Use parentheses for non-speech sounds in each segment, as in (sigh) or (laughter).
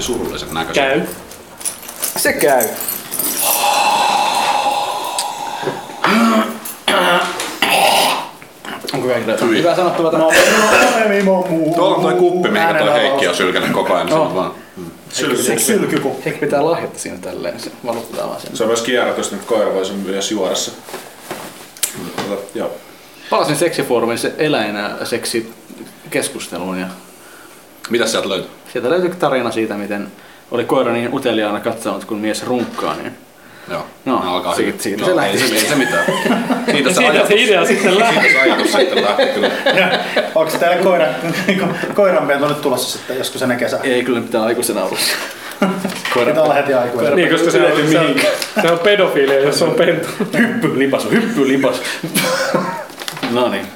surullisen näköisen. Käy. Se käy. Onko kaikille jotain Hyi. hyvää sanottavaa? No, Tuolla on toi kuppi, mihin toi Heikki on sylkänyt koko ajan. No. Vaan. Sylky. Sylkyku. Ehkä pitää lahjetta siinä tälleen, se valuttaa vaan sen. Se on myös kierrätys, niin koira voisi myös juoda se. Tota, joo. Palasin seksifoorumin se eläinä seksi keskusteluun ja Mitä sieltä löytyy? sieltä löytyi tarina siitä, miten oli koira niin uteliaana katsonut, kun mies runkkaa, niin Joo. No, Nää alkaa siitä- hyvin. siitä Joo, se ei, lähti. se, ei se mitään. Siitä se Siitä ajatus, se idea sitten lähti. siitä se ajatus sitten lähti kyllä. Onko täällä koira, (laughs) koiranpento nyt tulossa sitten joskus ennen kesää? ei kyllä pitää aikuisena olla. Pitää olla heti aikuinen. Niin, koska se on, se, on, se on pedofiilia, jos se on pentu. Hyppy lipas, hyppy lipas. no niin,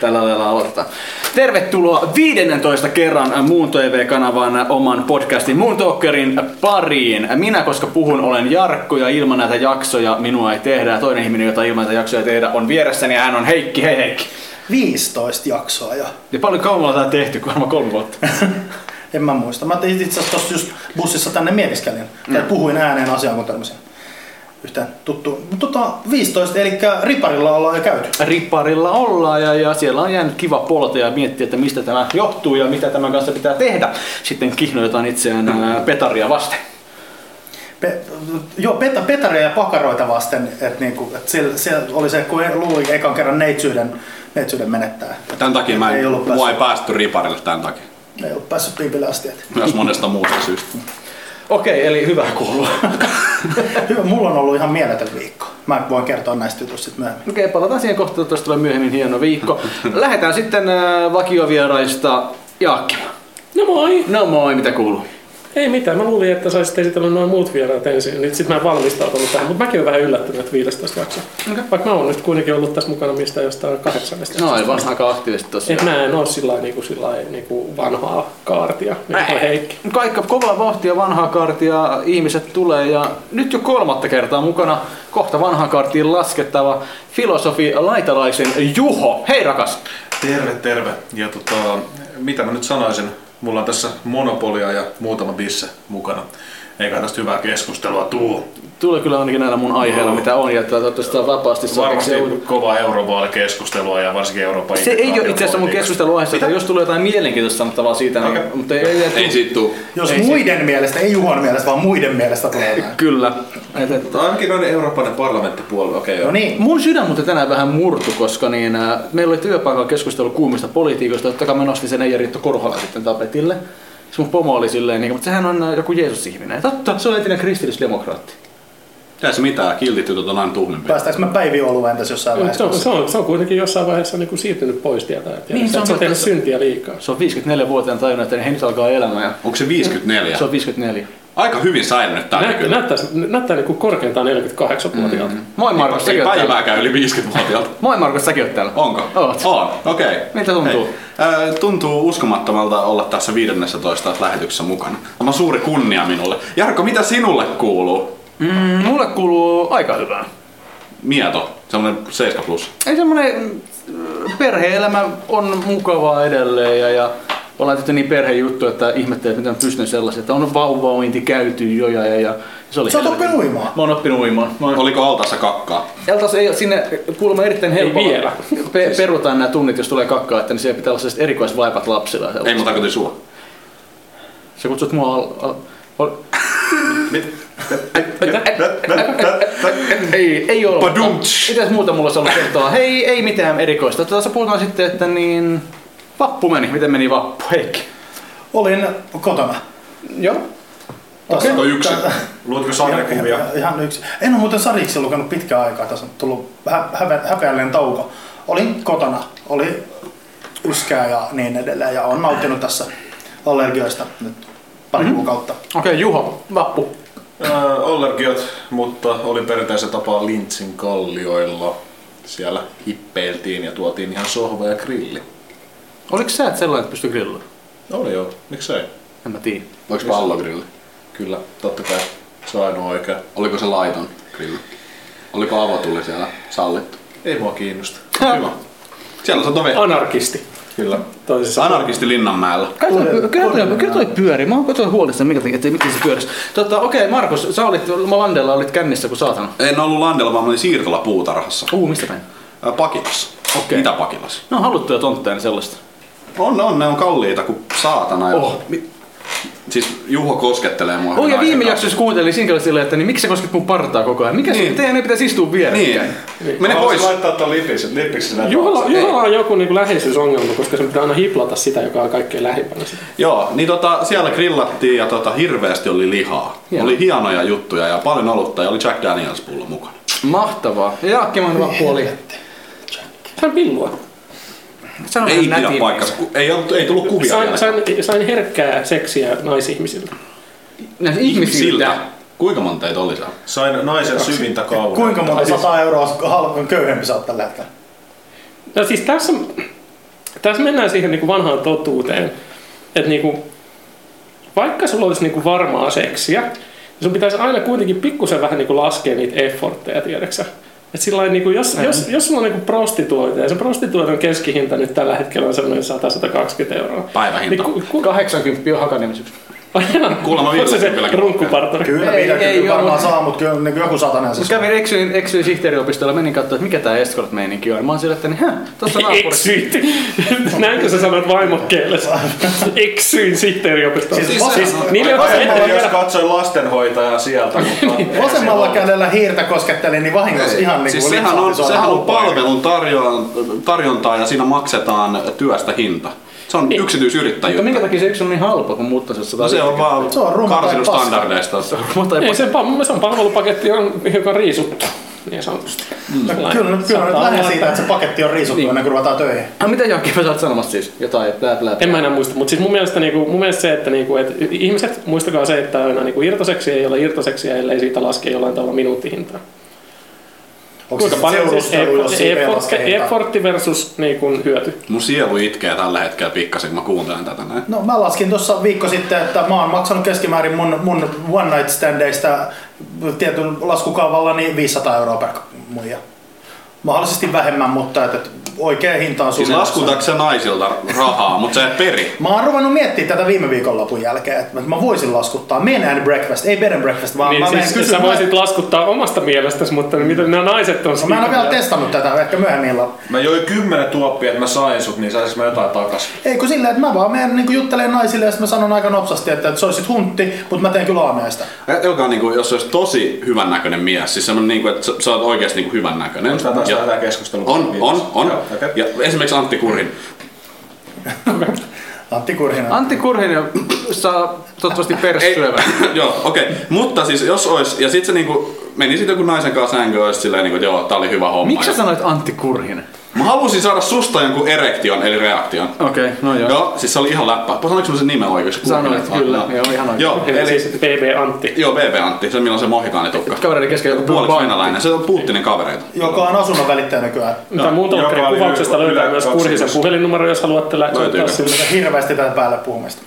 tällä lailla aloitetaan. Tervetuloa 15 kerran Muun TV-kanavan oman podcastin Muun Talkerin pariin. Minä, koska puhun, olen Jarkko ja ilman näitä jaksoja minua ei tehdä. Ja Toinen ihminen, jota ilman näitä jaksoja ei tehdä, on vieressäni ja hän on Heikki. Hei Heikki. 15 jaksoa jo. Ja paljon kauan ollaan tää tehty, kun varmaan kolme vuotta. En mä muista. Mä itse asiassa tuossa just bussissa tänne mietiskelin. Tai puhuin ääneen asiaan, kun törmäsin. Yhtään tuttu. Mut Tota, 15, eli riparilla ollaan jo käyty. Ripparilla ollaan ja, ja siellä on jäänyt kiva polta ja miettiä, että mistä tämä johtuu ja mitä tämän kanssa pitää tehdä. Sitten kihnoitetaan itseään ää, petaria vasten. Pe- joo, peta, petaria ja pakaroita vasten, että niinku, et siellä, siellä, oli se, kun e- luulin ekan kerran neitsyyden, neitsyyden menettää. Tämän takia mä Ei en, ollut mua ei päässyt. päästy riparille tämän takia. Ei ollut päässyt piipille asti. Et. Myös monesta muusta syystä. Okei, eli hyvää kuulua. Hyvä, mulla on ollut ihan mieletön viikko. Mä voin kertoa näistä jutuista sit (laughs) myöhemmin. Okei, palataan siihen kohtaan, tuosta tulee myöhemmin hieno viikko. Lähdetään sitten äh, ää, vakiovieraista Jaakki. No moi! No moi, mitä kuuluu? Ei mitään, mä luulin, että saisit esitellä noin muut vieraat ensin. Nyt sit mä en valmistautunut tähän, mutta mäkin olen vähän yllättynyt, että 15 jaksoa. Okay. Vaikka mä oon nyt kuitenkin ollut tässä mukana mistä jostain kahdeksannesta. No aivan, aika aktiivisesti Et tosiaan. mä en oo sillä lailla niinku, sillä lailla niinku vanhaa kaartia, niin kuin Heikki. Kaikka kovaa vauhtia vanhaa kartia ihmiset tulee ja nyt jo kolmatta kertaa mukana kohta vanhaan kartiin laskettava filosofi Laitalaisen Juho. Hei rakas! Terve, terve. Ja tota, mitä mä nyt sanoisin? Mulla on tässä monopolia ja muutama bisse mukana. Eikä tästä hyvää keskustelua tuu. Tulee kyllä ainakin näillä mun aiheilla, mitä on, ja toivottavasti tää on vapaasti Varmasti saadakseen- kovaa eurovaalikeskustelua ja varsinkin Euroopan Se ei ole itse asiassa mun keskusteluaiheessa, että jos tulee jotain mielenkiintoista sanottavaa siitä, niin, Okei. mutta ei, ei, ei, Ei siitä tuu. Jos Ei muiden mielestä, ei Juhon mielestä, vaan muiden mielestä tulee näin. Kyllä. Et, et, Ainakin noin eurooppalainen parlamenttipuolue, okei No okay, niin, mun sydän muuten tänään vähän murtu, koska niin, ää, meillä oli työpaikalla keskustelu kuumista politiikoista, totta kai mä nostin sen Eija Riitto Korhola sitten tapetille. Se mun pomo oli silleen, niin, mutta sehän on ää, joku Jeesus-ihminen. Totta, se on entinen kristillisdemokraatti. Ei se mitään, kiltit jutut on aina tuhmempia. päästäänkö me Päivi Oluen tässä jossain Mut Se vaiheessa? on, se, on, se on kuitenkin jossain vaiheessa niinku siirtynyt pois tieltä. Et Niin, se se on on, se on totta. tehnyt syntiä liikaa. Se on 54-vuotiaana tajunnut, että hei nyt alkaa elämä ja Onko se 54? se on 54. Aika hyvin säilynyt tänne Näyttää, kyllä. näyttää, näyttää niinku korkeintaan 48-vuotiaalta. Mm. Moi Markus, Ei säkin oot täällä. päivääkään yli 50-vuotiaalta. Moi Markus, säkin oot täällä. Onko? Oot. On, okei. Okay. Miltä tuntuu? tuntuu uskomattomalta olla tässä 15 lähetyksessä mukana. Tämä on suuri kunnia minulle. Jarkko, mitä sinulle kuuluu? Mm, mulle kuuluu aika hyvää. Mieto, semmonen 7 plus. Ei semmoinen perhe-elämä on mukavaa edelleen ja, ja ollaan tehty niin perhejuttu, että ihmettelee, että miten mä pystyn sellaisen, että on vauvaointi käyty jo ja, ja, ja se oli Sä oot helvetin- oppinut uimaan. Mä oon oppinut uimaan. Mä oon... Oliko altaassa kakkaa? Eltas ei, sinne kuulemma erittäin helppo. vielä. Pe- perutaan nämä tunnit, jos tulee kakkaa, että niin siellä pitää olla sellaiset erikoisvaipat lapsilla. ja Ei, sellaista. mä tarkoitin sua. Sä kutsut mua al- al- al- ei, ei ole. Padumts. Mitäs muuta mulla olisi ollut kertoa? Hei, ei mitään erikoista. Tässä puhutaan sitten, että niin... Vappu meni. Miten meni vappu? Heikki. Olin kotona. Joo. Tässä Onko on- Niin, yksin? tä- Luotko sarjakuvia? Ihan, ihan yksi. En ole muuten sariksi lukenut pitkään aikaa, tässä on tullut hä- häpeä- häpeällinen tauko. Olin kotona, oli yskää ja niin edelleen ja olen nauttinut tässä allergioista nyt pari mm-hmm. kuukautta. Okei, okay, Juho. Vappu. Äh, Allergiot, mutta olin perinteisen tapaan Lintsin kallioilla. Siellä hippeiltiin ja tuotiin ihan sohva ja grilli. Oliko sä et sellainen, että pystyi grillaa? Oli joo, miksei? En mä tiedä. Oliko pallogrilli? Kyllä, totta kai. Se on ainoa oikea. Oliko se laiton grilli? Oliko (laughs) avotuli siellä sallittu? Ei mua kiinnosta. Hyvä. Siellä on sato vettä. Anarkisti. Kyllä. Toisessa Anarkisti Linnanmäellä. Kyllä Pyöri- toi- pyöri- kyllä toi pyöri. Mä oon kotoa huolissani, minkä takia, ettei miten se pyörisi. Totta, okei, Markus, sä olit, Landella olit kännissä kuin saatana. En ollut landella, vaan mä olin siirtolla puutarhassa. Uu, mistä päin? Ää, Pakilas. Okei. Mitä Pakilas? Ne on haluttuja tontteja, niin sellaista. On, on, ne on kalliita kuin saatana. Oh. Mi- siis Juho koskettelee mua. Oi, ja naisen viime kanssa. jaksossa kuuntelin Sinkalla silleen, että niin miksi sä kosket mun partaa koko ajan? Mikä niin. Niin. se, teidän ei pitäisi istua Niin. vierekkäin. Mene pois. laittaa ton lipiksi, lipiksi sinne Juhalla, taakse? Juhalla on joku niinku läheisyysongelma, koska se pitää aina hiplata sitä, joka on kaikkein lähimpänä sitä. Joo, niin tota, siellä grillattiin ja tota, hirveästi oli lihaa. Hienoa. Oli hienoja juttuja ja paljon olutta ja oli Jack Daniels pullo mukana. Mahtavaa. Ja Jaakki mahtava puoli. Sain pillua. Sano ei vähän pidä nätin. paikkansa, kun ei, ollut- ei tullut kuvia vielä. Sain, sain, sain herkkää seksiä naisihmisiltä. Näin ihmisiltä. Kuinka monta teitä oli siellä? Sain naisen syvintä kauan. Kuinka monta sataa euroa hal- köyhempi sä oot tällä hetkellä? No siis tässä, tässä mennään siihen niinku vanhaan totuuteen, että niinku, vaikka sulla olisi niinku varmaa seksiä, niin sun pitäisi aina kuitenkin pikkusen vähän niinku laskea niitä effortteja, tiedäksä. Et sillä lailla niinku, jos, jos, jos sulla on niinku prostituoita ja se prostituoidon keskihinta nyt tällä hetkellä on semmoinen 100-120 euroa. Päivähinta. Niin ku, ku, 80 on hakaniemisyksi. Kuulemma Onko se viidelläkin se vielä kerran. runkkupartori? Kyllä, Ei, ei, ei ei, ole. varmaan saa, mutta kyllä niin joku satanen se Mä kävin eksyin, eksyin sihteeriopistolla, menin katsoa, että mikä tää escort-meininki on. Mä oon sillä, että niin, häh, tossa naapurissa. Eksyit. (laughs) Näinkö sä sanot vaimokkeellesi? (laughs) Eksyin sihteeriopistoon. Siis- Siis- siis- Niille, jotka Vasemmalla ette jos vielä katsoin lastenhoitajaa sieltä, mutta... Niin, Vasemmalla kädellä hiirtä koskettelin, niin vahingossa ihan niin siis sehän on, lipsahti, se sehän on halpa aika. palvelun tarjoan- tarjontaa ja siinä maksetaan työstä hinta. Se on Niin. Mutta yksityisyrittäjyyttä. minkä takia se yksi on niin halpa, kun muuttaa se 100 No se on vaan Se on ruma tai karsinut paska. standardeista. Niin. Ei, se, pa- se on palvelupaketti, on, joka on riisuttu. Niin sanotusti. Mm. Kyllä, kyllä, kyllä nyt lähden siitä, että se paketti on riisuttu Niin. ennen kuin ruvetaan töihin. No mitä Jaakki, sä oot sanomassa siis? Jotain, blää, blää. En mä enää muista, mutta siis mun mielestä, niinku, mun mielestä se, että niinku, et ihmiset, muistakaa se, että aina niinku irtoseksi ei ole irtoseksi, ellei siitä laskee jollain tavalla minuuttihintaa. Onko se siis seurustelu, jos siitä ei effort, laske hintaa? effortti versus niinku, hyöty? Mun sielu itkee tällä hetkellä pikkasen, kun mä kuuntelen tätä näin. No mä laskin tuossa viikko sitten, että mä oon maksanut keskimäärin mun, mun one night standeista tietyn laskukaavalla niin 500 euroa per muija. Mahdollisesti vähemmän, mutta että, että oikea hinta on Siis suunnilleen laskutaanko se naisilta rahaa, mutta se ei peri. Mä oon ruvennut miettimään tätä viime viikonlopun jälkeen, että mä voisin laskuttaa men and breakfast, ei bed and breakfast, vaan Niin, mä menen siis sä kysymään. voisit laskuttaa omasta mielestäsi, mutta miten nämä naiset on No, mä en ole siinä? vielä testannut tätä, ehkä myöhemmin illalla. Mä join kymmenen tuoppia, että mä sain sut, niin saisin mä jotain takas. Ei kun silleen, että mä vaan menen niin juttelemaan naisille ja sit mä sanon aika nopsasti, että, että se olisi huntti, mutta mä teen kyllä aamiaista. Ajatelkaa, niinku, jos se olisi tosi hyvän näköinen mies, siis semmonen, niinku, että sä, sä oot oikeasti niinku, hyvän näköinen. Onks tää taas Ja- tää tää keskustelu? on, on, on. Joo, okei. Ja esimerkiksi Antti Mm. Kurin. Siis Antti Kurhinen. Antti Kurhinen saa toivottavasti perssyövän. (laughs) joo, okei. Mutta siis jos olisi, ja sit se niinku, meni sitten joku naisen kanssa sänkyyn, olisi silleen, niinku, että joo, tää oli hyvä homma. Miksi sä Ja- sanoit Antti Kurhinen? Mä halusin saada susta jonkun erektion, eli reaktion. Okei, okay, no joo. Joo, siis se oli ihan läppä. Sanoinko mä sen nimen oikein? Sanoit Kurkinen. kyllä, joo, ihan oikein. Joo, Eli eli siis BB Antti. Joo, BB Antti, se milloin on se mohikaanitukka. Kavereiden kesken joku Puoliksi Antti. venäläinen, se on Putinin kavereita. joka on asunnon välittäjä nykyään. Mitä muun No, joka Tolkkarin oli kuvauksesta yli- löytää yli myös kaksi Kurhisen yksi. puhelinnumero, jos haluatte lä- soittaa Löytyykö? sille. Hirveästi tätä päälle puhumista.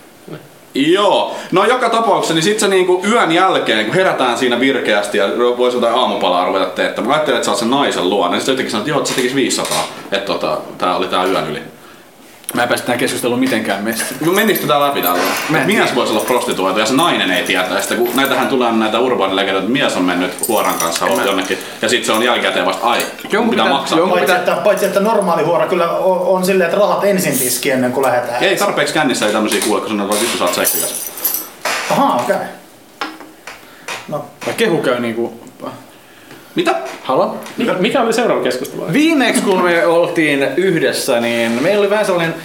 Joo, no joka tapauksessa, niin sit se niinku yön jälkeen, kun herätään siinä virkeästi ja voisi jotain aamupalaa ruveta teettämään. Mä ajattelin, että sä oot sen naisen luona, niin sit jotenkin sanoit, että joo, että se tekis 500, että tota, tää oli tää yön yli. Mä en päästä tähän keskusteluun mitenkään meistä. No menisikö tää läpi tällä? Mä en Et Mies voisi olla prostituoitu ja se nainen ei tietää sitä, kun näitähän tulee näitä urbaanilegendoja, että mies on mennyt huoran kanssa jonnekin ja sit se on jälkikäteen vasta, ai, Jonkun jonkun pitää pitää- maksaa. jonkun- Onko Paitsi mitä- että, paitsi että normaali huora kyllä on, on silleen, että rahat ensin tiski ennen kuin lähdetään. Ei tarpeeksi kännissä ei tämmösiä kuule, kun sanotaan, että vittu sä oot seksikäs. Ahaa, okei. Okay. No, Vai kehu käy niinku... Mitä? Halo? Mi- Mikä oli seuraava keskustelu? Viimeksi kun me oltiin yhdessä, niin meillä oli vähän sellainen...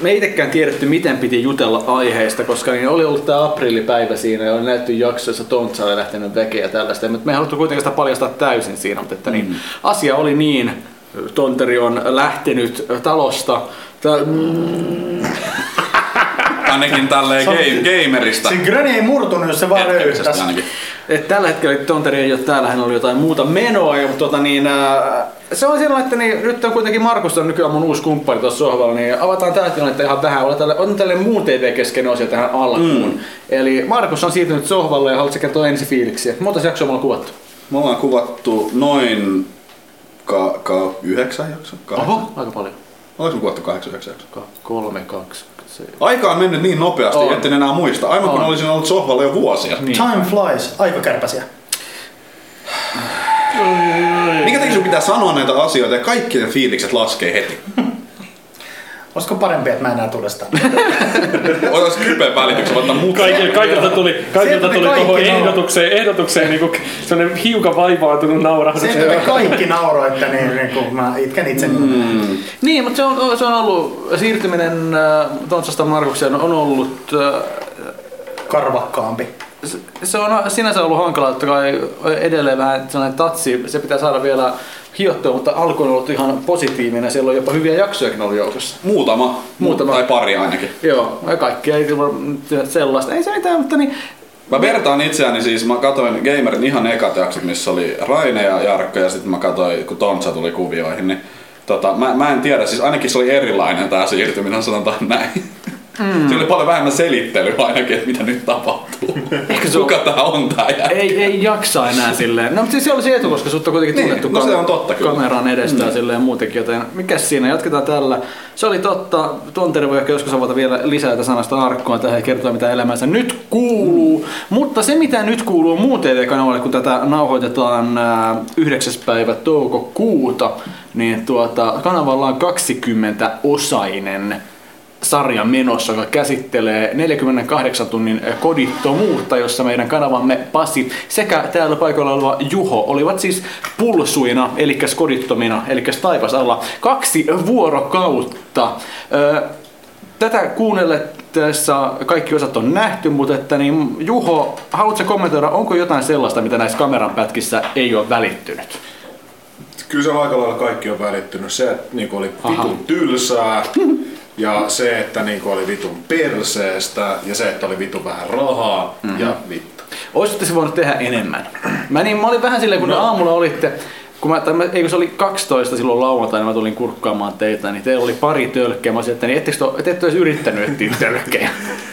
Me ei itsekään tiedetty, miten piti jutella aiheesta, koska niin oli ollut tämä aprillipäivä siinä ja oli näytty jakso, jossa Tontsa oli lähtenyt vekeä ja tällaista. Mutta me ei haluttu kuitenkaan sitä paljastaa täysin siinä, mutta että niin, asia oli niin, Tonteri on lähtenyt talosta. Tää, Ainakin tälleen game, gamerista. se gröni ei murtunut, jos se vaan Hetkellisesti röyhtäisi. ainakin. Et tällä hetkellä Tonteri ei ole täällä, hän oli jotain muuta menoa, ja, tuota, niin, ää, se on sillä että niin, nyt on kuitenkin Markus on nykyään mun uusi kumppani tuossa sohvalla, niin avataan tämä tilannetta ihan vähän. Olen tälle, on tälle muun TV-keskeinen osia tähän alkuun. Mm. Eli Markus on siirtynyt sohvalle ja haluatko kertoa ensi fiiliksiä? Monta jaksoa me ollaan kuvattu? Me ollaan kuvattu noin ka, ka, yhdeksän jaksoa. Oho, aika paljon. Oliko kuvattu 89 jaksoa? Kolme, kaksi. Se. Aika on mennyt niin nopeasti, On. etten enää muista. Aivan kun On. olisin ollut sohvalla jo vuosia. Niin. Time flies, aikakärpäsiä. Minkä takia sun pitää sanoa näitä asioita ja kaikki ne fiilikset laskee heti? Olisiko parempi, että mä enää (laughs) tule sitä? Otas kypen välityksen, vaikka mut. Kaikilta, kaikilta tuli, kaikilta me tuli kaikki tuohon nauraa. ehdotukseen, ehdotukseen niinku sellainen hiukan vaivaantunut naurahdus. Se, että te kaikki nauroitte, niin, niin kun mä itken itseni. Mm. Niin, mutta se on, se on ollut, siirtyminen äh, Tontsasta Markukseen on ollut, äh, Karvakkaampi. se- se on sinänsä ollut hankalaa, että kai edelleen vähän sellainen tatsi, se pitää saada vielä hiottua, mutta alku on ollut ihan positiivinen, siellä on jopa hyviä jaksojakin ollut joukossa. Muutama. Muutama. Tai pari ainakin. Joo, ja kaikki ei varmaan sellaista, ei se mitään, mutta niin, Mä vertaan itseäni siis, mä katsoin Gamerin ihan ekat jaksot, missä oli Raine ja Jarkko ja sitten mä katsoin, kun Tontsa tuli kuvioihin, niin tota, mä, mä en tiedä, siis ainakin se oli erilainen tää siirtyminen, (laughs) sanotaan näin. Mm. Se oli paljon vähemmän selittelyä ainakin, että mitä nyt tapahtuu. Ehkä se on- Kuka tää on tää jää? ei, ei jaksa enää silleen. No mutta siis se oli se etu, koska sut on kuitenkin Niin, tunnettu no se on totta kyllä. kameran edestä mm. silleen muutenkin, joten mikäs siinä, jatketaan tällä. Se oli totta, Tonteri voi ehkä joskus avata vielä lisää tätä sanasta arkkoa tähän ja kertoa mitä elämänsä nyt kuuluu. Mm. Mutta se mitä nyt kuuluu muun TV-kanavalle, kun tätä nauhoitetaan äh, 9. päivä toukokuuta, niin tuota, kanavalla on 20-osainen sarja menossa, joka käsittelee 48 tunnin kodittomuutta, jossa meidän kanavamme Pasi sekä täällä paikalla oleva Juho olivat siis pulsuina, eli kodittomina, eli taivasalla kaksi vuorokautta. Ö, Tätä kuunnellessa kaikki osat on nähty, mutta että niin, Juho, haluatko kommentoida, onko jotain sellaista, mitä näissä kameran pätkissä ei ole välittynyt? Kyllä se on aika lailla kaikki on välittynyt. Se, että niinku oli vitun tylsää ja se, että niinku oli vitun perseestä ja se, että oli vitun vähän rahaa Mhm. mm-hmm. ja vittu. Olisitte se voinut tehdä enemmän. Mä, niin, mä olin vähän silleen, kun no. aamulla olitte, kun mä, tai mä, eikö se oli 12 silloin lauantaina, mä tulin kurkkaamaan teitä, niin teillä oli pari tölkkeä. Mä olisin, että niin, ettekö te, te ette olisi yrittänyt etsiä (laughs) tölkkejä.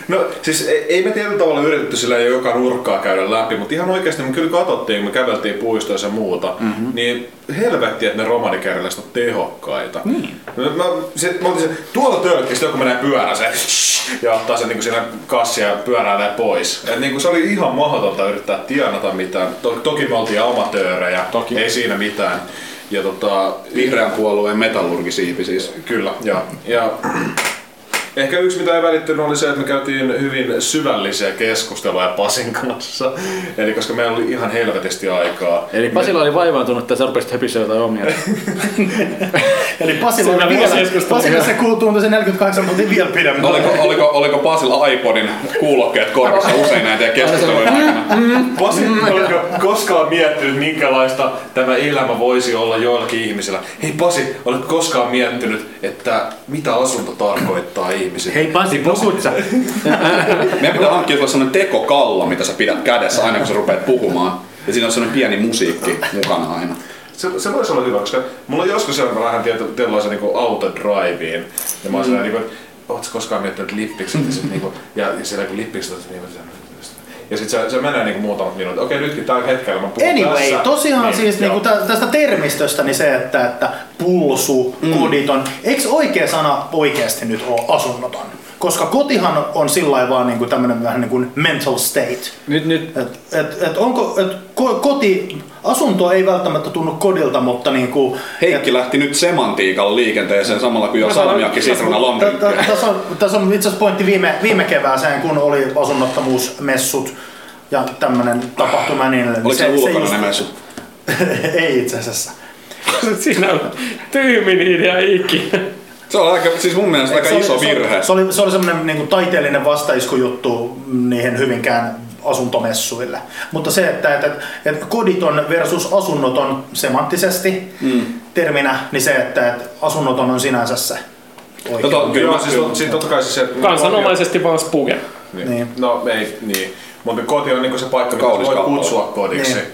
No siis ei, ei me tietyllä tavalla yritetty sillä joka nurkkaa käydä läpi, mutta ihan oikeasti me kyllä katsottiin, kun me käveltiin puistoissa ja muuta, Mhm. mm-hmm. niin helvetti, että ne romanikärjelliset on tehokkaita. Niin. Mä, sit, mä otin sen, tuolla tölkki, sitten joku menee pyörään se, shh, ja ottaa sen niinku siinä kassia ja pyöräilee pois. Et niinku se oli ihan mahdotonta yrittää tienata mitään. To, toki me oltiin amatöörejä, toki. ei siinä mitään. Ja tota, Vihreän puolueen metallurgisiipi siis. Kyllä, joo. Ja ehkä yksi mitä ei välittynyt oli se, että me käytiin hyvin syvällisiä keskusteluja Pasin kanssa. Eli koska meillä oli ihan helvetisti aikaa. Eli Pasilla oli vaivaantunut, että sä rupesit höpisee jotain omia. Eli Pasilla, Siinä oli mikä vielä- keskustelu? Pasilla se kuuluu tuntuu se 48 minuutin vielä pidemmän. Oliko, oliko, oliko Pasilla iPodin kuulokkeet korvissa usein näitä keskusteluja aikana? Pasi, (laughs) oliko koskaan miettinyt, minkälaista tämä elämä voisi olla joillakin ihmisillä? Hei Pasi, oletko koskaan miettinyt, että mitä asunto tarkoittaa ihmisille? Hei Pasi, pukut sä? Meidän pitää hankkia sulle sellainen tekokalla, mitä sä pidät kädessä aina kun sä rupeat puhumaan. Ja siinä on sellainen pieni musiikki mukana aina. Se, se voisi olla hyvä, koska mulla on joskus se, että mä lähden tietyn- tietynlaisen niin autodriveen. Ja mä oon mm. niin kuin, ootko koskaan miettinyt lippikset? Ja, sit, (laughs) niin kuin, ja, ja siellä kun lippikset on, niin ja sit se, se menee niin muutamat minuutit. Okei, nytkin tällä hetkellä mä puhun Anyway, tässä. tosiaan niin, siis niinku joo. tä- tästä termistöstä niin se, että, että pulsu, mm. koditon. Eikö oikea sana oikeasti nyt ole asunnoton? Koska kotihan on sillä lailla vaan niinku tämmönen vähän niinku mental state. Nyt, nyt. Et, et, et onko, et ko, koti, asunto ei välttämättä tunnu kodilta, mutta niinku... Heikki lähti nyt semantiikan liikenteeseen samalla kuin jo No, salmiakki sitruna lompyykkyä. Tässä on, tässä on itse asiassa pointti viime, viime kevääseen, kun oli asunnottomuusmessut ja tämmönen tapahtuma ja niin edelleen. Oliko se ulkona just- ne messut? (laughs) ei itse asiassa. (laughs) Siinä on tyhmin idea ikinä. Se on aika, siis mun mielestä aika Se oli- iso se- virhe. Se oli, se oli semmoinen niin taiteellinen vastaiskujuttu niihin hyvinkään asuntomessuille. Mutta se, että, että, että koditon versus asunnoton semanttisesti mm. terminä, niin se, että, että asunnoton on sinänsä se oikea. Tota, kyllä Joo, mä siis, tot- siis totta kai siis se... Kansanomaisesti vaan spuge. Niin. Niin. No ei, niin. Mutta koti on niinku se paikka, mitä Kaunis voi kappale. kutsua kodiksi. Niin.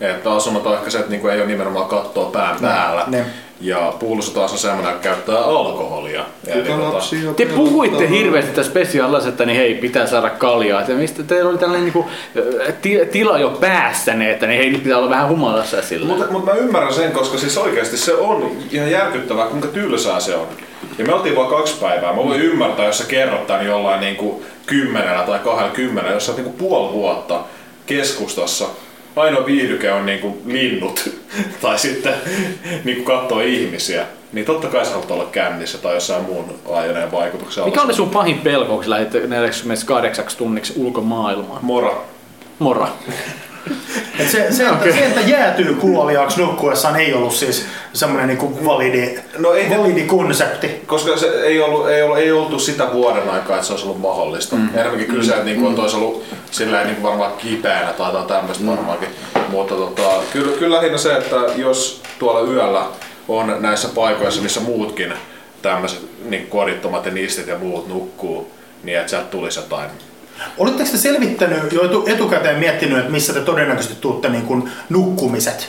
Että asunnot on ehkä se, että niinku ei ole nimenomaan kattoa pään päällä. Niin. Ja pulsu taas on semmoinen, että käyttää alkoholia. Eli tota, Te puhuitte hirveästi tässä spesiaalassa, että niin hei, pitää saada kaljaa. Että mistä teillä oli tällainen niinku, ö, ti, tila jo päässäne, että niin hei, nyt pitää olla vähän humalassa sillä. Mutta mut mä ymmärrän sen, koska siis oikeasti se on ihan järkyttävää, kuinka tylsää se on. Ja me oltiin vaan kaksi päivää. Mä voin ymmärtää, jos sä kerrot tän jollain niinku kymmenellä tai kahdella kymmenellä, jos sä oot niinku puoli vuotta keskustassa. Ainoa viihdyke on niinku linnut (laughs) tai sitten niinku kattoo ihmisiä. Niin totta kai sä haluat olla kännissä tai jossain muun laajeneen vaikutuksen Mikä alla. oli sun pahin pelko, kun sä lähdit 48 tunniksi ulkomaailmaan? Mora. Mora. Et se, se, että, se, että jäätyy kuoliaaksi nukkuessaan ei ollut siis semmoinen niinku validi, No no, ei- validi konsepti. Koska se ei, ollut, ei, ollut, ei oltu sitä vuoden aikaa, että se olisi ollut mahdollista. Mm. Enemmänkin kyllä se, että niinku, mm. olisi ollut sillä niin varmaan kipeänä tai jotain tämmöistä mm. varmaankin. Mutta tota, kyllä, kyllä lähinnä se, että jos tuolla yöllä on näissä paikoissa, missä muutkin tämmöiset niin kodittomat ja niistit ja muut nukkuu, niin että sieltä tulisi jotain. Oletteko te selvittänyt jo etu- etukäteen miettinyt, että missä te todennäköisesti tuutte niin kuin nukkumiset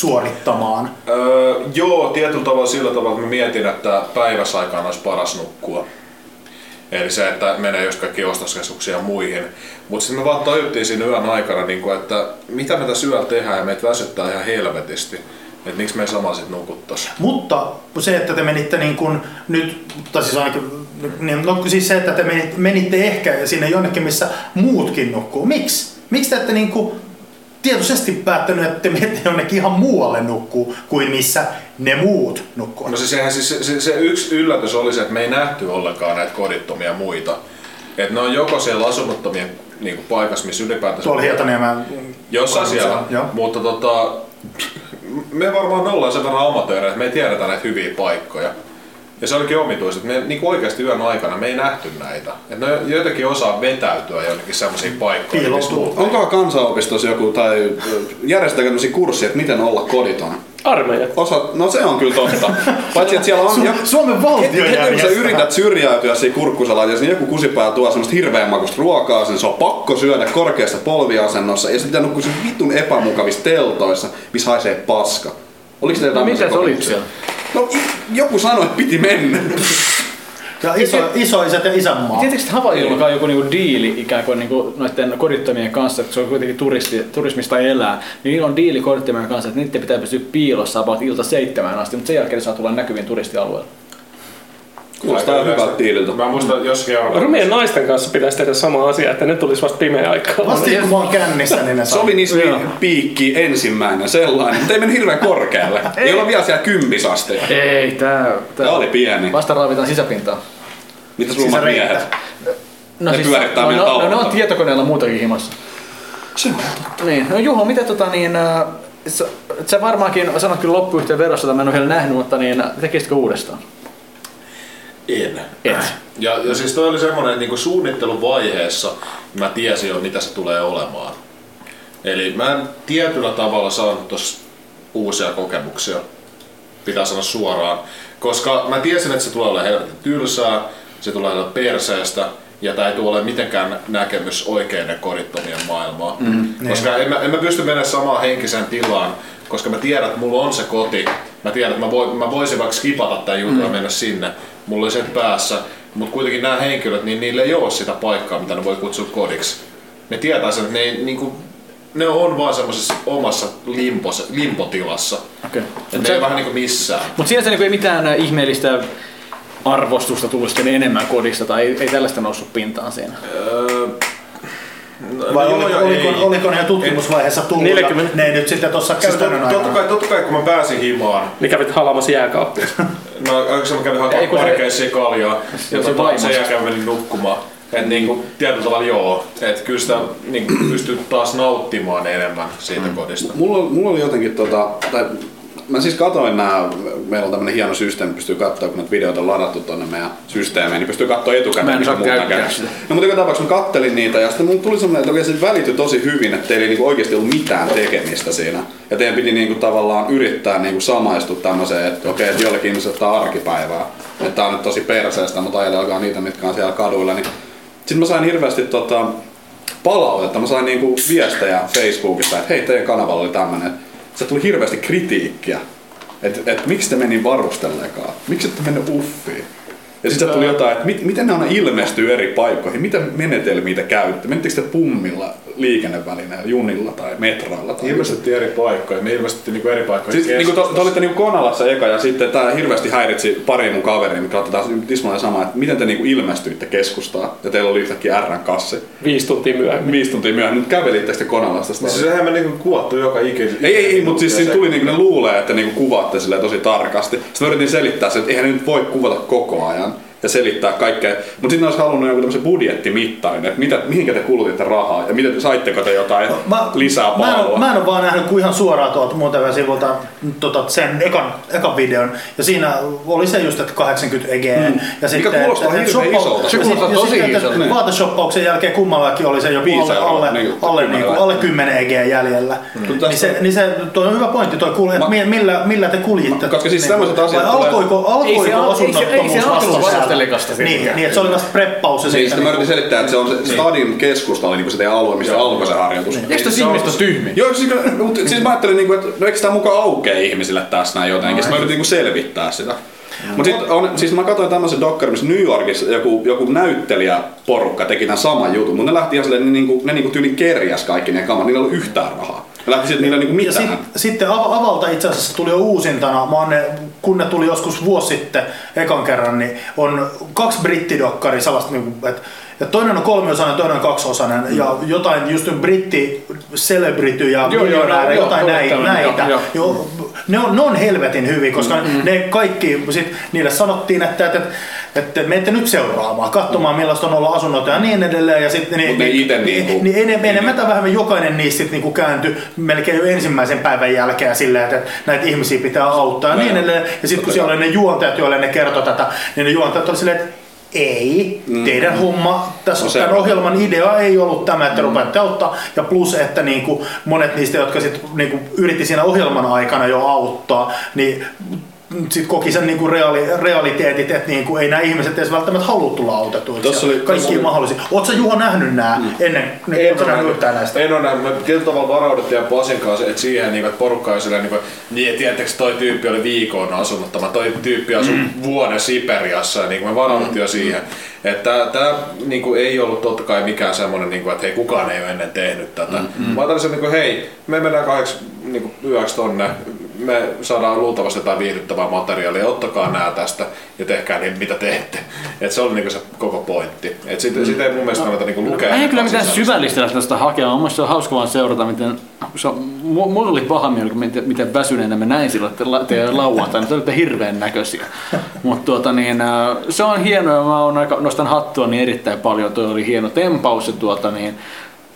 suorittamaan? Öö, joo, tietyllä tavalla sillä tavalla, että mä mietin, että päiväsaikaan olisi paras nukkua. Eli se, että menee just kaikki ostoskeskuksia ja muihin. Mutta sitten me vaan tajuttiin siinä yön aikana, niin kun, että mitä me tässä yöllä tehdään ja meitä väsyttää ihan helvetisti. Että miksi me ei sama sitten nukuttais. Mutta se, että te menitte niin kuin nyt, tai siis ainakin, niin, no siis se, että te menit- menitte ehkä sinne jonnekin, missä muutkin nukkuu. Miksi? Miksi te ette niin kuin tietoisesti päättänyt, että te menette jonnekin ihan muualle nukkuu kuin missä ne muut nukkuu? No siis, sehän, siis se, se, se, yksi yllätys oli se, että me ei nähty ollenkaan näitä kodittomia muita. Että ne on joko siellä asunnottomien niin kuin paikassa, missä ylipäätänsä... Tuolla Hietaniemen... Jossain siellä, Joo. mutta tota, me varmaan ollaan sen verran amatöörejä, että me ei tiedetä näitä hyviä paikkoja. Ja se olikin omituista, että me niin oikeasti yön aikana me ei nähty näitä. Että ne jotenkin osaa vetäytyä jonnekin semmoisiin paikkoihin, missä Piiloutuu. muut ei. Onko kansanopistossa joku tai järjestetäänkö tämmöisiä kursseja, että miten olla koditon? Armeija. Osa, no se on kyllä (laughs) totta. Paitsi, että siellä on... Su- Suomen valtio Heti kun sä järjestää. yrität syrjäytyä siinä kurkkusalaatiossa, niin joku kusipää tuo semmoista hirveän makuista ruokaa, sen se on pakko syödä korkeassa polviasennossa, ja sitten pitää nukkua sen vitun epämukavissa teltoissa, missä haisee paska. Oliko teillä No tämmöisiä mitä sä olit kokemuksia? siellä? No i- joku sanoi, että piti mennä. Ja iso, isoiset ja isänmaa. Tietysti että Havaijilla on joku niinku diili ikään kuin niinku noiden kodittomien kanssa, että se on kuitenkin turisti, turismista elää, niin niillä on diili kodittomien kanssa, että niiden pitää pysyä piilossa about ilta seitsemään asti, mutta sen jälkeen ne saa tulla näkyviin turistialueella. Kuulostaa Aika hyvältä yleistä. diililtä. Mä muistan jossakin Euroopan- Rumien naisten kanssa pitäisi tehdä sama asia, että ne tulisi vasta pimeä aikaa. Vasta kun mä oon kännissä, niin ne saa. Sovinismi Joo. piikki ensimmäinen sellainen, mutta ei mennyt hirveän korkealle. ei ole vielä siellä kympisasti. Ei, tää, Tää oli pieni. Vasta raavitaan sisäpintaa. Mitä Siis rummat Sisäreitä. miehet? No, Ne pyörittää no, meidän no, no, taukoa. ne on tietokoneella muutakin himassa. Se on Niin. No Juho, mitä tota niin... Äh, sä, sä varmaankin sanot kyllä loppuyhteen verossa, jota mä en ole vielä nähnyt, mutta niin äh, tekisitkö uudestaan? En. Et. Ja, ja siis toi oli semmoinen, että niinku suunnitteluvaiheessa mä tiesin jo, mitä se tulee olemaan. Eli mä en tietyllä tavalla saanut tossa uusia kokemuksia, pitää sanoa suoraan. Koska mä tiesin, että se tulee olemaan helvetin tylsää, se tulee olemaan perseestä, ja tämä ei tule olemaan mitenkään näkemys oikeiden kodittomien maailmaa. Mm, koska en mä, en mä pysty menemään samaan henkiseen tilaan, koska mä tiedän, että mulla on se koti. Mä tiedän, että mä, voi, mä voisin vaikka skipata tämän jutun mm. ja mennä sinne. Mulla oli se päässä. Mutta kuitenkin nämä henkilöt, niin niillä ei ole sitä paikkaa, mitä ne voi kutsua kodiksi ne tietää sen, että ne, ei, niinku, ne on vaan semmoisessa omassa limpos, limpotilassa. Okei. Et ne ei vähän niinku missään. Mutta sinänsä niin ei mitään äh, ihmeellistä arvostusta tullut sitten enemmän kodista tai ei, ei tällaista noussut pintaan siinä. Vai joo, oliko, joo, oliko, ei. oliko ne jo tutkimusvaiheessa tullut 40. ja ne ei nyt sitten tuossa Siis tot, käytännön totta, aikana? kai, totta kai kun mä pääsin himaan, Niin kävit halamassa jääkaappia. no oikeastaan mä kävin Ei, hakemaan kun se- pari keissiä kaljaa ja se tota, vaimosta. sen jälkeen menin nukkumaan. Et niinku, tietyllä tavalla joo, et kyllä sitä niinku, pystyy taas nauttimaan enemmän siitä kodista. Mulla, oli- mulla oli jotenkin tota, tai mä siis katoin nää, meillä on tämmönen hieno systeemi, pystyy katsoa, kun näitä videoita on ladattu tonne meidän systeemeen, niin pystyy katsoa Mä en etukäteen, mitä saa muuta käyttää käy. sitä. No mutta joka tapauksessa mä kattelin niitä ja sitten mulla tuli semmonen, että oikein se välityi tosi hyvin, että teillä ei niinku oikeasti ollut mitään tekemistä siinä. Ja teidän piti niinku tavallaan yrittää niinku samaistua tämmöiseen, että okei, että jollekin ihmiselle tää on arkipäivää. Että tää on nyt tosi perseestä, mutta ajatelkaa niitä, mitkä on siellä kaduilla. Niin. Sitten mä sain hirveästi tota, palautetta, mä sain niinku viestejä Facebookista, että hei teidän kanavalla oli tämmönen. Se tuli hirveästi kritiikkiä, että et, miksi te meni varustellekaan, miksi ette mennyt uffiin. Ja sitten tuli jotain, että mit, miten ne aina ilmestyy eri paikkoihin, mitä menetelmiä te käytte, menettekö te pummilla liikennevälineellä, junilla tai metroilla. Tai Ilmestyttiin eri paikkoja. Me ilmestyttiin niinku eri paikkoja. Siis, niin kuin keskustassa. te, te olitte niin Konalassa eka ja sitten tämä hirveästi häiritsi pari mun kaveria, mikä oli taas tismalleen sama, että miten te niin ilmestyitte keskustaan ja teillä oli yhtäkkiä R-kassi. Viisi tuntia myöhemmin. Viisi tuntia myöhemmin, nyt kävelitte sitten Konalasta. sitä- Siis sehän me niinku kuvattu joka ikinä. Ei, ei, ei mutta siis siinä tuli niinku ne luulee, että niinku kuvaatte silleen tosi tarkasti. Sitten mä yritin selittää sen, että eihän ne nyt voi kuvata koko ajan ja selittää kaikkea. Mutta sitten olisi halunnut joku tämmöisen budjettimittarin, että mitä, mihinkä te kulutitte rahaa ja mitä, saitteko te jotain Mä, lisää mä, en, oo- palvelua. mä en ole vaan nähnyt kuin ihan suoraan tuolta muutaman sivulta tota, sen ekan, ekan videon. Ja siinä oli se just, että 80 EG. Mm. Ja kuulostaa hirveän isolta. Se kuulostaa tosi isolta, niin. Vaateshoppauksen jälkeen kummallakin oli se joku Viisi alle, euroa, alle, niin, alle, kymmenen niin kuin, vai- alle 10 EG jäljellä. Mm. Niin, se, niin se, toi on hyvä pointti, toi kuulee, että Mä- mi- millä, millä te kuljitte. koska siis Niin, tämmöiset asiat vai tulee- Alkoiko, alkoiko ei se asunnottomuus alkanut vasta vasta sieltä? telekasta Niin, tietenkään. niin, että se oli vasta preppaus. ja Niin, sitten sitten mä niinku- yritin selittää, että se on se stadin keskusta oli niinku se teidän alue, missä alkoi se harjoitus. Niin. Eikö tässä ihmiset ole tyhmiä? Joo, siis, kyllä, mut, siis mä ajattelin, niinku, että no eikö tämä muka aukea ihmisille tässä näin jotenkin. Sitten mä yritin niinku selvittää sitä. Mut sit on, siis mä katsoin tämmöisen dokkarin, missä New Yorkissa joku, joku näyttelijäporukka teki tämän saman jutun, mutta ne lähti ihan silleen, ne, niinku, ne niinku tyyli kerjas kaikki ne kamat, niillä ei ollut yhtään rahaa. Ne lähti siltä, niillä ei niinku Ja mitään. sit, sitten Av- Avalta itse asiassa tuli jo uusintana, mä oon ne, kun ne tuli joskus vuosi sitten ekan kerran, niin on kaksi brittidokkaria sellaista, niinku, että et toinen on kolmiosainen, toinen on kaksiosainen mm. ja jotain just nyt britti celebrity ja joo, miljonääri, joo, jotain joo, näi, joo, näitä. joo, Joo, joo. Ne, on, ne on helvetin hyviä, koska mm. ne kaikki, sit, niille sanottiin, että, että, että menette nyt seuraamaan, katsomaan millaista on olla asunnot ja niin edelleen. Ja sit, niin, Mut ne niin- ite niinku- niin, niin enem- enemmän tai vähemmän jokainen niistä sit niinku kääntyi melkein jo ensimmäisen päivän jälkeen sillä, että näitä ihmisiä pitää auttaa ja niin edelleen. Ja sitten kun siellä oli ne juontajat, joille ne kertoi tätä, niin ne juontajat oli silleen, että ei, teidän homma, tässä Mm. No se- Mm. tämän ohjelman idea ei ollut tämä, että rupeatte auttaa. Ja plus, että niinku monet niistä, jotka sit niinku yritti siinä ohjelman aikana jo auttaa, niin sitten koki sen niinku reaali, realiteetit, että niinku ei nämä ihmiset edes välttämättä halua tulla autetuiksi. Tossa oli- Oli, Kaikki tossa- mahdollisia. Oletko Juha nähnyt nämä mm. ennen? Nyt En en ole ole nähnyt yhtään nähnyt. näistä. En ole nähnyt. Me tietyllä tavalla varauduttiin Pasin kanssa, että siihen niin, että porukka oli silleen, niin, kuin, niin tiedättekö, toi tyyppi oli viikon asunnottama, toi tyyppi asui mm. vuoden Siperiassa, ja niin kuin me varauduttiin mm. jo siihen. Että tämä niin kuin, ei ollut totta kai mikään semmoinen, niin kuin, että hei, kukaan ei ole ennen tehnyt tätä. Mm. Mä ajattelin, että niin kuin, hei, me mennään kahdeksi niin kuin, yöksi tonne, me saadaan luultavasti jotain viihdyttävää materiaalia, ottakaa nää tästä ja tehkää niin mitä teette. Et se oli niinku se koko pointti. Et sit, sit ei mun mielestä kannata niinku lukea. Ei kyllä mitään sisällöstä. syvällistä tästä hakea, on mielestäni se on hauska vaan seurata, miten... Se on, mu- mulla oli paha mieli, kun miten, miten väsyneenä mä näin silloin te- la- (laughs) teidän lauantaina, te olitte hirveän näköisiä. Mutta tuota, niin, äh, se on hienoa, ja mä on aika, nostan hattua niin erittäin paljon, toi oli hieno tempaus ja tuota, niin,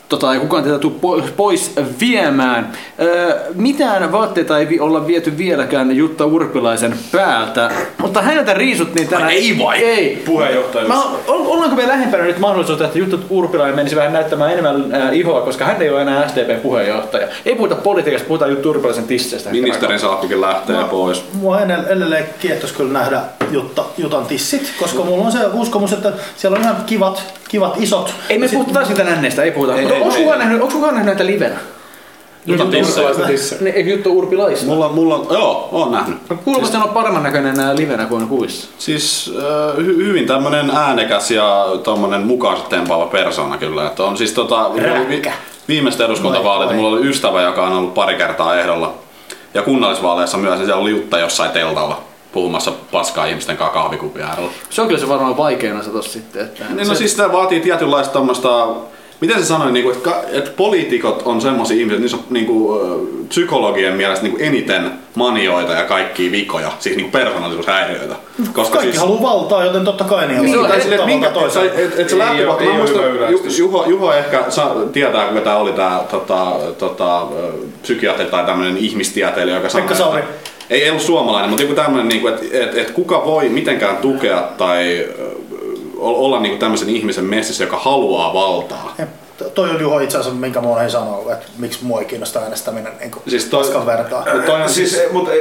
Tota, ei kukaan tätä tule po- pois viemään. Öö, mitään vaatteita ei vi- olla viety vieläkään Jutta Urpilaisen päältä, mutta häneltä riisut niin tänään... Ei vai? Ei. Puheenjohtajuus. Mä, o- ollaanko me lähempänä nyt mahdollisuutta, että Jutta Urpilainen menisi vähän näyttämään enemmän äh, ihoa, koska hän ei ole enää SDPn puheenjohtaja. Ei puhuta politiikasta, puhutaan Jutta Urpilaisen tisseistä. Ministerin saattikin lähteä pois. Mua ennen- edelleen kiehtos kyllä nähdä Jutta, Jutan tissit, koska mulla on se uskomus, että siellä on ihan kivat, kivat isot. Ei me Ja sit- puhuta taas niitä länneistä, ei puhuta. ei, Onko ei, kukaan nähnyt, onks kukaan nähnyt näitä livenä? Jota Urpilaisen Ne, ei Jutta Urpilaista. Mulla, mulla on, joo, on nähnyt. Kuulemma se on paremman näköinen äh, livenä kuin kuvissa. Siis äh, hy- hyvin tämmönen äänekäs ja tommonen mukaansa tempaava persona kyllä. Että on siis tota, vi- viimeistä eduskuntavaalit, Vai, vai. mulla oli ystävä, joka on ollut pari kertaa ehdolla. Ja kunnallisvaaleissa myös, ja siellä oli Jutta jossain teltalla puhumassa paskaa ihmisten kanssa kahvikupin äärellä. Se on kyllä se varmaan vaikein osa tossa sitten. Että Niin no siis tämä vaatii tietynlaista tämmöistä, miten se sanoi, niinku, että, ka- että poliitikot on semmoisia ihmisiä, että niissä on niinku, ö, psykologien mielestä niinku, eniten manioita ja kaikkia vikoja, siis niinku persoonallisuushäiriöitä. Koska siis- Kaikki haluaa valtaa, joten totta kai niin, Niin, Siis- on. tai Ottaa silleen, että minkä, valtaa toisaalta. et, et, et se Ei lähtökohta, oo- mä ei oo muistan, hyvä Ju- yleistys. Juho, Juho ehkä sa, tietää, kuka tää oli tää tota, tota, ö, psykiatri tai tämmönen ihmistieteilijä, joka Pekka sanoi, Sauri. että- Ei, ei ollut suomalainen, mutta joku tämmönen, niinku, että et, et kuka voi mitenkään tukea tai ö, o- olla niinku tämmöisen ihmisen messissä, joka haluaa valtaa. Ja Toi on Juho itse asiassa, minkä mua ei sanonut, että miksi mua ei kiinnosta äänestäminen niin Siis siis toi- paskan vertaa. Mut Toi on (laughs) Siis, siis, eh, mut, eh,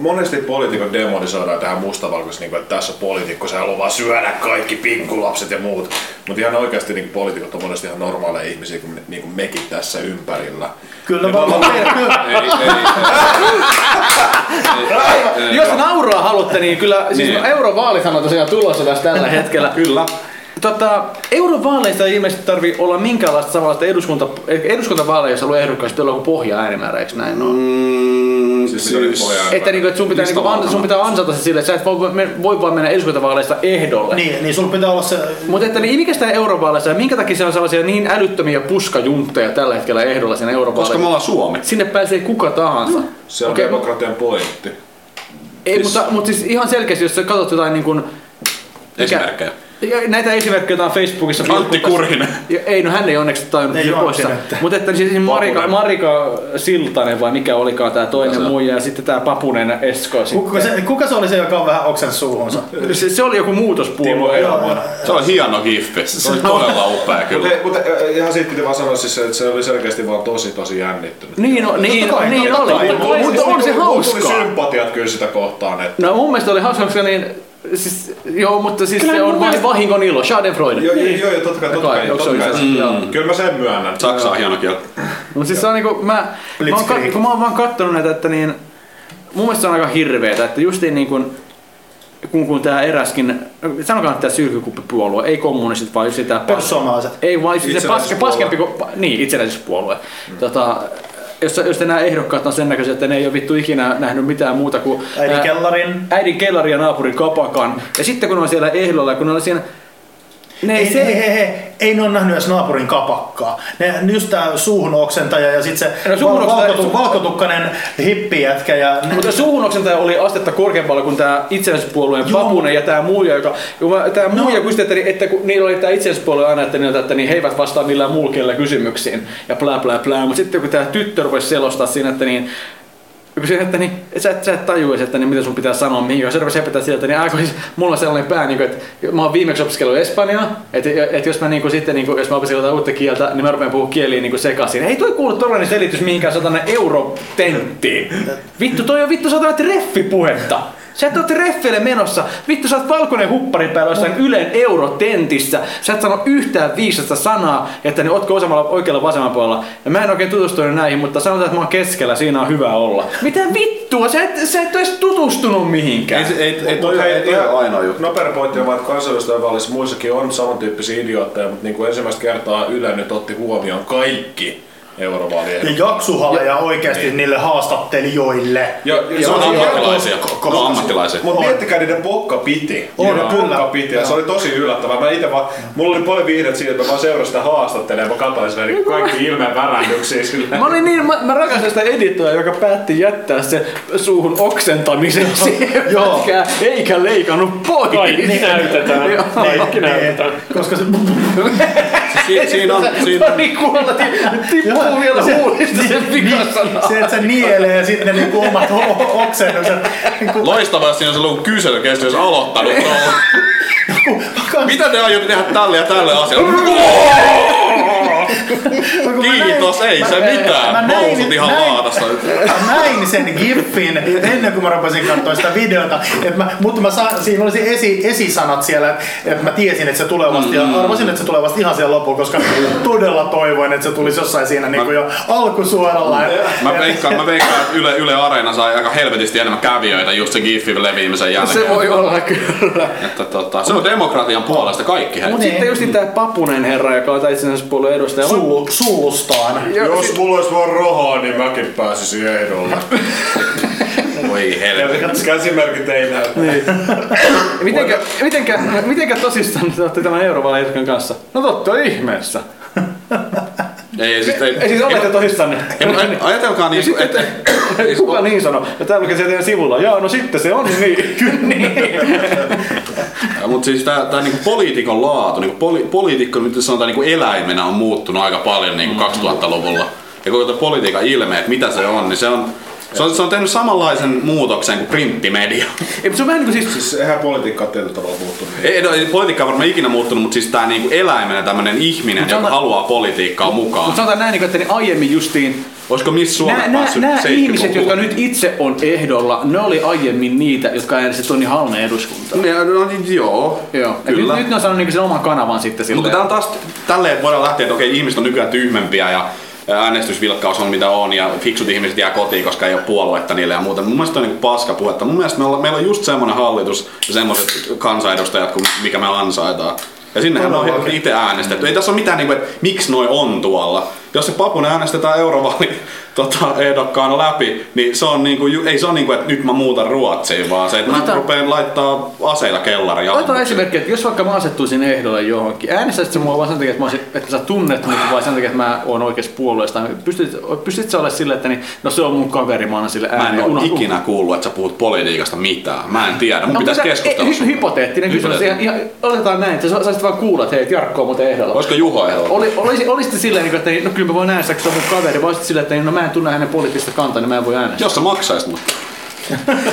monesti poliitikot demonisoidaan tähän mustavalkoisesti, niinku, että tässä on poliitikko, se haluaa vaan syödä kaikki pikkulapset ja muut. Mutta ihan oikeasti niinku, poliitikot on monesti ihan normaaleja ihmisiä, kuin, niinku mekin tässä ympärillä. Kyllä no, Ja mä tavallaan- (laughs) kyllä- ei, ei, Jos nauraa haluatte, niin kyllä siis Niin. (laughs) niin. eurovaalit on tosiaan tulossa tässä tällä hetkellä. kyllä. Tota, eurovaaleista ei ilmeisesti tarvi olla minkäänlaista samanlaista eduskunta, eh, eduskuntavaaleja, jos haluaa ehdokkaasti pitää olla joku pohja-äänimäärä, eikö näin ole? Mm, Siis mitä nyt pohjaa? Että, niinku, et sun, pitää, niinku, an, sun pitää ansata se sille, että sä et voi, me- voi vaan mennä eduskuntavaaleista ehdolle. Niin, niin sulla pitää olla se... Mutta että niin, mikä sitä eurovaaleissa ja minkä takia siellä on sellaisia niin älyttömiä puskajuntteja tällä hetkellä ehdolla siinä Koska me eurovaaleissa? ollaan Suomi. Sinne pääsee kuka tahansa. Se on Okei, okay, demokratian pointti. Ei, mutta, mutta siis ihan selkeästi, jos sä katsot jotain niin kuin, Esimerkkejä. Ja Näitä esimerkkejä joita on Facebookissa. Antti Kurhinen. Ja, ei, no hän ei onneksi tajunnut Ei ei joo, poissa. tiedätte. Mutta että siis Marika, Papunen. Marika Siltanen vai mikä olikaan tämä toinen muija ja sitten tämä Papunen Esko. Kuka se, kuka se oli se, joka on vähän oksen suuhunsa? Se, se, oli joku muutospuolue. Joo, Se on hieno hiffi. Se oli todella upea Mutta, kyllä. mutta äh, ihan siitä piti vaan sanoa siis, että se oli selkeästi vaan tosi tosi jännittynyt. Niin, no, niin, kai, niin totta oli, kai. mutta, mutta on se Mulla hauskaa. Tuli sympatiat kyllä sitä kohtaan, että No mun mielestä oli hauska, koska niin, siis, joo, mutta siis Kyllä se mun on vain mielestä- vahingon ilo, schadenfreude. Joo, joo, joo, joo, totta kai, totta Niin. Kai, kai, onko se totta kai. oikein? Joo. Mm. Kyllä mä sen myönnän. Saksa on hieno kieli. Mutta siis se on niinku, mä, mä oon, kat- Blitzkrieg. kun mä oon vaan kattonut näitä, että niin, mun mielestä se on aika hirveetä, että justiin niin kun, kun, kun tää eräskin, sanokaa nyt tää sylkykuppipuolue, ei kommunistit, vaan just tää Perussuomalaiset. Ei vaan siis se paske, Itsenäisyyspuolue. paskempi kuin, pa- niin, itsenäisyyspuolue. Mm. Tota, jos, jos nämä ehdokkaat on sen näköisiä, että ne ei ole vittu ikinä nähnyt mitään muuta kuin Äidin ää, kellarin. äidin kellari ja naapurin kapakan. Ja sitten kun ne on siellä ehdolla, kun ne on siinä... Ne ei, Ei, se, ei, ei, ei, ei ne on nähnyt edes naapurin kapakkaa. Ne, just tää suuhun oksentaja ja sit se No, no, suuhun val, oksentaja- valkotu, valkotukkanen hippijätkä ja... Ne, Mutta suuhunoksentaja oli astetta korkeampaa kuin tämä itsenäisyyspuolueen Joo. papunen ja tämä muija, joka... Tämä No. muija no. kysyi, että, ni- että kun niillä oli tämä itsenäisyyspuolue aina, että, niiltä, että niin he eivät vastaa millään mulkeilla kysymyksiin ja bla bla bla. Mutta sitten kun tämä tyttö rupesi selostaa siinä, että niin kun siinä, että niin, et sä, et, sä et tajuisi, että niin, mitä sun pitää sanoa mihin. Se rupesi hepetä sieltä, niin aika siis, mulla on sellainen pää, niin kuin, että mä oon viimeksi opiskellut Espanjaa, että, että jos mä niin kuin, sitten, niin kuin, jos mä opiskelen jotain uutta kieltä, niin mä rupean puhumaan kieliä niin kuin sekaisin. Ei toi kuulu todellinen selitys mihinkään satana eurotenttiin. Vittu, toi on vittu satana treffipuhetta. Sä et ole treffeille menossa. Vittu, sä oot valkoinen huppari päällä jossain Ylen eurotentissä. Sä et sano yhtään viisasta sanaa, että ne ootko osalla oikealla vasemmalla puolella. Ja mä en oikein tutustunut näihin, mutta sanotaan, että mä oon keskellä, siinä on hyvä olla. Mitä vittua? Sä et, sä et ole edes tutustunut mihinkään. Ei, se- ei, ei, Mut toi, hei, ei, toi ihan ole ainoa juttu. Nopea pointti on vaan, että kansanedustajavaaleissa muissakin on samantyyppisiä idiootteja, mutta niin kuin ensimmäistä kertaa Yle nyt otti huomioon kaikki ja eurovaalien. Niin. jaksuhaleja oikeesti niille haastattelijoille. Ja, ja, Niin. Se on ammattilaisia. ko- No ammattilaisia. Mutta miettikää, niiden pokka piti. On, Niiden kyllä. Pokka piti, ja se oli tosi yllättävää. Mä ite vaan, mulla oli paljon viihdettä siitä, että mä vaan seurasin sitä haastattelua, ja mä katsoin sitä niin kaikki ilmeen värähdyksiä silleen. Mä olin niin, mä, mä rakastan sitä editoja, joka päätti jättää se suuhun oksentamisen siihen Joo. pätkään, eikä leikannut pois. (laughs) Kaikki niin näytetään. Niin. Joo. Kaikki näytetään. koska se... Si- Siinä on, siinä on. Pari kuolla ti- tippuu vielä huulista sen (laughs) pikasana. se, että se nielee sitten niinku omat o- o- oksennukset. Niinku, Loistavaa, jos siinä on se ollut kysely, kestä jos aloittanut. tuolla. Mitä te aiotte tehdä tälle ja tälle asialle? kun mä näin- Kiitos, ei se mitään. Nousut ihan laatassa nyt. Mä näin sen giffin ennen kuin mä rupesin katsoa sitä videota. Et mä, mutta mä saan, siinä oli se esi, esisanat siellä, että mä tiesin, että se tulee vasta, Mm. ja arvasin, että se tulee vasta ihan siellä lopulla, koska todella toivoin, että se tulisi jossain siinä niinku jo alkusuoralla. Et- Mä et- veikkaan, mä veikkaan, että Yle, Yle Areena sai aika helvetisti enemmän kävijöitä just sen GIFin leviämisen jälkeen. Se voi olla kyllä. Että, tota, se on demokratian puolesta kaikki hei. Mut Niin. sitten just tää Papunen herra, joka on tää itsenäisyyspuolueen edustaja. Sullu, sullustaan. Ja- Jos mulla olisi vaan rahaa, niin mäkin pääsisin ehdolle. Voi Ja helvetti. käsimerkit ei näy. Mitenkä, mitenkä, mitenkä tosissaan te olette tämän eurovaalien kanssa? No totta ihmeessä. Ei, siis, ei, Ei siis olette tosissanne. ei, mut aj- Ajatelkaa Ja niinku, sitten, että... että, kuka niin sanoi? Ja tää lukee siellä teidän sivulla. Joo, no sitten se on niin. (laughs) Kyllä niin. Mutta siis tää, tää niinku poliitikon laatu, niinku poli, poliitikko nyt sanotaan niinku eläimenä on muuttunut aika paljon Mm. niinku 2000-luvulla. Ja koko tää politiikan ilme, että mitä se on, niin se on, se on, se on tehnyt samanlaisen muutoksen kuin printtimedia. (laughs) Ei, mut se on vähän niinku siis... Siis eihän politiikka ole tietyllä tavalla muuttunut. Ei, no, ei politiikka on varmaan ikinä muuttunut, mutta siis tää niinku eläimenä tämmönen ihminen, joka sanotaan- haluaa politiikkaa mukaan. Mut sanotaan näin, niinku, että niin aiemmin justiin Olisiko Miss Suomi Nämä, nämä, päässyt nämä 70-luvulla? ihmiset, jotka nyt itse on ehdolla, ne oli aiemmin niitä, jotka äänesti Toni Halmeen eduskuntaa. Ne, no, niin, joo, Joo. Et kyllä. Nyt, nyt ne on saanut niinku sen oman kanavan sitten Mutta silleen. tää on taas, tälleen voidaan lähteä, että okei, ihmiset on nykyään tyhmempiä ja äänestysvilkkaus on mitä on ja fiksut ihmiset jää kotiin, koska ei ole puoluetta niille ja muuta. Mun mielestä toi on niinku paska puhetta. Mun mielestä me olla, meillä on just semmoinen hallitus ja semmoiset kansanedustajat, kuin mikä me ansaitaan. Ja sinnehän on Todellakin. itse äänestetty. Ei tässä ole mitään, niinku, että miksi noi on tuolla. Jos se papun äänestetään eurovaali (laughs) tota, ehdokkaana läpi, niin se on niinku, ju- ei se on niinku, että nyt mä muutan Ruotsiin, vaan se, että mä Otetaan- rupeen laittaa aseita kellariin. Otetaan esimerkki, että jos vaikka mä asettuisin ehdolle johonkin, äänestäisit sä mua vaan sen takia, että, mä olisin, että sä tunnet mut, vai sen takia, että mä oon oikeassa puolueesta. Pystyt, pystyt sä olemaan silleen, että niin, no se on mun kaveri, mä annan sille Mä äänen. en ole Unohda- ikinä kuullut, että sä puhut politiikasta mitään. Mä en tiedä, mun No, pitäisi mitä- keskustella. ei, hy- sun kanssa. Hypoteettinen kysymys. Ihan, ihan, oletetaan näin, että sä saisit vaan kuulla, että hei, Jarkko on muuten ehdolla. Olisiko Juho ehdolla? Oli, olisi, olisitte silleen, niin kuin, että niin, no kyllä mä voin äänestää, kun se on mun kaveri, vai olisitte silleen, että niin, no mä en tunne hänen poliittista kantaa, niin mä en voi äänestää. Jos sä maksaisit (laughs) mut.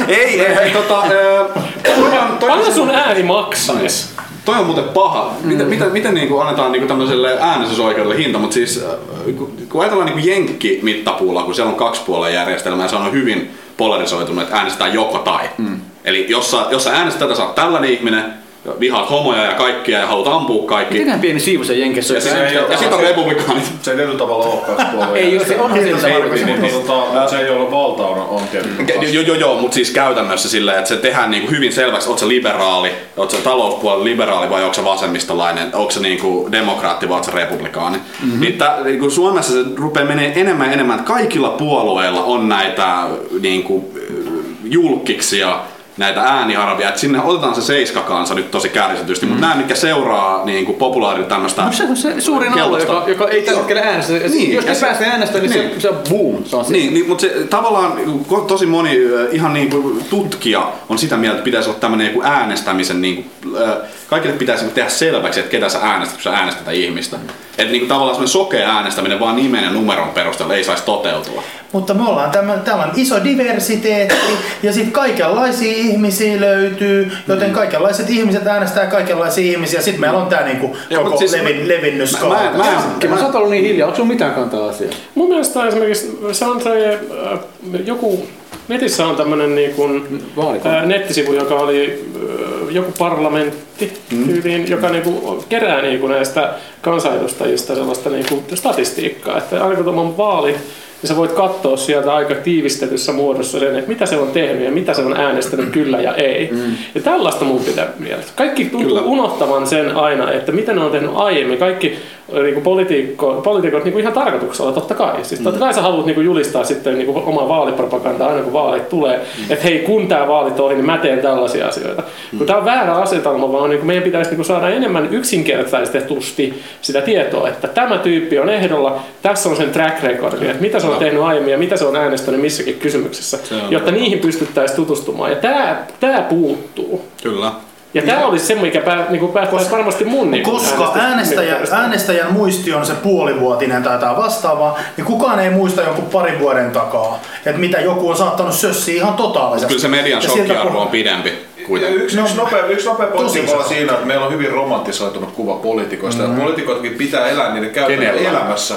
ei, ei, ei, tota, ö, toi on- toi on- Paljon sun ääni maksaisi? Toi on muuten paha. Mm. Miten, miten, miten niin kuin annetaan niin kuin tämmöiselle äänestysoikeudelle hinta, mutta siis äh, kun- kun ajatellaan niin jenkki mittapuulla, kun siellä on kaksi puolen järjestelmää, se on hyvin polarisoitunut, että äänestetään joko tai. Mm. Eli jos sä, jos sä äänestät tätä, sä oot tällainen ihminen, vihaat homoja ja kaikkia ja haluat ampua kaikki. Mitenhän pieni siivu se jenkessä Ja, on? siis, ei ole- ja sitten on republikaanit. Se ei tietyllä tavalla ole kaksi (laughs) puolueita. Ei ole, se onhan Ei, siltä varmasti. niin, mutta tota, se ei ole valtauna on tietyllä Ke- Joo, joo, joo, mutta siis käytännössä silleen, että se tehdään niinku hyvin selväksi, oot sä liberaali, oot sä talouspuolen liberaali vai oot sä vasemmistolainen, oot sä niinku demokraatti vai oot sä republikaani. Mm-hmm. Niin tää, niinku Suomessa se rupeaa menee enemmän ja enemmän, että kaikilla puolueilla on näitä niinku, julkiksi ja näitä ääniharvia, että sinne otetaan se seiskakansa nyt tosi kärsitysti, mm-hmm. mutta nämä, mitkä seuraa niinku populaarin tämmöistä... No, Se on se suurin alue, Keltaista. joka, joka ei tällä hetkellä äänestä. Ja Niin, jos ja ne se- pääsee äänestämään, niin, niin. se, se on boom. Se on se. Niin, niin mutta se, tavallaan niinku, ko- tosi moni ö, ihan niin kuin tutkija on sitä mieltä, että pitäisi olla tämmöinen joku äänestämisen, niin kuin, kaikille pitäisi niinku tehdä selväksi, että ketä sä äänestät, kun sä äänestät tätä ihmistä. Että niin kuin, tavallaan semmoinen sokea äänestäminen vaan nimen ja numeron perusteella ei saisi toteutua. Mutta me ollaan tämän, täällä on iso diversiteetti ja sitten kaikenlaisia ihmisiä löytyy, joten Mm. kaikenlaiset ihmiset äänestää kaikenlaisia ihmisiä. Sitten meillä on tämä niinku koko mut siis- levin, levinnyt Mä, mä, mä, Mä sä mä, oot ollut niin hiljaa, onko sulla mitään kantaa asiaa? Mun mielestä esimerkiksi se on se, äh, joku, netissä on tämmönen niin kuin, Vaalikon. äh, nettisivu, joka oli äh, joku parlamentti tyyliin, joka niin kuin, kerää niin kuin näistä kansanedustajista sellaista niin kuin, statistiikkaa, että aina kun on vaalit, niin sä voit katsoa sieltä aika tiivistetyssä muodossa sen, että mitä se on tehnyt ja mitä se on äänestänyt kyllä ja ei. Mm. Ja tällaista mun pitää mieltä. Kaikki tuntuu Kyllä. unohtavan sen aina, että mitä ne on tehnyt aiemmin. Kaikki niin kuin politiikko, poliitikot niin kuin ihan tarkoituksella, totta kai. Siis, totta kai sä haluat niin kuin julistaa sitten niin kuin omaa vaalipropagandaa aina kun vaalit tulee, mm. että hei kun tämä vaalit on ohi, niin mä teen tällaisia asioita. Mm. Kun tämä on väärä asetelma, vaan niin kuin meidän pitäisi niin kuin saada enemmän yksinkertaistetusti sitä tietoa, että tämä tyyppi on ehdolla, tässä on sen track recordi, että mitä se on tehnyt aiemmin ja mitä se on äänestänyt missäkin kysymyksessä, jotta niihin pystyttäisiin tutustumaan. Ja tämä, tämä puuttuu. kyllä. Ja tämä olisi se, mikä pää, niin päättäisi varmasti mun niin Koska äänestäjä, äänestäjän muisti on se puolivuotinen tai jotain vastaavaa, niin kukaan ei muista jonkun parin vuoden takaa, että mitä joku on saattanut sössiä ihan totaalisesti. Kyllä se median Ja siltä shokkiarvo on kun- pidempi Ja kuitenkin. Yksi, yksi, nopea, yksi nopea pointti on Tosi vaan iso. siinä, että meillä on hyvin romantisoitunut kuva poliitikoista. Mm-hmm. Poliitikotkin pitää elää niiden käytännön Mm. Kenellä? elämässä.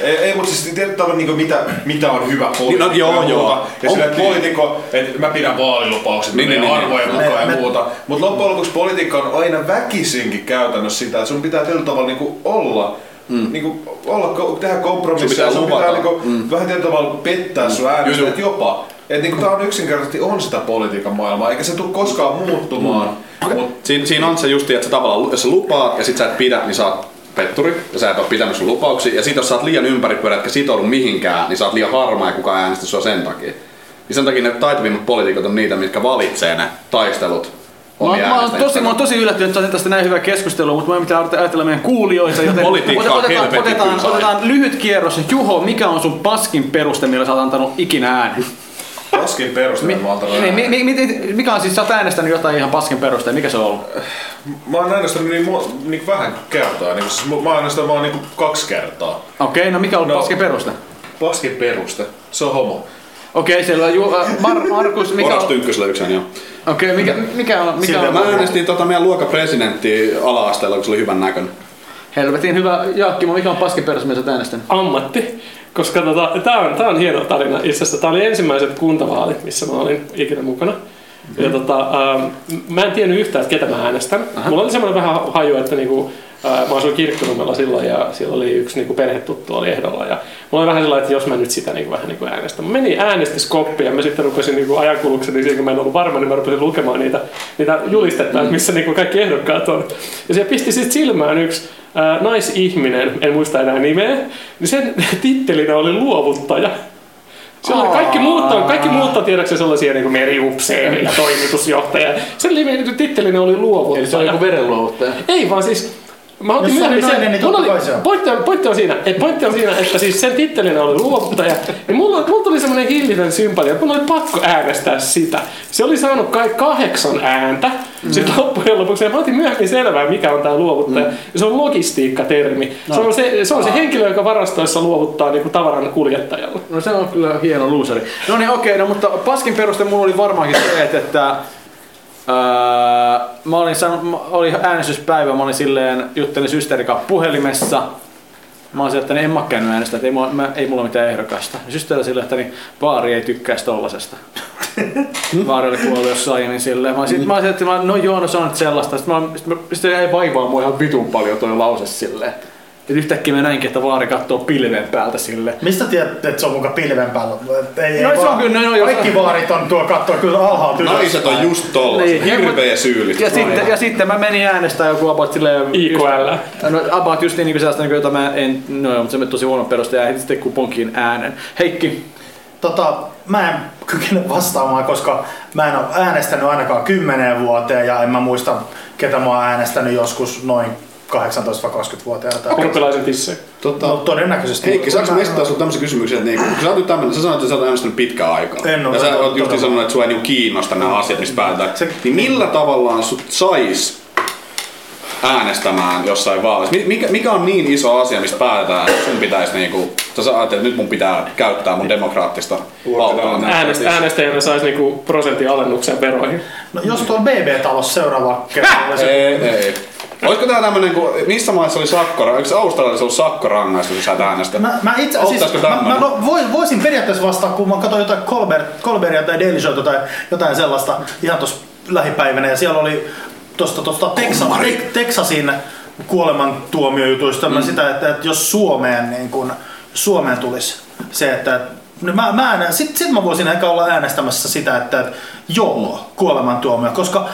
Ei, ei mutta siis tietyllä tavalla niin mitä, mitä on hyvä poliitikko No, joo, ja muuta. joo. Ja On sillä niin. poliitikko, että mä pidän vaalilupaukset, Niin, niin, niin, niin, niin, arvoja niin. mukaan Me- ja me- muuta. Mutta loppujen lopuksi politiikka on aina väkisinkin käytännössä sitä, että sun pitää tietyllä tavalla niin olla Mm. Niin kuin olla, ko- tehdä kompromisseja, Sun sun pitää pitää, luvata. niin kuin, vähän tietyllä tavalla pettää mm. sun äänestäjät Juu, jopa. Et niin kuin, tää on yksinkertaisesti on sitä politiikan maailmaa, eikä se tule koskaan muuttumaan. Mut Siin, siinä on se justi, että sä tavallaan, lu- jos sä lupaat ja sit sä et pidä, niin sä oot petturi ja sä et oo pitänyt sun lupauksia. Ja sit jos sä oot liian ympäripyörä, etkä sitoudu mihinkään, niin sä oot liian harmaa ja kukaan äänestä sua sen takia. Niin sen takia ne taitavimmat poliitikot on niitä, mitkä valitsee ne taistelut. Mä, omia mä, oon äänestäjiä. tosi, mä oon tosi yllättynyt, että tästä näin hyvää keskustelua, mutta meidän pitää ajatella meidän kuulijoita, (laughs) joten Politiikka on otetaan, helvetin otetaan, tylsää. otetaan lyhyt kierros. Juho, mikä on sun paskin peruste, millä sä oot antanut ikinä äänen? Paskin perusteella mä oon tällä- Niin, mi, mi, mi, mikä on siis, sä oot äänestänyt jotain ihan paskin perusteella, mikä se on ollut? Mä oon äänestänyt niin, mu- niin vähän kertaa, niin, siis mu- mä oon äänestänyt vaan niin kaksi kertaa. Okei, okay, no mikä on ollut No. paskin peruste? Paskin peruste, se on homo. Okei, okay, siellä on Ju, äh, Mar, Markus, mikä Oras on, Tynkkösellä yksi ääni on. okay, mikä, mikä on, mikä Mä on äänestin tota meidän luokan presidenttiä ala-asteella, kun se oli hyvän näköinen. helvetin hyvä Jaakkimo, mikä on paskin peruste, millä sä oot äänestänyt? ammatti. Koska tota, tämä on, tää on hieno tarina itse asiassa. Tämä oli ensimmäiset kuntavaalit, missä mä olin ikinä mukana. Ja tota, ähm, mä en tiennyt yhtään, että ketä mä äänestän. Mulla oli semmoinen vähän haju, että niinku, Ää, Mä asuin kirkkonummella silloin ja siellä oli yksi niin kuin perhetuttu oli ehdolla. Ja mulla oli vähän sellainen, että jos mä nyt sitä niin kuin, vähän niin kuin äänestän. Mä menin äänestyskoppiin ja mä sitten rupesin niin kuin ajankulukseni, niin siinä kun mä en ollut varma, niin mä rupesin lukemaan niitä, niitä julistetta, että missä niin kuin kaikki ehdokkaat on. Ja siellä pisti sitten silmään yksi ää, naisihminen, en muista enää nimeä, niin sen (laughs) tittelinä oli luovuttaja. Se oli kaikki muut on, kaikki muut on tiedäksä sellaisia niin meriupseereja, toimitusjohtajia. Sen nimi- tittelinä oli luovuttaja. Eli se on joku verenluovuttaja. Ei vaan siis, mä otin Jos se oli myöhemmin nainen, niin mulla totta oli, kai se on. pointti, on, pointti, on siinä, että pointti on siinä, että siis sen tittelinä oli luovuttaja, niin mulla, mulla tuli semmoinen hillitön sympatia, että mulla oli pakko äänestää sitä. Se oli saanut kai kahdeksan ääntä, Mm. sitten loppujen lopuksi, ja mä otin myöhemmin selvää, mikä on tämä luovuttaja. Ja se on logistiikkatermi. No. Se on se, se, on se henkilö, joka varastoissa luovuttaa niinku tavaran kuljettajalle. No se on kyllä hieno luuseri. No niin okei, no mutta paskin peruste mulla oli varmaankin se, että, että öö, mä olin, saanut, mä- oli äänestyspäivä, mä olin silleen, juttelin systeerin kanssa puhelimessa. Mä olin silleen, että niin en mä oo käynyt äänestää, että ei mulla, mä, ei mulla mitään ehdokasta. Ja systeeri silleen, että niin, baari ei tykkäisi tollasesta. Vaari oli kuollut jossain aiemmin silleen. Mä sitten mä olin silleen, että no joo, no se on nyt sellaista. Sitten mä, sit mä sit se jäi vaivaa mua ihan vitun paljon toi lause silleen. Et yhtäkkiä mä näinkin, että vaari kattoo pilven päältä silleen. Mistä tiedät, että se on muka pilven päällä? Et Ei, No ei se vaan. on kyllä, no joo. Kaikki vaarit on tuo kattoo kyllä alhaalta ylös. Naiset on just tollaset, Niin. hirveä syyllistä. Ja sitten, ja sitten mä menin äänestää joku about silleen... IKL. Just, no, about just niin kuin sellaista, niin kuin, jota mä en... No joo, mutta se on tosi huono peruste ja heti sitten kuponkiin äänen. Heikki, Tota, mä en kykene vastaamaan, koska mä en ole äänestänyt ainakaan 10 vuoteen ja en mä muista, ketä mä oon äänestänyt joskus noin 18-20-vuotiaana. tai- Kurpilaisen tisse. Tota- No, todennäköisesti. Heikki, saanko mä Mä- esittää sinulle tämmöisen kysymyksen, että niinku, kun sä, oot nyt tämmönen, sä sanoit, että sä oot äänestänyt pitkään aikaa. En oo, ja sä en oot oo just todella. sanonut, että sua ei niinku kiinnosta nämä asiat, mistä päätetään. Se- Niin millä tavallaan sut sais äänestämään jossain vaaleissa? Mi- Mikä, mikä on niin iso asia, mistä päätetään, että sun pitäisi niinku, sä sä ajattelet, että nyt mun pitää käyttää mun demokraattista valtaa. Äänest, äänestäjänä saisi niinku prosentin alennuksen veroihin. No, jos tuolla BB-talossa seuraava kerta olisi... Ei, ei. Olisiko tää tämmönen, kun missä maissa oli sakko, eikö Australiassa ollut sakkorangaistus, jos sä et äänestä? Mä, mä itse Ottaisiko siis, mä, tämmönen? mä no, voi- voisin periaatteessa vastata, kun mä katsoin jotain Colbert, Colbertia tai Daily Showta tai jotain sellaista ihan tuossa lähipäivänä ja siellä oli tuosta tosta Texas, Te- Texasin kuolemantuomiojutuista mm. sitä, että, että jos Suomeen, niin kun, Suomeen tulisi se, että niin mä, mä en, sit, sit mä voisin ehkä olla äänestämässä sitä, että, että joo, kuolemantuomio, koska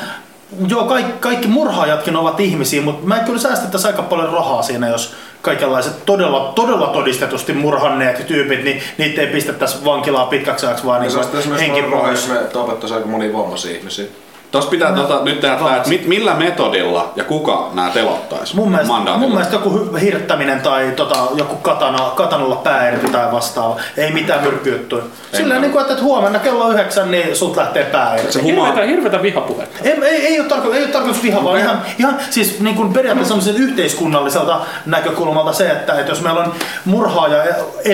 Joo, kaikki, kaikki murhaajatkin ovat ihmisiä, mutta mä kyllä säästettäisiin aika paljon rahaa siinä, jos kaikenlaiset todella, todella todistetusti murhanneet tyypit, niin niitä ei pistettäisi vankilaa pitkäksi ajaksi, vaan Ja se olisi niin myös henkin rahaa, jos henkipohjassa. me tapettaisiin aika monia vammaisia ihmisiä. Tuossa pitää tota, nyt tehdä tää, että mit, millä metodilla ja kuka nämä telottaisi Mun mielestä, mandaatilla? mun mielestä joku hy- hirttäminen tai tota, joku katana, katanalla pää irti tai vastaava. Ei mitään myrkkyjuttuja. Silleen niin kuin, että huomenna kello yhdeksän, niin sut lähtee pää irti. se huma... Hirvetä, hirvetä vihapuhetta. Ei, ei, ei, ole tarko- ei ole tarkoitus vihaa, vaan ihan, ihan siis niin kuin periaatteessa semmoisen yhteiskunnalliselta näkökulmalta se, että, että jos meillä on murhaaja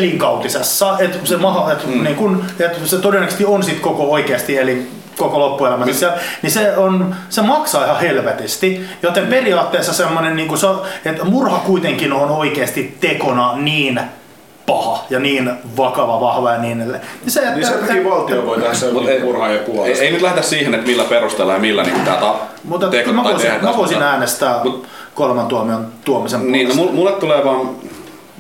elinkautisessa, että se, maha, että, mm. niin kuin, että se todennäköisesti on sit koko oikeasti eli koko loppuelämänsä siellä, niin se, on, se maksaa ihan helvetisti, joten periaatteessa semmoinen, niin kuin se, on- että murha kuitenkin on oikeasti tekona niin paha ja niin vakava, vahva ja niin edelleen. Niin se, että, Niin sen takia valtio voi tehdä sen Mut ei- murhaan ja Ei, puolesta. ei, nyt lähdetä siihen, että millä perusteella ja millä niin tää ta- Mutta teko kyllä mä tai voisin, tehdään, mä voisin mutta- äänestää Mut- kolman tuomion tuomisen Niin, no, puolesta. mul- mulle tulee vaan...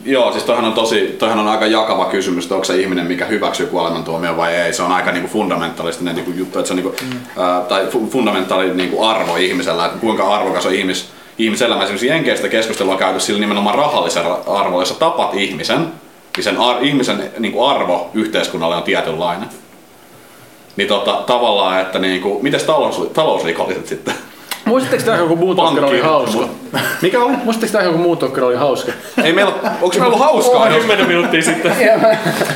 Joo, siis toihan on, tosi, toihan on aika jakava kysymys, että onko se ihminen, mikä hyväksyy kuolemantuomio vai ei. Se on aika niinku fundamentalistinen niinku juttu, että se on niinku, ää, tai fu- fundamentaali niinku arvo ihmisellä, että kuinka arvokas on ihmis, ihmiselämä. Esimerkiksi Jenkeistä keskustelua on käyty sillä nimenomaan rahallisella arvolla, jos sä tapat ihmisen, niin sen ar- ihmisen niinku arvo yhteiskunnalle on tietynlainen. Niin tota, tavallaan, että niinku, mites talous, talousrikolliset sitten? muistatteko tämä joku muu tokkero oli Pankki. hauska? Mikä on? Muistatteko tämä joku muu tokkero oli hauska? Ei meillä, onks meillä ollut hauskaa? Vaan 10 minuuttia (laughs) sitten.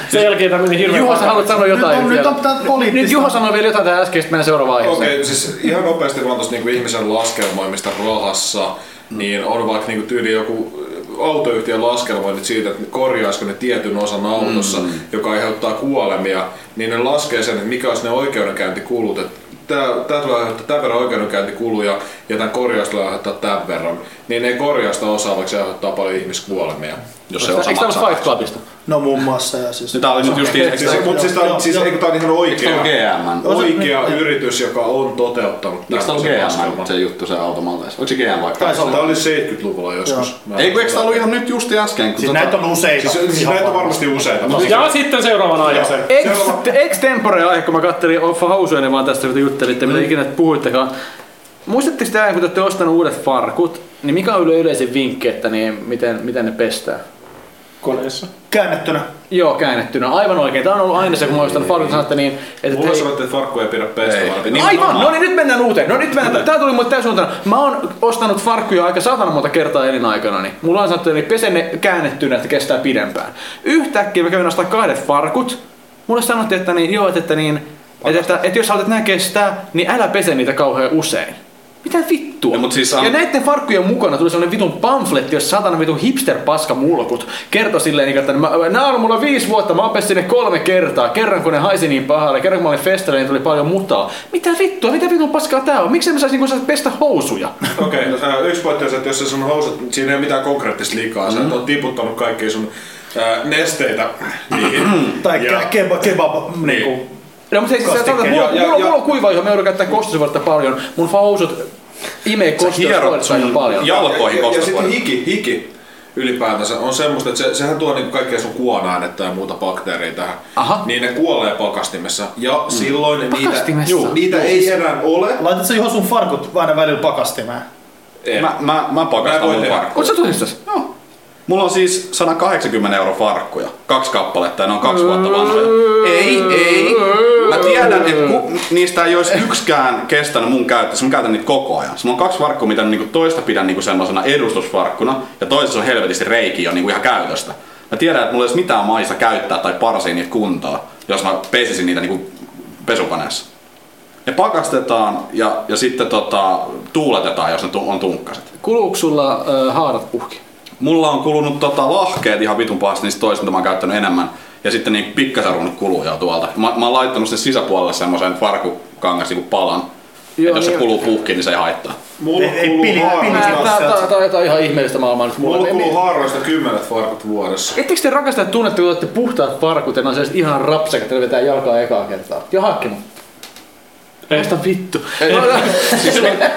Sen jälkeen tämä meni hirveän Juho, sä haluat sanoa Nyt jotain on, nyt vielä. on tää poliittista. Nyt Juho sanoi vielä jotain tähän äsken, sitten mennään seuraavaan aiheeseen. Okei, okay, siis ihan nopeasti vaan tuossa niinku ihmisen laskelmoimista rahassa, Mm. niin on vaikka niinku tyyli joku äh, autoyhtiön laskelmoinnit siitä, että korjaisiko ne tietyn osan autossa, mm. joka aiheuttaa kuolemia, niin ne laskee sen, että mikä olisi ne oikeudenkäyntikulut. Että tää, tää tulee aiheuttaa tämän verran oikeudenkäyntikuluja, ja tämän korjausta aiheuttaa tämän verran, niin ne korjausta osaavaksi aiheuttaa paljon ihmiskuolemia. jos se Eikö osaa tämä maksaa. ole Fight Clubista? No muun muassa. Ja siis, Niin tää oli nyt just Eikö se- Mutta siis, tää on- siis eikö tämä on ihan Eikö oikea, tää ollut GM? oikea yritys, joka on toteuttanut Eikö tää ollut tämmöisen GM laskelman. se juttu se automalleissa? Oliko se GM vai Taisi Chrysler? Tämä oli 70-luvulla joskus. Mä- Ei kun eikö tää ollut ihan nyt justi äsken? Kun tota- siis näitä on useita. Siis, siis Ihan näitä on varma. varmasti useita. mutta- Ja sitten seuraavan aihe. Ex- Extempore aihe, kun mä kattelin Offa Housuinen vaan tästä, mitä juttelitte, mitä ikinä puhuittekaan. Muistatteko te aina, kun te olette ostanut uudet farkut, niin mikä on yle- yleisin vinkki, että niin miten, miten ne pestää? Koneessa. Käännettynä. Joo, käännettynä. Aivan oikein. Tämä on ollut aina se, kun mä oon ostanut farkut, sanotte niin, että Mulla hei- sanottiin, että farkkuja ei pidä pestä Ei. varten. Niin, Aivan! No niin, nyt mennään uuteen. No nyt mennään. Tää tuli mulle täysin uutena. Mä oon ostanut farkkuja aika satana monta kertaa elinaikana. Niin mulla on sanottu, että pesen ne käännettynä, että kestää pidempään. Yhtäkkiä mä kävin ostamaan kahdet farkut. Mulle sanottiin, että niin, joo, että, että niin, että, että, että, jos haluat, että nää kestää, niin älä pese niitä kauhean usein. Mitä vittua? No, mut siis on- Ja näiden farkkujen mukana tuli sellainen vitun pamfletti, jossa satana vitun hipster paska mulkut kertoi silleen, niin, että mä, nää on ollut mulla viisi vuotta, mä opessin ne kolme kertaa. Kerran kun ne haisi niin pahalle, kerran kun mä olin festareilla, niin tuli paljon mutaa. Mitä vittua, mitä vitun paskaa tää on? Miksi mä saisi niinku saisi pestä housuja? Okei, ää, yksi pointti on se, että jos se sun housut, siinä ei ole mitään konkreettista likaa, sä et ole tiputtanut kaikkia sun ää, nesteitä (clears throat) niihin. Tai Ja- ke- kebab, kebab niin kuin No mutta hei, siis Kastike. sanotaan, että mulla, Ja- ja- mulla, mulla, on ja- kuiva, johon mä joudun käyttää kosteusvuodetta paljon. Mun housut imee kosteusvuodetta aika paljon. jalkoihin ja, ja, ja sitten kosteusvuodetta. hiki, hiki ylipäätänsä on semmoista, että se, sehän tuo niinku kaikkea sun kuona-ainetta ja muuta bakteeria tähän. Aha. Niin ne kuolee pakastimessa. Ja silloin niitä, Pakastimessa? Mm. juu, niitä ei enää ole. Laitat sä Juho sun farkut aina välillä pakastimeen? En. Mä, mä, mä Mä en pakastan voi mun tehdä. farkkuja. Oot sä tosissas? Mulla on siis 180 euro farkkuja. Kaksi kappaletta ja ne on kaksi vuotta vanhoja. Ei, ei. Mä tiedän, että ku, niistä ei olisi yksikään kestänyt mun käytössä. Mä käytän niitä koko ajan. Mulla on kaksi farkkua, mitä niinku toista pidän niinku semmosena edustusfarkkuna ja toisessa on helvetisti reiki jo niinku ihan käytöstä. Mä tiedän, että mulla ei olisi mitään maissa käyttää tai parsia niitä kuntoon, jos mä pesisin niitä niinku pesukoneessa. Ne pakastetaan ja, ja sitten tota, tuuletetaan, jos ne tu- on tunkkaset. Kuluuko sulla ö, haarat puhki? Mulla on kulunut tota lahkeet ihan vitun pahasti niistä toista, mitä mä oon käyttänyt enemmän. Ja sitten niin pikkasen ruvennut kuluu jo tuolta. Mä, mä oon laittanut sen sisäpuolelle semmoisen farkukangas niinku palan. Joo, Joo, jos se niin. kuluu puhki, niin se ei haittaa. Mulla Ei- ei kuluu pili- haaroista- pili- Tää, Niin, tää, se on- tää, tää on jotain ihan ihmeellistä maailmaa nyt mulla. Mulla Ei- kuluu haaroista kymmenet farkut vuodessa. Ettekö te rakasta tunnetta, kun olette puhtaat farkut ja ne on sellaiset ihan rapsakat, että ne vetää jalkaa ekaa kertaa? Ja hakkema. Ei. Siis Mistä vittu? No,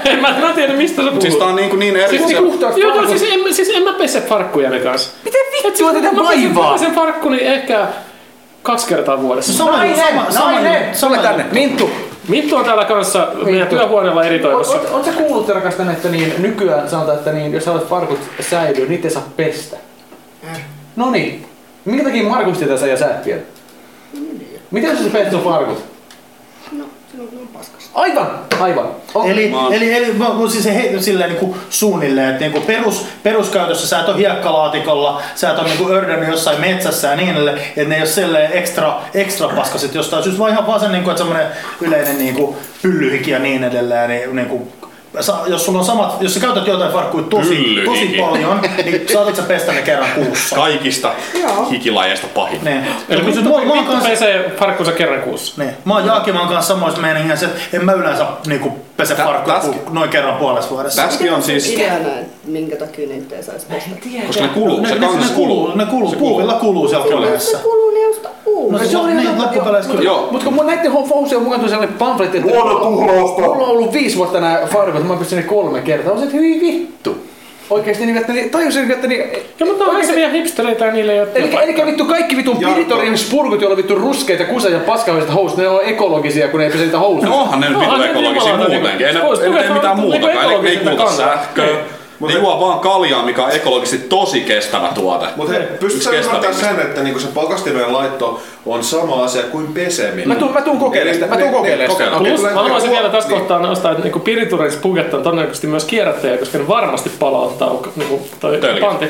En mä, mä tiedä mistä sä puhut. Siis tää on niinku niin eri... Siis se- niinku- puhtaat Joo, joo, farkut. siis en, siis en mä pese farkkuja ne kanssa. Miten Et siis vittua tätä mä pesen- Mä vaivaa? pesen farkkuni ehkä kaksi kertaa vuodessa. Sama, sama, sama, Tule tänne, Minttu! Minttu on täällä kanssa meidän työhuoneella eri toivossa. Oletko sä kuullut te rakastan, että niin, nykyään sanotaan, että niin, jos olet farkut säilyy, niitä ei saa pestä? No niin. Minkä takia Markus tietää sä ja sä et tiedä? Miten sä pestät sun farkut? No, silloin kun on paskas. Aivan! Aivan! On- Eli, eli, eli mä, mä siis he, silleen niin kuin suunnilleen, että niin kuin perus, peruskäytössä sä et ole hiekkalaatikolla, sä et ole niin kuin ördännyt jossain metsässä ja niin edelleen, että ne ei ole silleen ekstra, ekstra paskaset jostain syystä, vaan ihan vaan sen, niin kuin, että semmoinen yleinen niin kuin pyllyhiki ja niin edelleen, niin, niin kuin, sa- jos sulla on samat, jos sä käytät jotain farkkuja tosi, Pyllyhiki. tosi paljon, niin saatat sä pestä ne kerran kuussa. Kaikista Joo. hikilajeista pahin. Niin. Eli Mutta Minttu, mä- mä oon Minttu kans- pesee farkkunsa kerran kuussa. Niin. Mä oon Jaakimaan kanssa samoista meiningissä, että en mä yleensä niinku pese Tä- farkkuja täs- kuin noin kerran puolessa vuodessa. Tässäkin on siis... Ideana, että minkä takia niitä ei saisi pestä. Koska ne kuluu, se ne, ne, kangas ne No, kuluu, kuluu. ne kuluu, pulvilla kuluu siellä Se koneessa. kuluu, niin osta uusi. No se on niin, loppupeleissä kyllä. Joo. Mutta kun mun näiden housien mukaan tuli sellainen pamfletti, että mulla on ollut viisi vuotta nämä farkut, mä pystyn ne kolme kertaa. Mä sanoin, että hyi vittu. Oikeesti niin, että niin, tajusin, että niin... Ja mutta on oikeesti- aisevia hipstereitä ja niille ei ole Eli, eli vittu kaikki vitun piritoriumspurkut, joilla on vittu ruskeita kuseja ja paskahaiset housut, ne on ekologisia, kun ne ei pese niitä housuja. No onhan ne nyt Onhan vitu ne ekologisia jumalauta muutenkin. Ei ne, niinku- ei ne tee Voisi mitään tukea muutakaan. Ne, ne ei ekologista kuluta kantaa. sähköä. Niin. Ne juo vaan kaljaa, mikä on ekologisesti tosi kestävä tuote. Mutta hei, pystytkö sä ymmärtämään sen, että niinku se pakastimeen laitto on sama asia kuin peseminen? Mä tuun- mä tuun kokeilemaan sitä, mä tuun Niin, niin, kokeilemaan sitä. kokeile. Plus, Tulee- mä haluaisin tulee- vielä tässä niin. kohtaa nostaa, että niinku piriturin spuget on todennäköisesti myös kierrättäjä, koska ne varmasti palauttaa uk- niinku toi Tölkit. panti.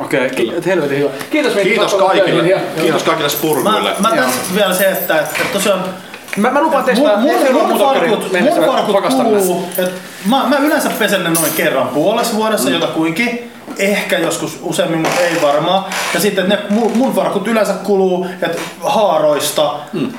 Okei, okay, helvetin hyvä. Kiitos, Mikko. Kiitos kaikille. Kiitos kaikille spurkuille. Mä, mä tässä vielä se, että, että tosiaan Mä, mä lupaan testaa. mun, mun, mun farkut, mun farkut kuuluu. kuluu. Et mä, mä yleensä pesen ne noin kerran puolessa vuodessa, mm. jotakuinkin. Ehkä joskus useammin, mutta ei varmaan. Ja sitten ne, mun, mun farkut yleensä kuluu et haaroista, mm.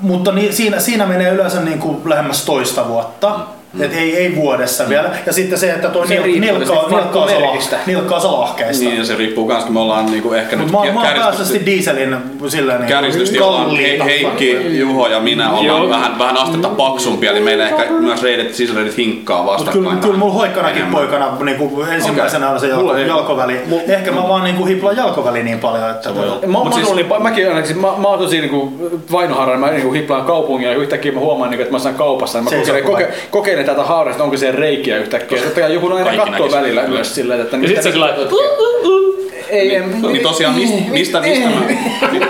mutta ni, siinä, siinä menee yleensä niin kuin lähemmäs toista vuotta. Mm. Mm. Et ei, ei vuodessa mm. vielä. Ja sitten se, että tuo Se nil, riippuu nilkka, tietysti nilkka, on faktomerkistä. sala, nilkka on salahkeista. Niin, ja se riippuu kans, kun me ollaan niinku ehkä nyt Mut mä, kä- mä oon kärjistetysti- pääsästi dieselin silleen niin Kärjistysti ollaan He- Heikki, Juho ja minä ollaan vähän, vähän astetta paksumpia, niin meillä ehkä myös reidet, sisäreidet hinkkaa Mutta kyllä, vastakkain. kyllä mulla hoikkanakin enemmän. poikana niinku ensimmäisenä on se jalko, Mulla ei- jalkoväli. Ehkä mä vaan niinku hiplaan jalkoväli niin paljon, että... Mä, tota- mä, Mut siis... siis- olin, mäkin ainakin, siis mä, mä oon tosi niinku vainoharrainen, mä niinku hiplaan kaupungilla ja yhtäkkiä mä huomaan, niinku, että mä saan kaupassa. Niin Se mä ei kokeilen, saa koke, kokeilen tätä haarasta, että onko se reikiä yhtäkkiä. Totta kai joku aina kaikki kattoo näkisi. välillä myös silleen, että... niin- Ja sit sä sillä lailla, ei, ei, Niin tosiaan, mistä, mistä, mistä mä... Niin,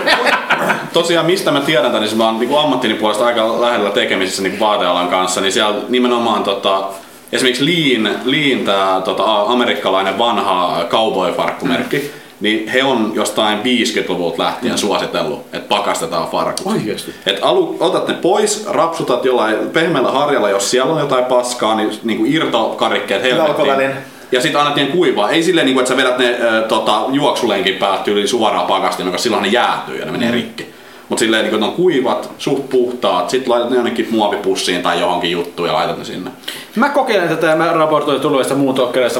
Tosiaan, mistä mä tiedän tämän, niin siis mä oon niin ammattini puolesta aika lähellä tekemisissä niin vaatealan kanssa, niin siellä nimenomaan tota, esimerkiksi Lean, Lean tää, tota, a- amerikkalainen vanha cowboy-farkkumerkki, niin he on jostain 50-luvulta lähtien suositellut, että pakastetaan farkut. Oikeesti? Et alu, otat ne pois, rapsutat jollain pehmeällä harjalla, jos siellä on jotain paskaa, niin, niin kuin irtokarikkeet Jalkovälin. helvettiin. Ja sitten annat niiden kuivaa. Ei silleen, niinku, että sä vedät ne ö, tota, juoksulenkin päät yli suoraan pakastin, koska silloin ne jäätyy ja ne Mm. menee rikki. Mutta silleen, niinku, että ne on kuivat, suht puhtaat, sitten laitat ne jonnekin muovipussiin tai johonkin juttuun ja laitat ne sinne. Mä kokeilen tätä ja mä raportoin tulevista muutokkereista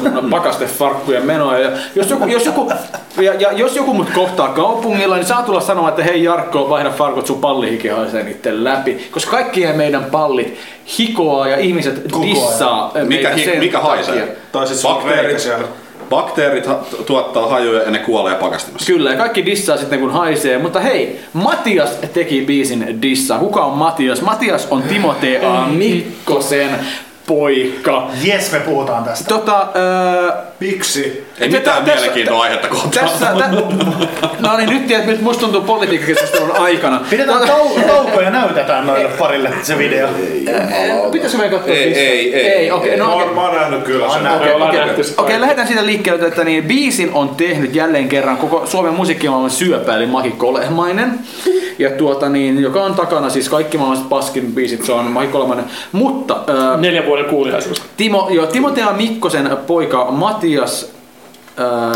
(laughs) mun pakastefarkkujen menoa. Ja jos, joku, jos, joku, ja, ja jos joku mut kohtaa kaupungilla, niin saa tulla sanomaan, että hei Jarkko, vaihda farkut, sun pallihiki haisee niitten läpi. Koska kaikkien meidän pallit hikoaa ja ihmiset Koko ajan. dissaa Mikä, meitä hi, sen mikä takia. haisee? Tai sit sulla on reikä siellä. bakteerit ha- tuottaa hajuja ja ne kuolee pakastimessa. Kyllä, ja kaikki dissaa sitten kun haisee, mutta hei, Matias teki biisin dissa. Kuka on Matias? Matias on Timo T.A. Mikkosen poika. Jes, me puhutaan tästä. Tota, öö, Miksi? Ei Tä- mitään tässä- mielenkiintoa aihetta kohtaan. Tässä, tä... no niin, nyt tiedät, nyt musta tuntuu politiikkakeskustelun aikana. Tota, Pidetään tau- tauko ja näytetään noille parille se video. Pitäisikö meidän katsoa Ei, biisiä? ei, ei. ei okei, Mä no okei. oon, mä oon nähnyt kyllä sen. Anna. Okei, ollaan Okei, nähty se Okei, kaikki. lähdetään siitä liikkeelle, että niin, biisin on tehnyt jälleen kerran koko Suomen musiikkimaailman syöpä, eli Maki Kolehmainen. Ja tuota niin, joka on takana siis kaikki maailman paskin biisit, se on Maki Kolehmainen. Mutta äh, Neljän vuoden kuuliaisuus. Timo, joo, Timotea Mikkosen poika Matias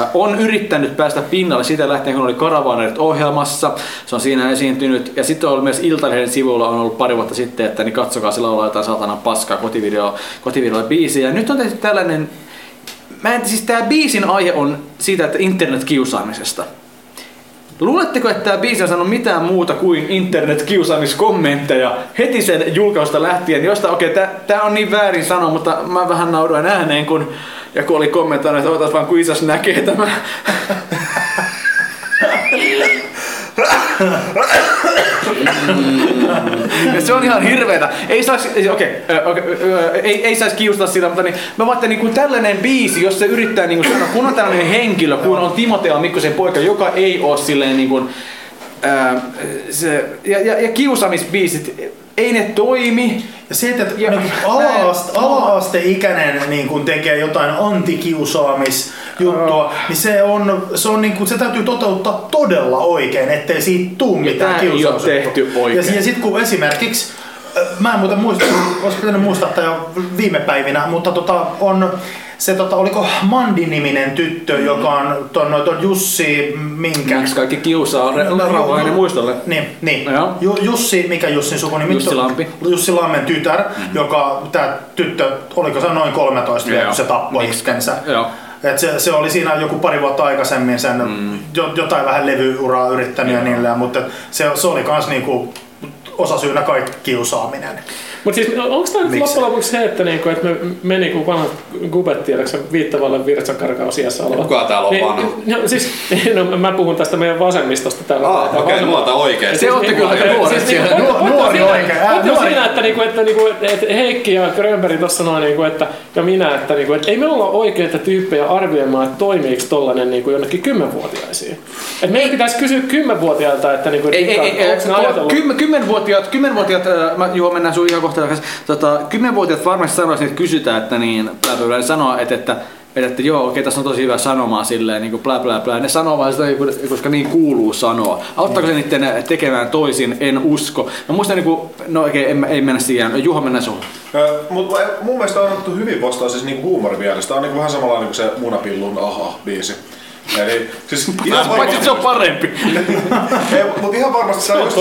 äh, on yrittänyt päästä pinnalle sitä lähtien, kun oli Karavanerit ohjelmassa. Se on siinä esiintynyt. Ja sitten on ollut myös Iltalehden sivulla on ollut pari vuotta sitten, että niin katsokaa, sillä on jotain saatanan paskaa kotivideo, kotivideolla biisiä. Ja nyt on tehty tällainen... Mä en, siis tää biisin aihe on siitä, että internetkiusaamisesta. Luuletteko, että tämä biisi on sanonut mitään muuta kuin internet-kiusaamiskommentteja heti sen julkausta lähtien, josta okei, okay, tämä on niin väärin sanoa, mutta mä vähän nauroin ääneen, kun joku oli kommentoinut, että ootas vaan kun isäs näkee tämä. (laughs) Ja se on ihan hirveetä. Ei saisi, okei, okay, okay, ei, ei saisi kiusata sitä, mutta niin, mä vaan niin tällainen biisi, jos se yrittää niin sanoa, kun on tällainen henkilö, kun on Timotea Mikkosen poika, joka ei ole silleen niin kuin, ää, se, ja, ja, ja kiusaamisbiisit, ei ne toimi. Ja se, että Ja- ja, niin ala-aste, ala-asteikäinen niin kun tekee jotain antikiusaamisjuttua, niin se, on, se, on, niin kun, se täytyy toteuttaa todella oikein, ettei siitä tuu mitään tää ei oo kiusaamisjuttua. tehty oikein. Ja, ja sitten kun esimerkiksi, äh, mä en muuten muista, olisi pitänyt muistaa tämä jo viime päivinä, mutta tota, on se, tota, oliko Mandi-niminen tyttö, joka on ton, noi- ton Jussi, minkä? Miksi kaikki kiusaa? Rauhainen muistolle. Niin, niin. No Joo. Ju, Jussi, mikä Jussin sukunimi? Jussi Lampi. Jussi Lammen tytär, mm-hmm. joka tämä tyttö, oliko se noin 13 vielä, Joo. kun se tappoi itsensä. Joo. Et se, se, oli siinä joku pari vuotta aikaisemmin sen mm. jo, jotain vähän levyuraa yrittänyt ja niillä, mutta se, se oli kans niinku osasyynä kaikki kiusaaminen. Mutta siis onko tämä nyt Miksi? loppujen lopuksi se, että, niinku, että me, me niinku vanhat gubet tiedäksä viittavalle virtsankarkausiassa oleva. Kuka täällä on Niin, vanha? No siis, (laughs) no, mä puhun tästä meidän vasemmistosta täällä. Ah, okei, okay, vasemmistosta. nuota oikeesti. Se olette kyllä aika nuoret siellä. niinku, Nuor- pointti on nuori siinä- oikein, ää, pointti on nuori. siinä, että, niinku, että, niinku, että, että Heikki ja Grönberg tuossa sanoi, niinku, että, ja minä, että, niinku, että ei me olla oikeita tyyppejä arvioimaan, että toimiiko tollanen niinku, jonnekin kymmenvuotiaisiin. Et meidän pitäisi kysyä kymmenvuotiailta, että niinku, Ei, ei, ei, ei. onko ne ajatellut... Kymmen, kymmenvuotiaat, kymmenvuotiaat, ää, mä, joo, mennään sun ihan kohta takaisin. Tota, kymmenvuotiaat varmasti sanoisin, että kysytään, että niin, plää, plää, plää, sanoa, että, että että, että joo, okei, tässä on tosi hyvä sanomaa silleen, niin kuin plää, plää, plää. Ne sanoo vaan sitä, niinku, koska niin kuuluu sanoa. Auttaako se niiden äh, tekemään toisin? En usko. Mä muistan, niin kuin, no oikein, en, mä- ei mennä siihen. Juha, mennään sun. Mutta mun mielestä on otettu hyvin vastaan siis niinku huumorivielestä. Tää on niinku vähän samalla niinku se munapillun aha-biisi. Eli siis ihan Paitsi että se varmasti, on parempi. ei, mut ihan varmasti se on just,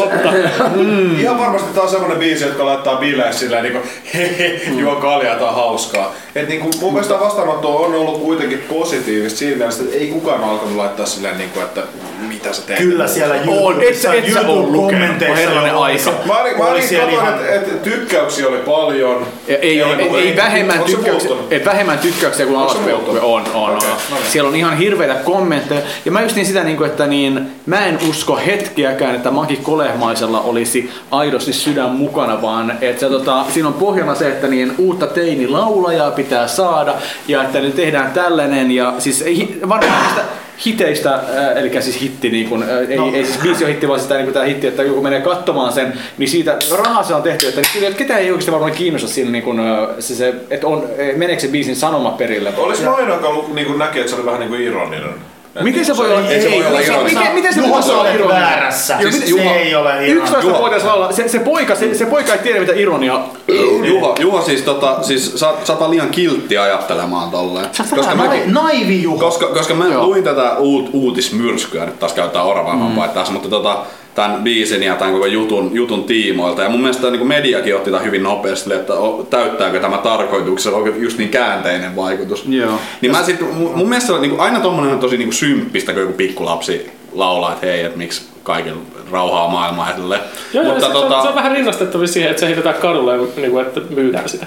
Mm. ihan varmasti tää on semmonen biisi, jotka laittaa bileet sillä niinku hehe, juo kaljaa tai hauskaa. Et niinku mun mielestä vastaanotto on ollut kuitenkin positiivista siinä mielessä, että ei kukaan alkanut laittaa silleen niinku, että mitä sä teet. Kyllä siellä On, et sä- et sä oo lukenut, kun kommenteissa herranen aika. Mä olin, mä Oli olin siellä katon, ihan- että et tykkäyksiä oli paljon. niinku, Ja ei, ei, ei, ei, vähemmän, tykkäyksiä, ei vähemmän tykkäyksiä kuin se alaspelkkue. muuttunut? On, on, Okei, on. no niin. Siellä on ihan hirveitä kommentteja. Ja mä just niin sitä, niin kuin, että niin, mä en usko hetkiäkään, että Maki Kolehmaisella olisi aidosti sydän mukana, vaan että se, tota, siinä on pohjana se, että niin, uutta teinilaulajaa pitää saada ja että nyt tehdään tällainen. Ja siis ei, varmaan niistä hiteistä, äh, eli siis hitti, niin kuin, äh, ei, No. ei siis biisi on hitti, vaan sitä, niin kuin tämä hitti, että joku menee katsomaan sen, niin siitä rahaa se on tehty, että niin kyllä ketään ei oikeasti varmaan kiinnosta siinä, niin kuin, ö, se, se, että on, ö, meneekö se biisin sanoma perille. Olis mä ainoa, joka ollut- niinku näki, että se oli vähän niinku ironinen. Miten se voi olla? ei se voi olla ironista. Miten, miten se Juha, voi sä olla olet ironia? väärässä. Joo, Siis miten- se ei ole ironia. 11 vuotias laulaa. Se, se, poika, se, se poika ei tiedä mitä ironia Juho, Juho siis, tota, siis sä, sä oot vaan liian kiltti ajattelemaan tolleen. Koska mäkin, Naivi No. Juha. koska, koska mä Joo. luin tätä uut, uutismyrskyä, nyt taas käytetään oravaampaa mm. tässä, mutta tota, tämän biisin ja tämän koko jutun, jutun tiimoilta. Ja mun mielestä niin mediakin otti tämän hyvin nopeasti, silleen, että o- täyttääkö tämä tarkoituksella, onko just niin käänteinen vaikutus. Joo. Niin mä sit, mun, mun mielestä se on niinku, aina tommonen on tosi niinku symppistä, kun joku pikkulapsi laulaa, että hei, että miksi kaiken rauhaa maailmaa ja tälleen. Joo, joo, mutta se, se, tota, on, se on vähän rinnastettavissa siihen, että se heitetään kadulle, niin kuin, että myydään sitä.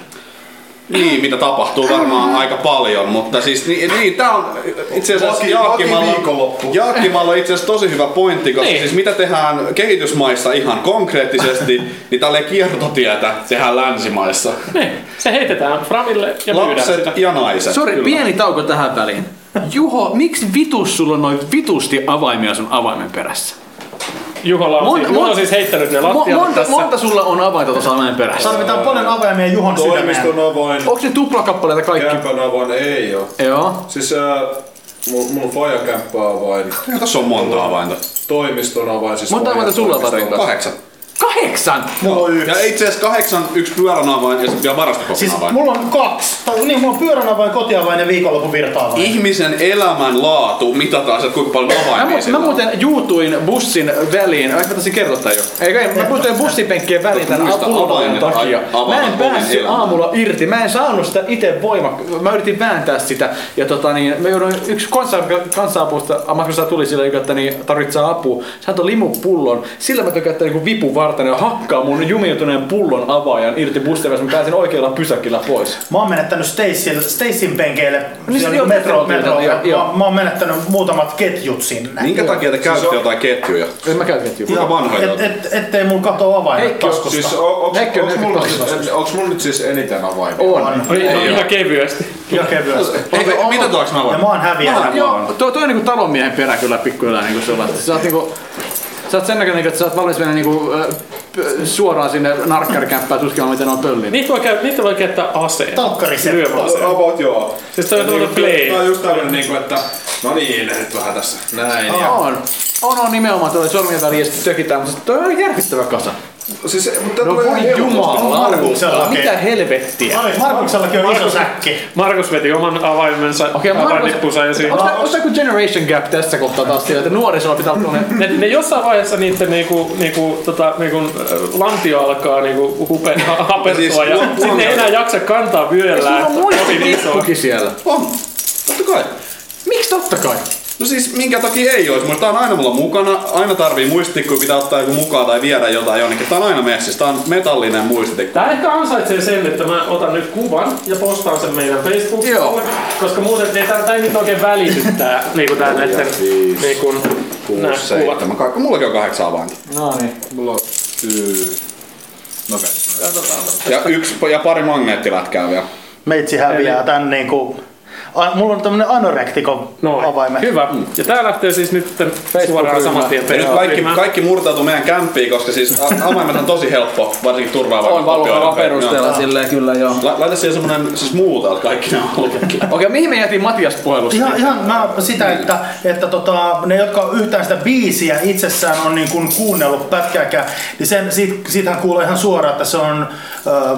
Niin, mitä tapahtuu varmaan aika paljon, mutta siis niin, niin tää on itse asiassa Vaki- Jaakkimalla, vakiviikonloppu. Jaakkimalla on itse asiassa tosi hyvä pointti, koska Niin. siis mitä tehdään kehitysmaissa ihan konkreettisesti, niin tälle kiertotietä tehdään länsimaissa. Niin, se heitetään framille ja myydään Lapset sitä. ja naiset. Sori, kyllä. pieni tauko tähän väliin. Juho, miksi vitus sulla on noin vitusti avaimia sun avaimen perässä? Juhola on, Mon- mon, siis, Juhola mon- on siis heittänyt ne Mo- lattialle monta, tässä. monta sulla on avainta tuossa avaimen perässä? Tarvitaan paljon avaimia Juhon sydämeen. Toimiston avoin, Onko ne tuplakappaleita kaikki? kämpän avoin, ei oo. Joo. Siis ää, mun, mun fajakämppä avain, Ja Tässä on monta avainta. toimiston avain, siis Monta avainta sulla on, faijatoimiston Patu? avain. Kahdeksan. Kahdeksan! Mulla on yksi. Ja itse asiassa kahdeksan, yksi pyörän avain ja sitten vielä varastokokon Siis avain. mulla on kaksi. Tai niin, mulla on pyöränä vain kotia vain ja viikonlopun virtaa vain. Ihmisen elämän laatu mitataan, että kuinka paljon Mä, avaimia mu- sillä mä on. muuten juutuin bussin väliin, ai mä taisin kertoa tää jo. Eikö, ei, mä juutuin bussipenkkien väliin tämän Muista pullojen avaimet, takia. ai- avaimet Mä en oven päässyt elämään. aamulla irti, mä en saanut sitä itse voimak... Mä yritin vääntää sitä ja tota niin, mä jouduin yksi kansa- kansa-apusta, ammatkassa tuli silleen, että niin, tarvitsee apua. Sä antoi limupullon, sillä mä tykkään niin vipu varten ja hakkaa mun jumiutuneen pullon avaajan irti bussivässä, mä pääsin oikealla pysäkillä pois. Mä oon menettänyt Stacyn, Stacyn penkeille Niin, siellä joo, metro, joo, metro, joo, joo. mä, mä oon menettänyt muutamat ketjut sinne. Minkä takia Siis te käytte jotain ketjuja? En mä käy ketjuun. Kuinka vanhoja te Et, olette? et, ettei mulla katoa avaimet Heikki on- taskusta. Siis o- onks, Näkö onks, ne- mulla, taskusta? onks mulla nyt siis eniten avaimia? On. Niin, no, ihan kevyesti. Ja kevyesti. Eikö, mitä taaks mä Ja voin? mä oon häviäjä. Joo, toi, toi on niinku talonmiehen perä kyllä pikkuhiljaa niinku sellaista. Sä oot niinku... Sä oot sen näköinen, että sä oot valmis mennä niinku ö, p- suoraan sinne narkkarikämppään tutkimaan, miten on pöllin. Niitä voi, käy- niitä voi käyttää aseena. Talkkariseppo. Lyömäaseena. About joo. Siis toi on Et tämmönen niinku- play. Tää on just tämmönen niinku, että no niin, nyt vähän tässä näin. ja- On. On, on nimenomaan tuolla sormien väliin ja sitten tökitään, mutta toi on järkyttävä kasa. Siis, mutta No voi jumalauta, Markuksella- mitä helvettiä. Mark- Markuksellakin on iso säkki. Markus veti oman avaimensa, Okei, okay, Markus, avainnippunsa esiin. onko tää- onko tää joku generation gap tässä kohtaa taas siellä, että nuorisolla pitää olla tuonne... Ne, ne jossain vaiheessa niiden niinku, niinku, tota, niinku, äh, lantio alkaa niinku, hupe, (laughs) ha- hapertua Siis ja huom- sitten ne ei enää jaksa kantaa vyöllään. Sulla Siis on Kovin isoa. muistipikkukin siellä. On. Totta kai. Miksi totta kai? No siis minkä takia ei olisi? Mutta tää on aina mulla mukana. Aina tarvii muistitikkuja, pitää ottaa joku mukaan tai viedä jotain jonnekin. Tää on aina messissä. Tää on metallinen muistitikku. Tää ehkä ansaitsee sen, että mä otan nyt kuvan ja postaan sen meidän Joo. Facebookille, koska muuten ei, tää, tää ei nyt oikein välity (laughs) tää, niinku tää näitten, viisi, niinku, nää Kuusi, kuvat. seitsemän, kaikki. Mullakin on kahdeksan avainta. No niin. Ja, yksi, ja pari magneettilätkää vielä. Meitsi häviää tän niinku... A, mulla on tämmönen anorektikon Noin. avaimet. Hyvä. Ja tää lähtee siis nyt suoraan saman tien Mm. Ja nyt kaikki, Facebookiin. kaikki murtautuu meidän kämppiin, koska siis a- avaimet on tosi helppo, varsinkin turvaavaa. On valuvalla perusteella silleen, kyllä joo. La, laita siihen semmonen siis muuta, että kaikki nämä on ollut. Okei, mihin me jätiin Matias puhelusta? Ihan, ihan mä sitä, että, että tota, ne, jotka on yhtään sitä biisiä itsessään on niin kuin kuunnellut pätkääkään, niin sen, siitä, siitähän kuulee ihan suoraan, että se on ö,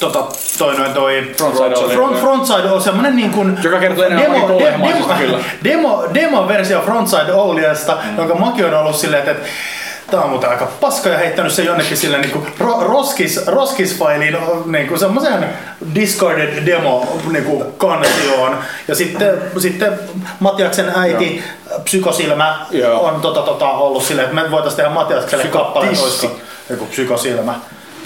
tota, toi noin toi Frontside Oli. Front, frontside on semmonen niin kuin Joka kertoo enemmän demo, kuin de, demo, kolehmaisesta kyllä. demo, demo-versio Frontside Olliesta, mm. jonka Maki on ollut silleen, että Tää on muuten aika paska ja heittänyt se jonnekin sille niinku ro, roskis, roskisfailiin niinku semmoisen discarded demo niinku kansioon. Ja sitten, sitten Matiaksen äiti Psykosilmä Joo. on tota, tota, ollut silleen, että me voitaisiin tehdä Matiakselle kappale Psykotissi. toista. Joku psykosilmä.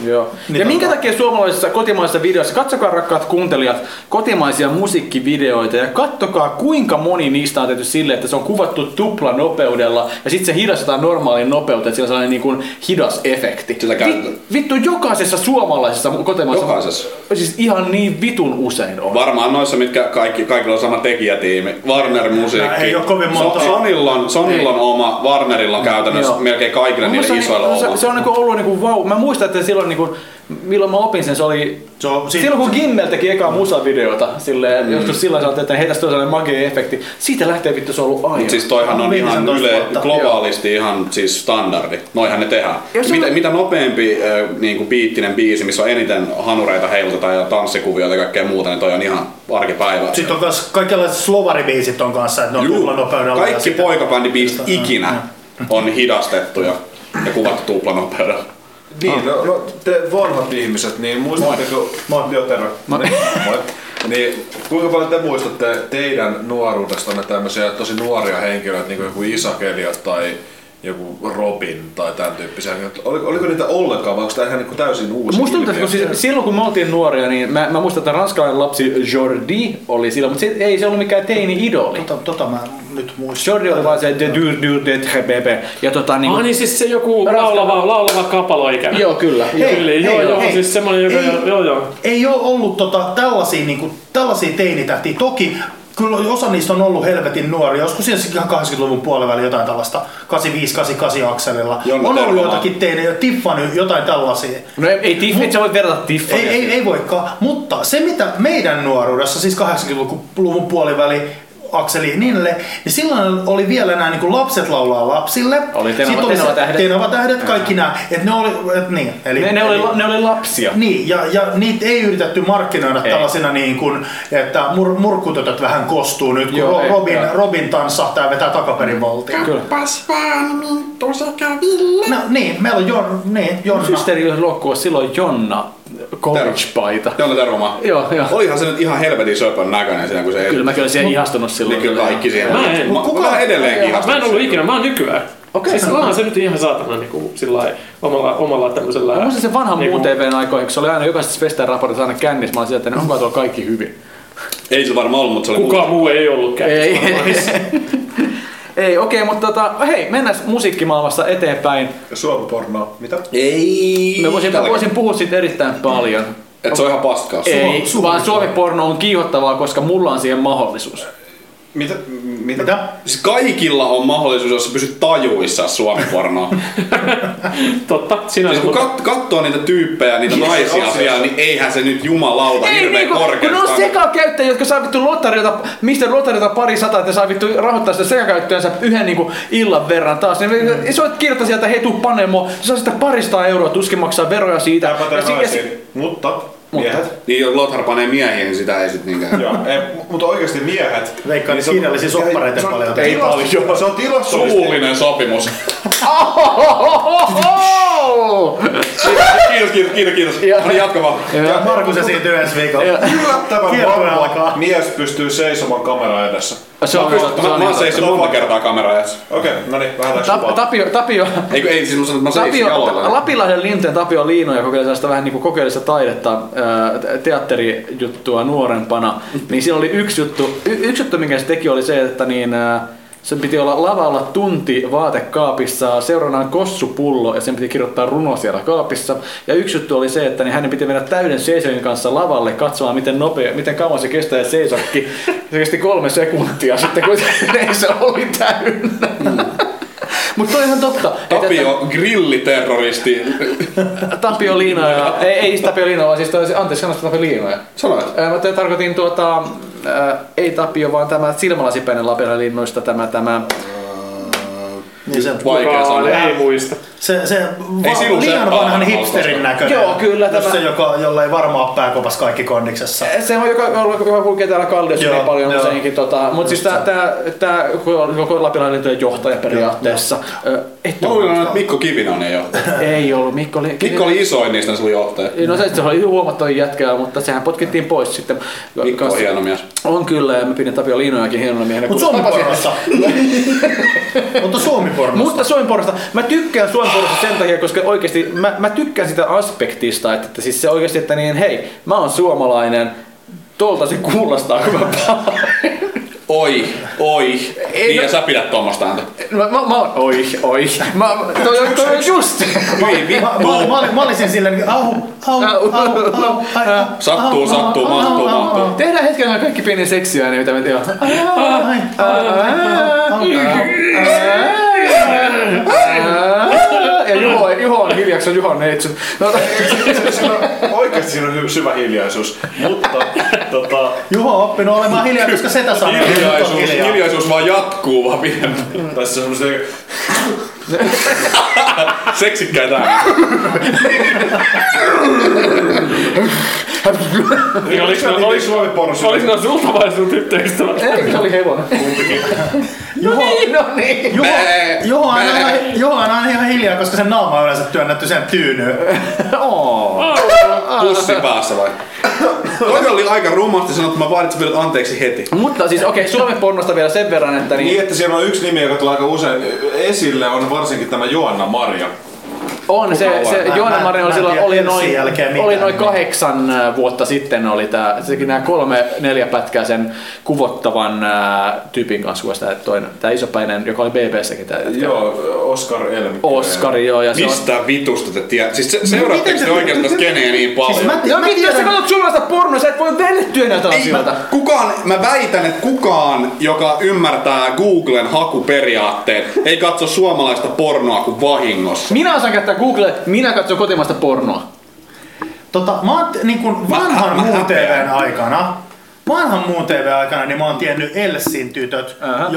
Joo. Niin ja minkä tota- takia suomalaisissa kotimaisissa videoissa, katsokaa rakkaat kuuntelijat, kotimaisia musiikkivideoita ja kattokaa kuinka moni niistä on tehty silleen, että se on kuvattu tupla nopeudella ja sitten se hidastetaan normaaliin nopeuteen, että sillä on sellainen niin kuin hidas efekti. Sillä käytetään. Vi- vittu jokaisessa suomalaisessa kotimaisessa. Jokaisessa. Siis ihan niin vitun usein on. Varmaan noissa, mitkä kaikki, kaikilla on sama tekijätiimi. Warner Nää Musiikki. ei oo kovin monta. Niin. Mm, So, Sonilla on, Sonilla on oma, Warnerilla on käytännössä Joo. melkein kaikilla Mun niillä mielestä isoilla se, oma. se, se, on niinku ollut niinku vau. Mä muistan, että silloin niinku, milloin mä opin sen, se oli Se on, si- Silloin kun Gimmel teki ekaa musavideota, silleen, mm. joskus sillä saatiin, että heitäs toiselle magia-efekti, siitä lähtee vittu se on ollut aina. Mut siis toihan on Viimeisen ihan toista yle, vuotta. globaalisti ihan siis standardi. Noihän ne tehdään. Jos mitä, on- mitä nopeampi äh, niinku biittinen biisi, missä on eniten hanureita heilutetaan ja tanssikuvioita ja kaikkea muuta, niin toi on ihan arkipäivää. Sitten on myös kaikenlaiset slovaribiisit on kanssa, että ne on Juu, tuplanopeudella. ja kaikki sitten- Mm. poikabändibiisit ikinä on hidastettu ja, ja kuvattu tuplanopeudella. Ah. Niin, no, no te vanhat ihmiset, niin muistatteko... Moi. Joo, terve. Niin, Moi. Niin, kuinka paljon te muistatte teidän nuoruudestanne tämmöisiä tosi nuoria henkilöitä, niin kuin joku Isakelia tai joku Robin tai tämän tyyppisiä. Oliko, oliko niitä ollenkaan vai onko tämä ihan niin kuin täysin uusi Musta tuntuu, että ilmiö? kun siis, silloin kun me oltiin nuoria, niin mä, mä muistan, että ranskalainen lapsi Jordi oli silloin, mutta se, ei se ollut mikään teini-idoli. Tota, tota mä en nyt muistan. Jordi oli vaan se de dur dur de tre bebe. Ja tota niinku... Ah niin siis se joku laulava, laulava kapaloikäinen. Joo, kyllä. Hei, Kyllä, joo, hei, joo, hei. siis semmonen, joka, Ei. joo, joo. Ei ole ollut tota, tällaisia, niin kuin, tällaisia teinitähtiä. Toki kyllä osa niistä on ollut helvetin nuori. Joskus siis ihan 80-luvun puoliväli jotain tällaista 85-88 akselilla. Jonna on ollut Tervomaa. jotakin teine, Tiffany, jotain tällaisia. No ei, ei, Tiff, et sä voi verrata Tiffania. Ei, ei, ei voikaan, mutta se mitä meidän nuoruudessa, siis 80-luvun puoliväli, Akseli ja niille, niin silloin oli vielä nämä niin lapset laulaa lapsille. Oli Tenava- Sitten oli se- Tenava tähdet. Tenava tähdet, kaikki nämä. Että ne oli, et niin. Eli, Ne, ne, eli- oli, ne oli lapsia. Niin, ja, ja niitä ei yritetty markkinoida Ei. ei. tällaisina niin kuin, että mur, murkkutötöt vähän kostuu nyt, kun Joo, Joo, ei, Robin, joo. Mm. Robin tanssahtaa ja vetää takaperin valtia. Kyllä. niin No niin, meillä on Jon, niin, Jonna. Systeri lokkuu silloin Jonna college-paita. Jonna Tervomaa. Joo, joo. Olihan se nyt ihan helvetin söpön näköinen siinä, kun se Kyllä mä kyllä siihen ihastunut silloin. Niin kyllä kaikki siihen. Mä en. Mä, Kuka- kuka on edelleenkin Mä ihastunut en ollut siihen. ikinä, mä oon nykyään. Okei. Siis mä oon se nyt ihan saatana niinku sillä lailla omalla, omalla tämmöisellä... niinku, Mä muistan sen vanhan muun TVn aikoihin, kun se oli aina jokaisessa festain raportissa aina kännissä. Mä olin sieltä, että ne onko tuolla kaikki hyvin. Ei se varmaan ollut, mutta se oli Kukaan muu ei ollut Ei, käytössä. (laughs) ei okei, okay, mutta tota, hei, mennään musiikkimaailmassa eteenpäin. Suomi-pornoa. Mitä? Ei. Mä voisin, mä Tälläkin. voisin puhua siitä erittäin paljon. Et se on ihan paskaa. Ei, Suomi- vaan suomiporno on kiihottavaa, koska mulla on siihen mahdollisuus. Mitä? Mitä? Mitä? Siis kaikilla on mahdollisuus, jos sä pysyt tajuissa (laughs) suomipornoa. Totta, sinänsä. siis kun mutta- kat, katsoo niitä tyyppejä, niitä Yes, naisia yes, siellä, yes. niin eihän se nyt jumalauta Ei hirveän niinku, korkeasti. kun ne on sekakäyttäjiä, jotka saa vittu lotarilta, mistä lotarilta pari sataa, että saa vittu rahoittaa sitä sekakäyttäjänsä yhden niinku illan verran taas. Mm. Niin se on kirjoittaa sieltä, hei tuu panemo, se saa sitä parista euroa, tuskin maksaa veroja siitä. Tämä No pätee Ja siis- si- ja si- naisiin. Mutta miehet. Niin jos Lothar panee miehiä, niin sitä ei sit niinkään. Joo, ei, mutta oikeasti miehet. Niin Veikkaan, että se on- kirjallisia soppareita se on- paljon. se on Ei tilasto- Se on tilastollisesti Suullinen (laughs) sopimus. (laughs) Ohohohoho! kiitos, kiitos, kiitos, kiitos. No niin, jatka vaan. Ja Markus esiintyy ensi viikolla. Yllättävän Kierroilla vahva alkaa. mies pystyy seisomaan kamera edessä. Se on Mä, mä, mä oon se seissyt monta kertaa kameraa edessä. Okei, okay, no niin, vähän läks Tap- kuvaa. Tapio, Tapio, Ei, kun- ei siis mä sanon, että mä seisin Tapio, jaloilla. Lapilahden Linteen Tapio Liinoja kokeilee sellaista vähän niinku kokeellista taidetta, ää, te- teatterijuttua nuorempana, Mm-hmm. niin siinä oli yksi juttu, y- yksi juttu minkä se teki oli se, että niin, ää, sen piti olla lavalla tunti vaatekaapissa, seuranaan kossupullo ja sen piti kirjoittaa runo siellä kaapissa. Ja yksi juttu oli se, että niin hänen piti mennä täyden seisojen kanssa lavalle katsomaan, miten nopea, miten kauan se kestää ja seisokki. Se kesti kolme sekuntia sitten, kun se (laughs) oli täynnä. Mutta toi on ihan totta. että- Mm. Tapio, grilliterroristi. Tapio Liinoja, ei, ei Tapio Liinoja, vaan siis toi, anteeksi sanoista Tapio Liinoja. Sanoit. Ää, Mä te- tarkoitin tuota, ää, ei Tapio, vaan tämä silmälasipäinen Lapiolan linnuista, tämä, tämä, Niin se, Vaikea Kukaan sanoa. ei muista. se, se va- sinun se liian vanhan paha hipsterin halkoista. näköinen. Joo, kyllä Just tämä- Se, joka, jolla ei varmaan ole pääkopas kaikki kondiksessa. Se on joka, joka, joka kulkee täällä Kalliossa Joo, niin paljon joo. useinkin. Tota, mutta siis Just tää, se. tää, tää koko Lapilainen työn johtaja periaatteessa. Ö, Et Mä luulen, ollut, että Mikko Kivinen ei ole. ei ollut, Mikko oli... Mikko oli isoin niistä, niin se oli johtaja. No se, se oli huomattavin jätkää, mutta sehän potkittiin pois sitten. Mikko on hieno mies. On kyllä, ja mä pidän Tapio Liinojakin hienona miehenä. Mutta kun Suomi tapasin- (laughs) pornosta. Mutta Suomi pornosta. Mutta Suomenpornosta, mä tykkään Suomenpornosta sen takia, koska oikeasti mä, mä tykkään sitä aspektista, että, että siis se oikeasti, että niin hei, mä oon suomalainen, tolta se kuulostaa, kun mä palaan. Oi, oi. Ei, niin, no- ja sä pidät tuommoista ääntä. Mä, No, mä, mä oon, oi, oi. Mä, toi, on- toi on just. Hyvin Mä, vittu. mä, mä, olin- mä olisin silleen, niin, au, au, au, au, ai, au, Sattuu, Ah, au, sattuu, au, mahtuu, au, au, mahtuu. au. Tehdään hetken aikaa kaikki pieni seksiääni, mitä me tehdään. Ai, Ah. ai, ai, au, au. Ja Juho, Juho on hiljaksi, Juho on neitsyt. No, (laughs) Siinä on, oikeasti siinä on hy- syvä hiljaisuus, mutta tota, Juho on oppinut olemaan hiljaa, koska setä sanoo. että nyt on Hiljaisuus, hiljaa. hiljaisuus vaan jatkuu vaan pidempään. tai siis (laughs) semmoista Seksikkäitä ääniä. Niin oliks ne- Niin, oliks- Suomi pornossa. Olis ne sulta vai sun tyttöystävät? ei, se oli hevonen. No niin, no niin. Juho, Bää, Juho, on bää. aina, Juho on aina ihan hiljaa, koska sen naama on yleensä työnnetty sen tyynyyn. Oh. Pussi päässä vai? Toi oli aika rumasti sanottu, mä vaaditsin vielä anteeksi heti. Mutta siis okei, okay, Suomen pornosta vielä sen verran, että niin, Niin, että siellä on yksi nimi, joka tulee aika usein esille, on varsinkin tämä Joanna Marja. on se, se Mä- Joona mä- Marin mä oli en silloin, tiedä oli Ilsin noin, jälkeen mitään. oli noin kahdeksan äh, vuotta sitten oli tää, sekin nämä kolme, neljä pätkää sen kuvottavan äh, tyypin kanssa, kuka sitä toinen, tää isopäinen, joka oli BBssäkin tää jätkä. Joo, Oscar Elm. Oskari, joo, ja se on, Mistä vitusta te tiedät? Siis se, seuraatteko te oikeastaan skeneä niin paljon? Siis mä, No mä vittu, jos sä tiedän, katsot suomalaista pornoa, sä et voi välttyä näitä Ei, asioita. kukaan, mä väitän, että kukaan, joka ymmärtää Googlen hakuperiaatteet, ei katso suomalaista pornoa kuin vahingossa. Minä osaan käyttää Google, minä katson kotimaista pornoa. tota, mä oon niin kuin vanhan Mä- mä- mä muun TVn häpeän. aikana, vanhan muun TV aikana, niin mä oon tiennyt Elsin tytöt ja Ra- Ra-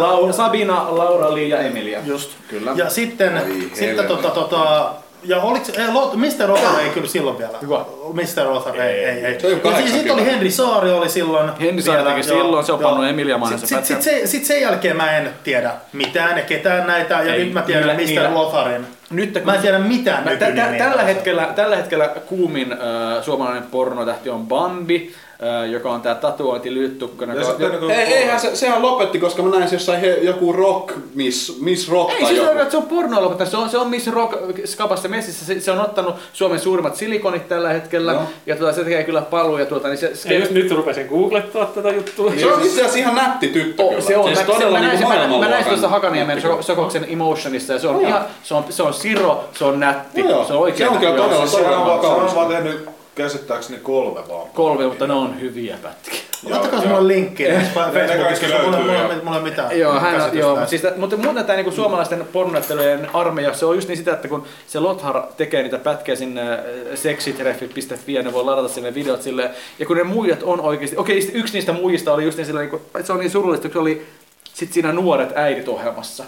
Laura, Sabina, Laura, Li ja Emilia. Just. Kyllä. Ja sitten, sitten tota, tota, ja oliks, ei, Lot- Mr. Othar ei kyllä silloin vielä. Hyvä. Mr. Othar ei, ei, ei. on Ja siis, sitten 80. oli Henri Saari oli silloin. Henri Saari vielä, teki joo, silloin, se on joo. pannut Emilia Mainen Sit, sen sit, pätkän. sit, se, sit sen jälkeen mä en tiedä mitään ja ketään näitä, ja Ei, nyt mä tiedän niillä- niillä- Mr. Lotharin. Nyt kun- Mä en tiedä mitään Mä- tä- tä- nykynimiä. Tällä hetkellä, tällä hetkellä kuumin äh, suomalainen pornotähti on Bambi, äh, joka on tää tatuointi lyhyttukkana. Ja sitten niin kun- Ei, eihän se, sehän lopetti, koska mä näin se jossain he, joku rock, miss, miss rock Ei tai siis joku. ole, että se on pornoa lopettanut. Se on, se on Miss Rock skapassa messissä. Se, se, on ottanut Suomen suurimmat silikonit tällä hetkellä. Ja tuota, se tekee kyllä paluja. Tuota, niin se, se, Ja just nyt rupesin googlettaa tätä juttua. Se on itse asiassa ihan nätti tyttö Oh, kyllä. se on, siis mä, se, todella mä, näin, niinku sen- mä, mä näin sen maailmanluokan tuossa Hakaniemen nätti kyllä. so- Sokoksen Emotionissa ja se on, ihan, se on, se on siro, se on nätti, Joo, joo. se on Se oikein on kyllä nätti. todella- Se on vaan, siis se kaunis. on vaan tehnyt käsittääkseni kolme vaan. Kolme, mutta ne on hyviä pätkiä. Ottakaa mulle Eh. linkkiä kaikki Facebookissa, mulla löytyy, mulla- joo. mulla ei mitään Joo, hän, käsitystä joo näistä. siis, tä- mutta muuten tämä niinku suomalaisten pornoittelujen armeija, se on just niin sitä, että kun se Lothar tekee niitä pätkiä sinne äh, seksitreffit.fi ja ne voi ladata sinne videot silleen, ja kun ne muijat on oikeasti, okei sit yksi niistä muijista oli just niin silleen, niinku, että se on niin surullista, kun se oli sit siinä nuoret äidit ohjelmassa.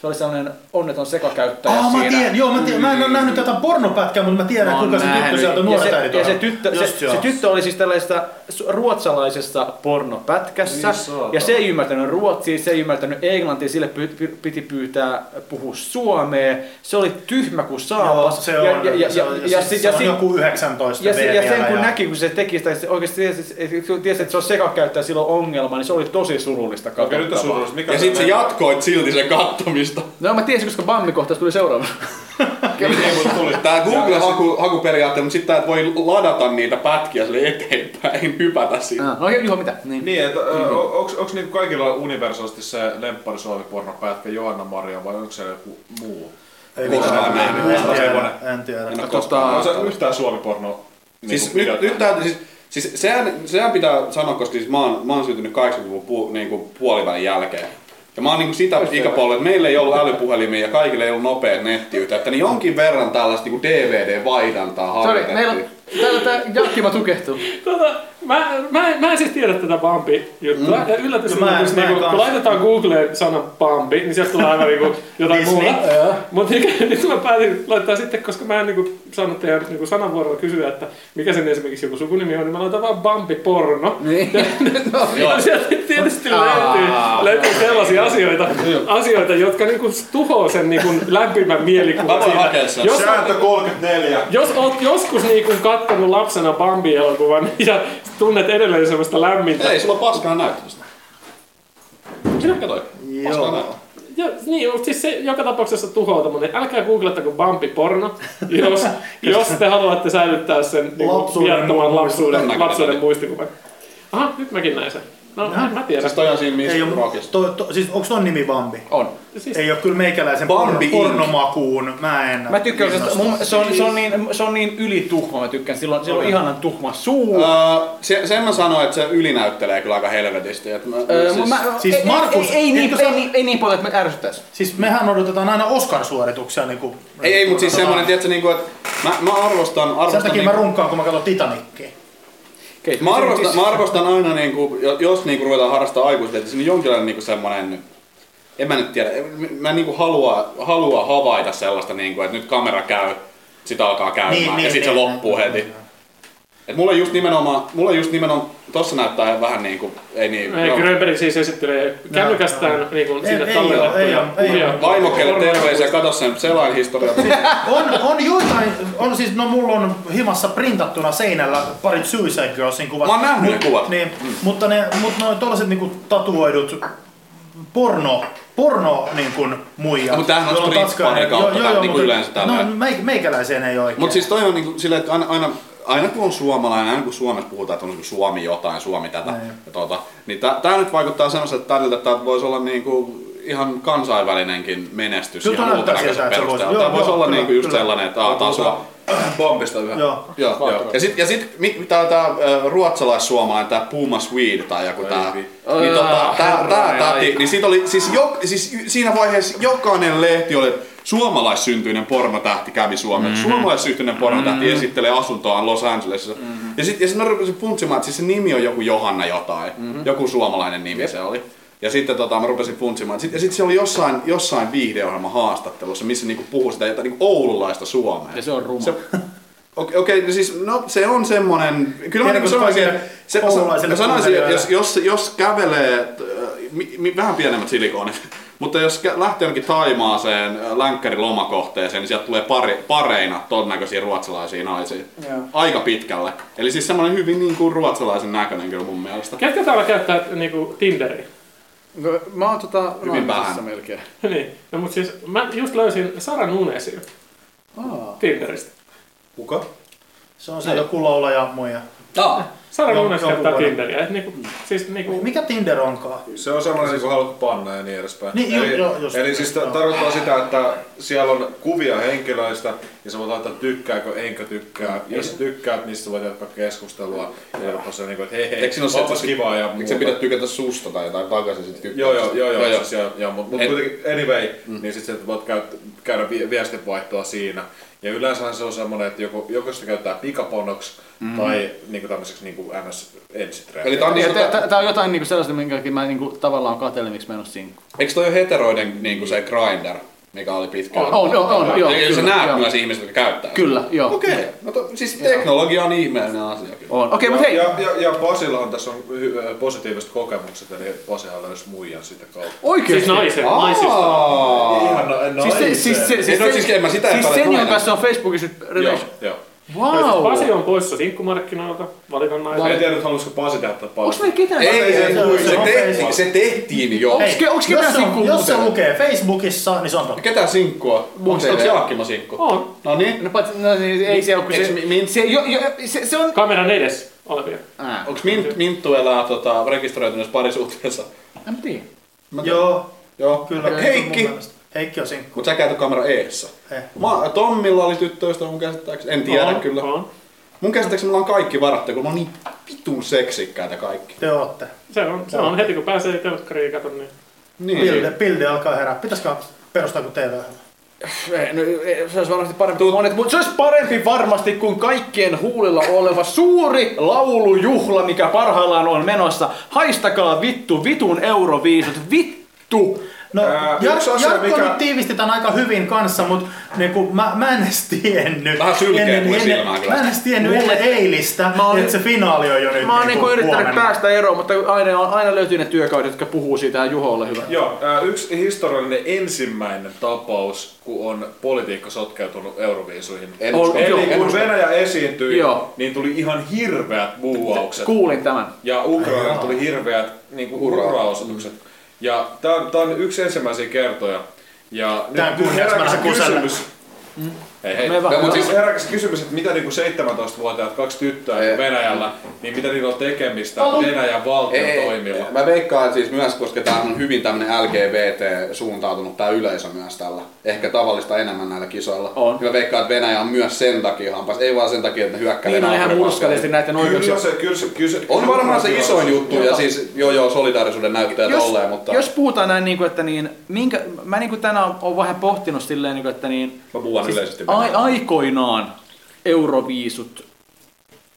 Se oli sellainen onneton sekakäyttäjä Ah, mä siinä. Niin. No, tiedän, joo, mä, tiedän, mä en ole nähnyt tätä pornopätkää, mutta mä tiedän, Mä oon kuka se tyttö nähnyt. sieltä ja nuoret äidit se, on. ja se, tyttö, Just se, joo. se, tyttö oli siis tällaisessa su- ruotsalaisessa pornopätkässä. Niin saatana. ja se ei ymmärtänyt ruotsia, se ei ymmärtänyt englantia, sille py, py- piti pyytää puhua suomea. Se oli tyhmä kuin Joo, saapas. se on, ja, ja, ja, se ja, on, ja, ja, siis se, sit- ja, on sit- joku 19 ja, se, ja sen vielä kun näki, kun se teki sitä, se oikeasti tiesi, että- kun tiesi, että se on sekakäyttäjä, sillä on ongelma, niin se oli tosi surullista Okei, nyt on katsottavaa. surullista. Mikä Ja sit sä jatkoit silti sen kattomista. No mä tiesin, koska bammi kohtaus tuli seuraava. Niin, niin, mut tuli. Tää Google-hakuperiaate, mutta sitten tää, että voi ladata niitä pätkiä sille eteenpäin, hypätä siitä. Ah, No okei, Juho, mitä? Niin. Niin, että mm-hmm. onks, onks niinku kaikilla universaalisti se lemppari suomipornopätkä Joanna Maria vai onko se joku muu? Ei Koskaan mitään. nähnyt. En Koskaan tiedä, nähnyt. en tiedä. En oo Tota, Onko se yhtään niinku suomiporno? Siis nyt, nyt tää, siis, siis sehän, sehän pitää sanoa, koska siis mä oon, mä oon syntynyt 80-luvun pu, niin kuin puolivälin jälkeen. Ja mä oon niin kuin sitä ikäpolvella, että meillä ei ollut älypuhelimia ja kaikille ei ollut nopea nettiyhteyttä, niin jonkin verran niinku tällaista niin DVD-vaihdantaa Sori, meillä on... harjoitettiin. Täällä tää Jakkima tukehtuu. Tota, Mä, mä, en- mä en siis tiedä tätä bambi juttua. Mm. Ja yllätys, No mä en- yllätys mä en niinku, kun kans. laitetaan Googleen sana bambi, niin sieltä tulee aivan niinku jotain Disney. muuta. Joo. Mutta (laughs) nyt mä päätin laittaa sitten, koska mä en niinku saanut teidän niinku sanavuorolla kysyä, että mikä sen esimerkiksi joku sukunimi on, niin mä laitan vaan bambi porno. (laughs) Niin. (laughs) no, Ja sieltä tietysti löytyy, löytyy sellaisia asioita, asioita jotka niinku tuhoaa sen niinku lämpimän mielikuvan. Mä voin siitä. hakea sen. Jos, Sääntö 34. jos oot joskus niinku kattonut lapsena Bambi-elokuvan ja tunnet edelleen semmoista lämmintä. Ei, sulla on paskaa näyttämistä. Sinä katsoit. Paskaa Joo. näyttämistä. Jo, niin, mutta siis se joka tapauksessa tuhoaa tommonen. Älkää googlettako Bambi-porno, (laughs) jos, jos te haluatte säilyttää sen niinku Lapsuuden viattoman lapsuuden, muistikuvan. lapsuuden muistikuvan. Aha, nyt mäkin näin sen. No, en mä tiedän. Siis toi on siinä Ei Miss oo, Rockissa. to, to, siis onks ton nimi Bambi? on. Siis, Ei oo kyllä meikäläisen Bambi Bambi Inc. pornomakuun. Mä en Mä tykkään, innostu. se, mun, se, on, se, on niin, se on niin ylituhma, mä tykkään. Sillä on, sillä on ihanan tuhma suu. Öö, se, sen mä sanoin, että se ylinäyttelee kyllä aika helvetisti. Et mä, Öö, siis, mä, siis ei- ei- Markus, ei, ei, niin, etkö sä- ei, niin, ei niin paljon, että me ärsyttäis. Siis mehän odotetaan aina Oscar-suorituksia niinku... ei, ei, mutta siis semmonen, tiedätkö, niinku, että mä, mä arvostan... arvostan Sen takia niinku, mä runkaan, kun mä katson Titanicia. Okei, Mä arvostan, siis. mä arvostan aina, niin kuin, jos niin kuin ruvetaan harrastamaan aikuisille, niin jonkinlainen niin kuin semmoinen, en mä nyt tiedä, en- mä niin kuin halua, halua havaita sellaista, niin kuin, että nyt kamera käy, sitä alkaa käymään Niin, niin, ja niin, niin, sitten niin. niin, se loppuu heti. Et mulla just nimenomaan, mulla just nimenomaan, tossa näyttää vähän niin kuin, ei niin, Ei, joo. Grönberg siis esittelee kännykästään niin kuin Ei- sinne ei oo, ei tallennettuna oo, ei kuvia. oo. vaimokkeelle terveisiä, kato sen selainhistoria. On, on joitain, on siis, no mulla on himassa printattuna seinällä parit Suicide Girlsin kuvat. Mä oon nähnyt ne kuvat. Mm. Niin, mutta ne, mut noin tollaset niinku tatuoidut porno, porno niin kuin muija. No, Mut tämähän on jolla strippa, tatskainen- ne kautta, tää niinku yleensä No tällainen. meik- meikäläiseen ei oikein. Mutta siis toi on niinku silleen, että aina, aina, aina kun on suomalainen, aina kun Suomessa puhutaan, että on niinku Suomi jotain, Suomi tätä, Niin. ja tota, niin tää, tää nyt vaikuttaa semmoiselta tädiltä, että tää voisi olla niinku ihan kansainvälinenkin menestys Kyllä ihan toi näyttää ulkonäköisen siltä, että se voisi- perusteella. joo, Tää voisi joo, olla kyllä, niinku just kyllä. sellainen, että aa, tää on Suomi. Bombista yhä. Joo. Joo, joo. Ja sit, ja sit mi, tää, tää ö, ruotsalais-suomalainen, tää Puma Swede tai joku tää, vi- niin tota, tää, tää täti, niin siitä oli, siis, jo, siis y- siinä vaiheessa jokainen lehti oli, että suomalaissyntyinen pornotähti kävi Suomessa. Mm-hmm. Suomalaissyntyinen pornotähti mm-hmm. esittelee asuntoaan Los Angelesissa. Mm-hmm. Ja sitten ja sit mä rupesin funtsimaan, että siis se nimi on joku Johanna jotain. Mm-hmm. Joku suomalainen nimi Jep. se oli. Ja sitten tota, mä rupesin funtsimaan. Sit, ja sitten se oli jossain, jossain viihdeohjelma haastattelussa, missä niinku puhui sitä jotain niinku oululaista suomea. Ja se on ruma. Se, Okei, okei, no siis no, se on semmonen... Kyllä mä niinku Tiedätkö sanoisin, kaikille että- se, mä oululaisille mä sanoisin, että jos, kuuntelijoille? jos, jos kävelee, t- äh, mi, mi, vähän pienemmät silikoonit, (laughs) mutta jos kä- lähtee jonnekin Taimaaseen äh, länkkärilomakohteeseen, niin sieltä tulee pare, pareina ton näköisiä ruotsalaisia naisia. Joo. Aika pitkälle. Eli siis semmonen hyvin niin kuin ruotsalaisen näköinen kyllä mun mielestä. Ketkä täällä käyttää niinku Tinderiä? No, mä oon tota Hyvin naimisissa vähän. melkein. (laughs) niin, no mut siis mä just löysin Sara Nunesin Tinderistä. Kuka? Se on se Niin. joku laulaja muija. Sara Joo, Nunes jonkun käyttää vuoden. Tinderiä. Et niinku, siis Niin. niinku, Mikä Tinder onkaan? Se on semmoinen, niin kuin haluat panna ja niin edespäin. Niin, ju- eli, joo, just. eli siis ta- Joo. tarkoittaa sitä, että siellä on kuvia henkilöistä ja sä voit laittaa tykkääkö, enkö tykkää. Jos sä tykkäät, niin sitten voit jatkaa keskustelua. Ja jatkaa se niin kuin, että hei hei, Eikö siinä ole se, että onpas se- kivaa ja Eikö se muuta. pidä tykätä susta tai jotain takaisin sit tykkää? Joo, joo, joo, joo, joo. siis joo, joo mutta mut Et- kuitenkin anyway, mm. niin sitten voit käy, käydä vi- viestinvaihtoa siinä. Ja yleensä se on semmoinen, että joku, joku sitä käyttää pikaponoksi mm. tai niinku tämmöiseksi niinku ns ensitreeniksi. Eli tää on Ja niin, tää- tää- Tää on jotain niinku sellaista, minkä mä niinku tavallaan katselen, miksi mä en oo sinkku. Eikö toi ole heteroiden niin kuin se grinder, mikä oli pitkään? On, on, on, joo, Eli sä kyllä, näet joo. myös ihmiset, jotka käyttää sitä. Kyllä, joo. Okei, no to, siis teknologia on ihmeellinen asia kyllä. On. Okei, mut ja, hei. ja, ja, ja Pasillahan tässä on hy- positiiviset kokemukset, eli Pasihan löysi muijan sitä kautta. siis Oikeesti. naisen, naisista. Naisista. Ihan no, no, Siis, se, siis, se, siis, no, siis en mä sitä siis epäile, sen, että jonka nainen. kanssa on Facebookissa nyt Joo, relation. joo. Wow. Pasi on poissa sinkkumarkkinoilta, valitan Mä en naisen. tiedä, että haluaisiko Pasi tehdä tätä Onks paljon. meillä ketään? Ei, ei, Se on- ei, se se, on tehtiin, Facebook. se tehtiin jo. Ei, Onks- onks ketään jos, se, sinkkua jos se muuten? lukee Facebookissa, niin se on totta. Ketä sinkkua? Muista- Onko onko Jaakkima sinkku? On. No niin. No, paitsi, no niin, ei se oo, kun Eiks se, mi- min- se, jo, jo, se, se on... Kameran edes olevia. Ää, Onks Mint, Minttu elää tota, rekisteröityneessä parisuhteessa? en mä tiedä. Joo, Joo. kyllä. Heikki! mun mielestä. Heikki on sinkku. Mut sä käytät kamera eessä. Eh. Mä, Tommilla oli tyttöistä mun käsittääkseni. En tiedä On, kyllä. On. Mun käsittääkseni mulla on kaikki varattu, kun mä oon niin vitun seksikkäitä kaikki. Te ootte. Se on, se on heti kun pääsee telkkariin katon, niin Niin. Pilde, pilde alkaa herää. Pitäisikö perustaa kuin TV? Ei, no, ei, se olisi varmasti parempi kuin monet, mutta se olisi parempi varmasti kuin kaikkien huulilla oleva suuri laulujuhla, mikä parhaillaan on menossa. Haistakaa vittu, vitun euroviisut, vittu! No, Ää, Jar- yksi Jarkko asia, mikä- nyt tiivisti tämän aika hyvin kanssa, mutta niinku, mä, mä en edes tiennyt. Vähän sylkee mulle ennen, silmään kyllä. Mä en edes tiennyt Mulle- mulle, eilistä, Mä olin- että se finaali on jo nyt Mä oon niinku yrittänyt huomenna. päästä eroon, mutta aina, on- aina löytyy ne työkaudet, jotka puhuu siitä ja Juho, ole hyvä. Joo, ää, yksi historiallinen ensimmäinen tapaus, kun on politiikka sotkeutunut euroviisuihin. En On- usko. ei- Eli joo, kun Venäjä esiintyi, Joo. niin tuli ihan hirveät buuaukset. Kuulin tämän. Ja Ukraina tuli hirveät niin kuin hurraosoitukset. Ja tämä on yksi ensimmäisiä kertoja. Ja Tää nyt kunniaksi herääkin se mä lähden kysymys. Ei, hei. Me vaan- Tää on Mut siis siis- herääkin se kysymys, että mitä niinku 17-vuotiaat kaksi tyttöä Ei. Venäjällä, niin mitä niillä on tekemistä Venäjän valtion toimilla? Mä veikkaan siis myös, koska tää on hyvin tämmönen LGBT-suuntautunut tää yleisö myös tällä. Ehkä tavallista enemmän näillä kisoilla. On. Niin Mä veikkaan, että Venäjä on myös sen takia hampas. Ei vaan sen takia, että ne hyökkää Niin on Venäjän ihan vastaan. murskallisesti näiden oikeuksia. Kyllä se, kyllä se, kyllä se, On varmaan se isoin juttu ja siis joo joo solidaarisuuden näyttää jos, tolleen, mutta... jos puhutaan näin, niin kuin, että niin, minkä, mä niin kuin tänään oon vähän pohtinut silleen, niin kuin, että niin, Mä puhun siis, yleisesti. ai, aikoinaan euroviisut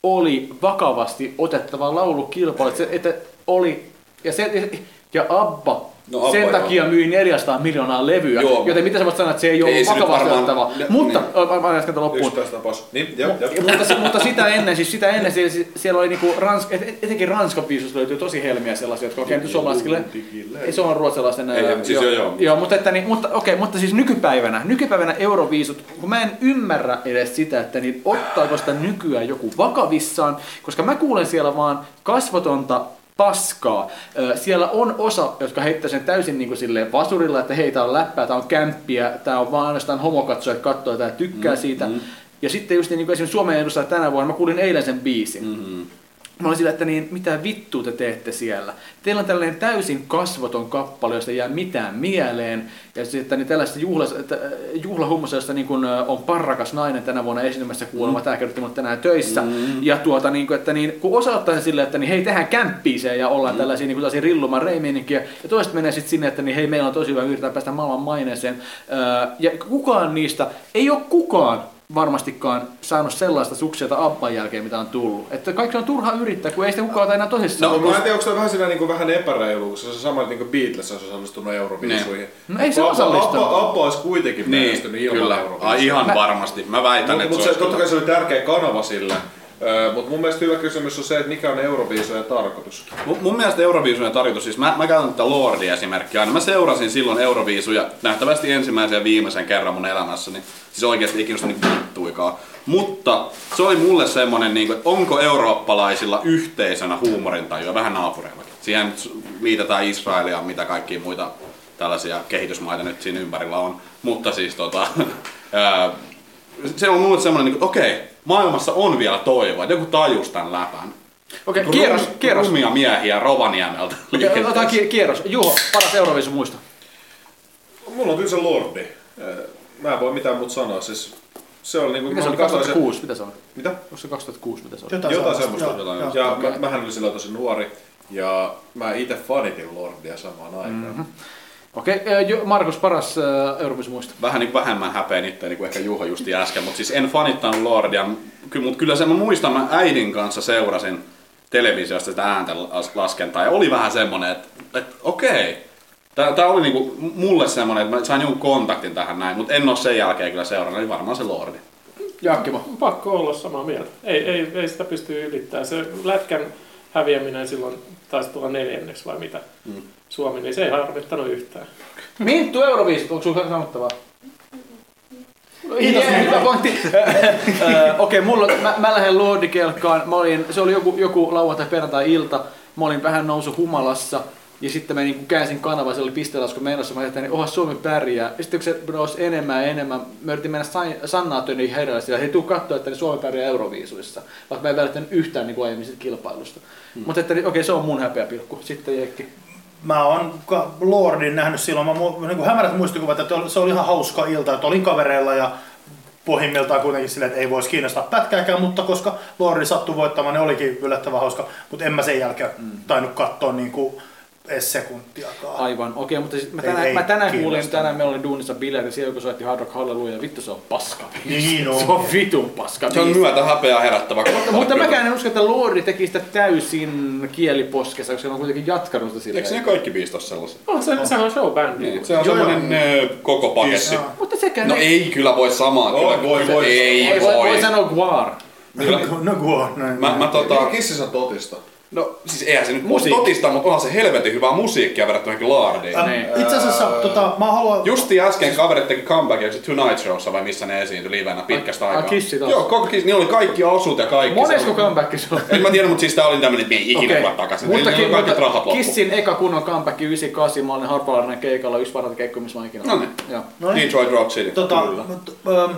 oli vakavasti otettava laulukilpailu, että, se- että oli, ja, se, ja Abba, No, No, Abba, sen joo. takia myi 400 miljoonaa levyä, Joo. joten mitä sä voit sanoa, että se ei Ei ole se nyt vakavasti varmaan- otettava. ne- Mutta, niin. niin. mä jatkan tämän loppuun. Yksittäistapaus. Niin, jep, jep. mutta, se- mutta sitä ennen, siis sitä ennen siellä, siellä oli niinku Ranska, et, etenkin Ranskan biisusta löytyy tosi helmiä sellaisia, jotka on käynyt suomalaisille. Ei se on ruotsalaisten näin. Ei, siis joo, joo. Äh, joo mutta, että, niin, mutta, okei, mutta siis nykypäivänä, nykypäivänä euroviisut, kun mä en ymmärrä edes sitä, että niin ottaako sitä nykyään joku vakavissaan, koska mä kuulen siellä vaan kasvotonta paskaa. Ö, Siellä on osa, jotka heittää sen täysin niin kuin silleen vasurilla, että hei, tää on läppää, tää on kämppiä, tää on vaan ainoastaan homokatsojat kattoo tää tykkää Mm, siitä. Ja sitten just niin kuin esimerkiksi Suomen edustajat tänä vuonna, mä kuulin eilen sen biisin. Mm. Mä olin sillä, että niin, mitä vittua te teette siellä? Teillä on tällainen täysin kasvoton kappale, josta ei jää mitään mieleen. Ja sitten niin tällaista juhlas, että, äh, juhlahummusta, josta niin kun, äh, on parrakas nainen tänä vuonna esiintymässä kuulemma. Mm. Tämä kerrotti mulle tänään töissä. Mm. Ja tuota, niin, kuin, että niin, kun osa ottaa sen silleen, että niin, hei, tehdään kämppiiseen ja ollaan mm. tällaisia niin kuin, rilluman reimeininkiä. Ja toiset menee sitten sinne, että niin, hei, meillä on tosi hyvä, yritetään päästä maailman maineeseen. Öö, ja kukaan niistä, ei ole kukaan varmastikaan saanut sellaista suksiota Abban jälkeen, mitä on tullut. Että kaikki on turha yrittää, kun ei sitä kukaan ota enää tosissaan. No, mä en tiedä, onko tämä vähän siinä niinku vähän epäreilu, kun se on sama, että niinku Beatles olisi osallistunut Euroviisuihin. No ei se Abba- osallistunut. Abba, Abba olisi kuitenkin menestynyt niin, ilman kyllä. Euroviisua. Ai ihan Mä- mä... varmasti. Mä väitän, Mutta että mut se se, olisi totta kyllä. kai se oli tärkeä kanava sille. Mutta mun mielestä hyvä kysymys on se, että mikä on Euroviisujen tarkoitus. Mun, mun mielestä Euroviisujen tarjotus, siis mä, mä käytän tätä Lordi-esimerkkiä aina. Mä seurasin silloin Euroviisuja nähtävästi ensimmäisen ja viimeisen kerran mun elämässäni. Siis oikeasti ei kiinnostanut vittuikaan. Mutta se oli mulle semmonen, niin että onko eurooppalaisilla yhteisönä huumorintajua, vähän naapureillakin. Siihen nyt s- liitetään Israelia ja mitä kaikkia muita tällaisia kehitysmaita nyt siinä ympärillä on. Mutta siis tota, (laughs) ää, se on mulle semmonen, niin kuin, okei, maailmassa on vielä toivoa, että joku tajus tämän läpän. Okei, kierros, Rum- kierros. Rumia miehiä Rovaniemeltä. Okei, Otetaan ki- kierros. Juho, paras Euroviisun muisto. Mulla on kyllä se lordi. Ää, Mä en voi mitään muuta sanoa. Siis se oli niinku... Mikä mä se oli? katsoin sen- 2006? Mitä se oli? Mitä? Onko se 2006? Mitä se oli? Jotain, Jotain sellaista, semmoista. joo, jotain. joo. Ja mä, mähän olin silloin tosi nuori. Ja mä itse fanitin Lordia samaan aikaan. Okei, ää, Jo- Markus, paras ää, Euroviisun muisto. Vähän niin vähemmän häpeän itteeni kuin ehkä Juho justi äsken, mutta siis en fanittanut Lordia. Kyllä, mutta kyllä sen mä muistan, mä äidin kanssa seurasin televisiosta sitä äänten las- laskentaa ja oli vähän semmonen, että, että okei. Tää, tää oli niinku mulle semmonen, että mä sain jonkun kontaktin tähän näin, mutta en oo sen jälkeen kyllä seurannut, eli varmaan se Lordi. Jaakkimo. Pakko olla samaa mieltä. Ei, ei, ei sitä pysty ylittämään. Se lätkän häviäminen silloin taisi tulla neljänneksi vai mitä. Mm. Suomi, niin se ei harmittanut yhtään. Minttu Euroviisut, onko sulla sanottavaa? Kiitos, Minttu. hyvä (laughs) pointti. Ö, Äh, Okei, mulla, mä, mä lähden Lordikelkkaan. Mä olin, se oli joku, joku lauantai perjantai ilta. Mä olin vähän nousu humalassa. Ja sitten mä niinku käänsin kanavaa, se oli pistelasku menossa. Mä ajattelin, että oha Suomi pärjää. Ja sitten kun se nousi enemmän ja enemmän, mä yritin mennä San- Sannaa töniin herralle sillä, että hei tuu katsoa, että Suomi pärjää Euroviisuissa. Vaikka mä en välittänyt yhtään niin aiemmin siitä kilpailusta. Mutta että, niin, okei, se on mun häpeäpilkku. Sitten Jekki. Mä oon ka- Lordin nähnyt silloin, mä mu- niin hämärät muistikuvat, että oli- se oli ihan hauska ilta, että olin kavereilla ja pohjimmiltaan kuitenkin silleen, että ei voisi kiinnostaa pätkääkään, mutta koska Mm. Lordi sattui voittamaan, niin olikin yllättävän hauska, mutta en mä sen jälkeen tainnut katsoa niin kuin edes Ah, sekuntiakaan. Aivan, okei, mutta siis mä Ei- tänään, ei mä tänään kiinnosta. kuulin, tänään meillä oli duunissa bileet ja siellä joku soitti Hard Rock Hallelujah ja vittu se on paska. (laughs) Niin Se on. on vitun paska. Se on biisi. myötä häpeää herättävä. Mutta mäkään en usko, että Lordi teki sitä täysin kieliposkessa, koska se on kuitenkin jatkanut sitä Eikö ne silleen. kaikki viistossa sellaisia? Oh, se, sehän on showbändi. Niin. Se on Joo, semmoinen ö, koko Siis- paketti. Joo. Mutta sekään No ei, ei kyllä voi samaa. Voi, kyllä. voi, voi. Ei ei voi, voi sanoa guar. No kuo, näin. Mä, mä tota, Kississä on totista. no siis eihän se nyt Musiik. totista, mutta onhan se helvetin hyvää musiikkia verrattuna johonkin Laardiin. Äm, niin. Äh, Itse Äh. asiassa tota, mä haluan... Justi äsken kaverit teki comeback, eikö se Tonight Showssa vai missä ne esiintyi livenä pitkästä ai, aikaa. Kissi taas. Joo, koko Kiss, niillä oli kaikki osut ja kaikki. Monesko Se oli- comeback (laughs) se on? En mä tiedä, mutta siis tää oli tämmönen, että ei ikinä Okei. okay. takaisin. Mutta, Mutta, ki, niillä oli kaikki rahat mutta loppu. Kissin eka kunnon comeback 98, mä olin harpalainen keikalla, yksi parhaita keikkoja, missä mä ikinä No olin. niin. Joo. No niin. Detroit Rock City. Tota, Kyllä.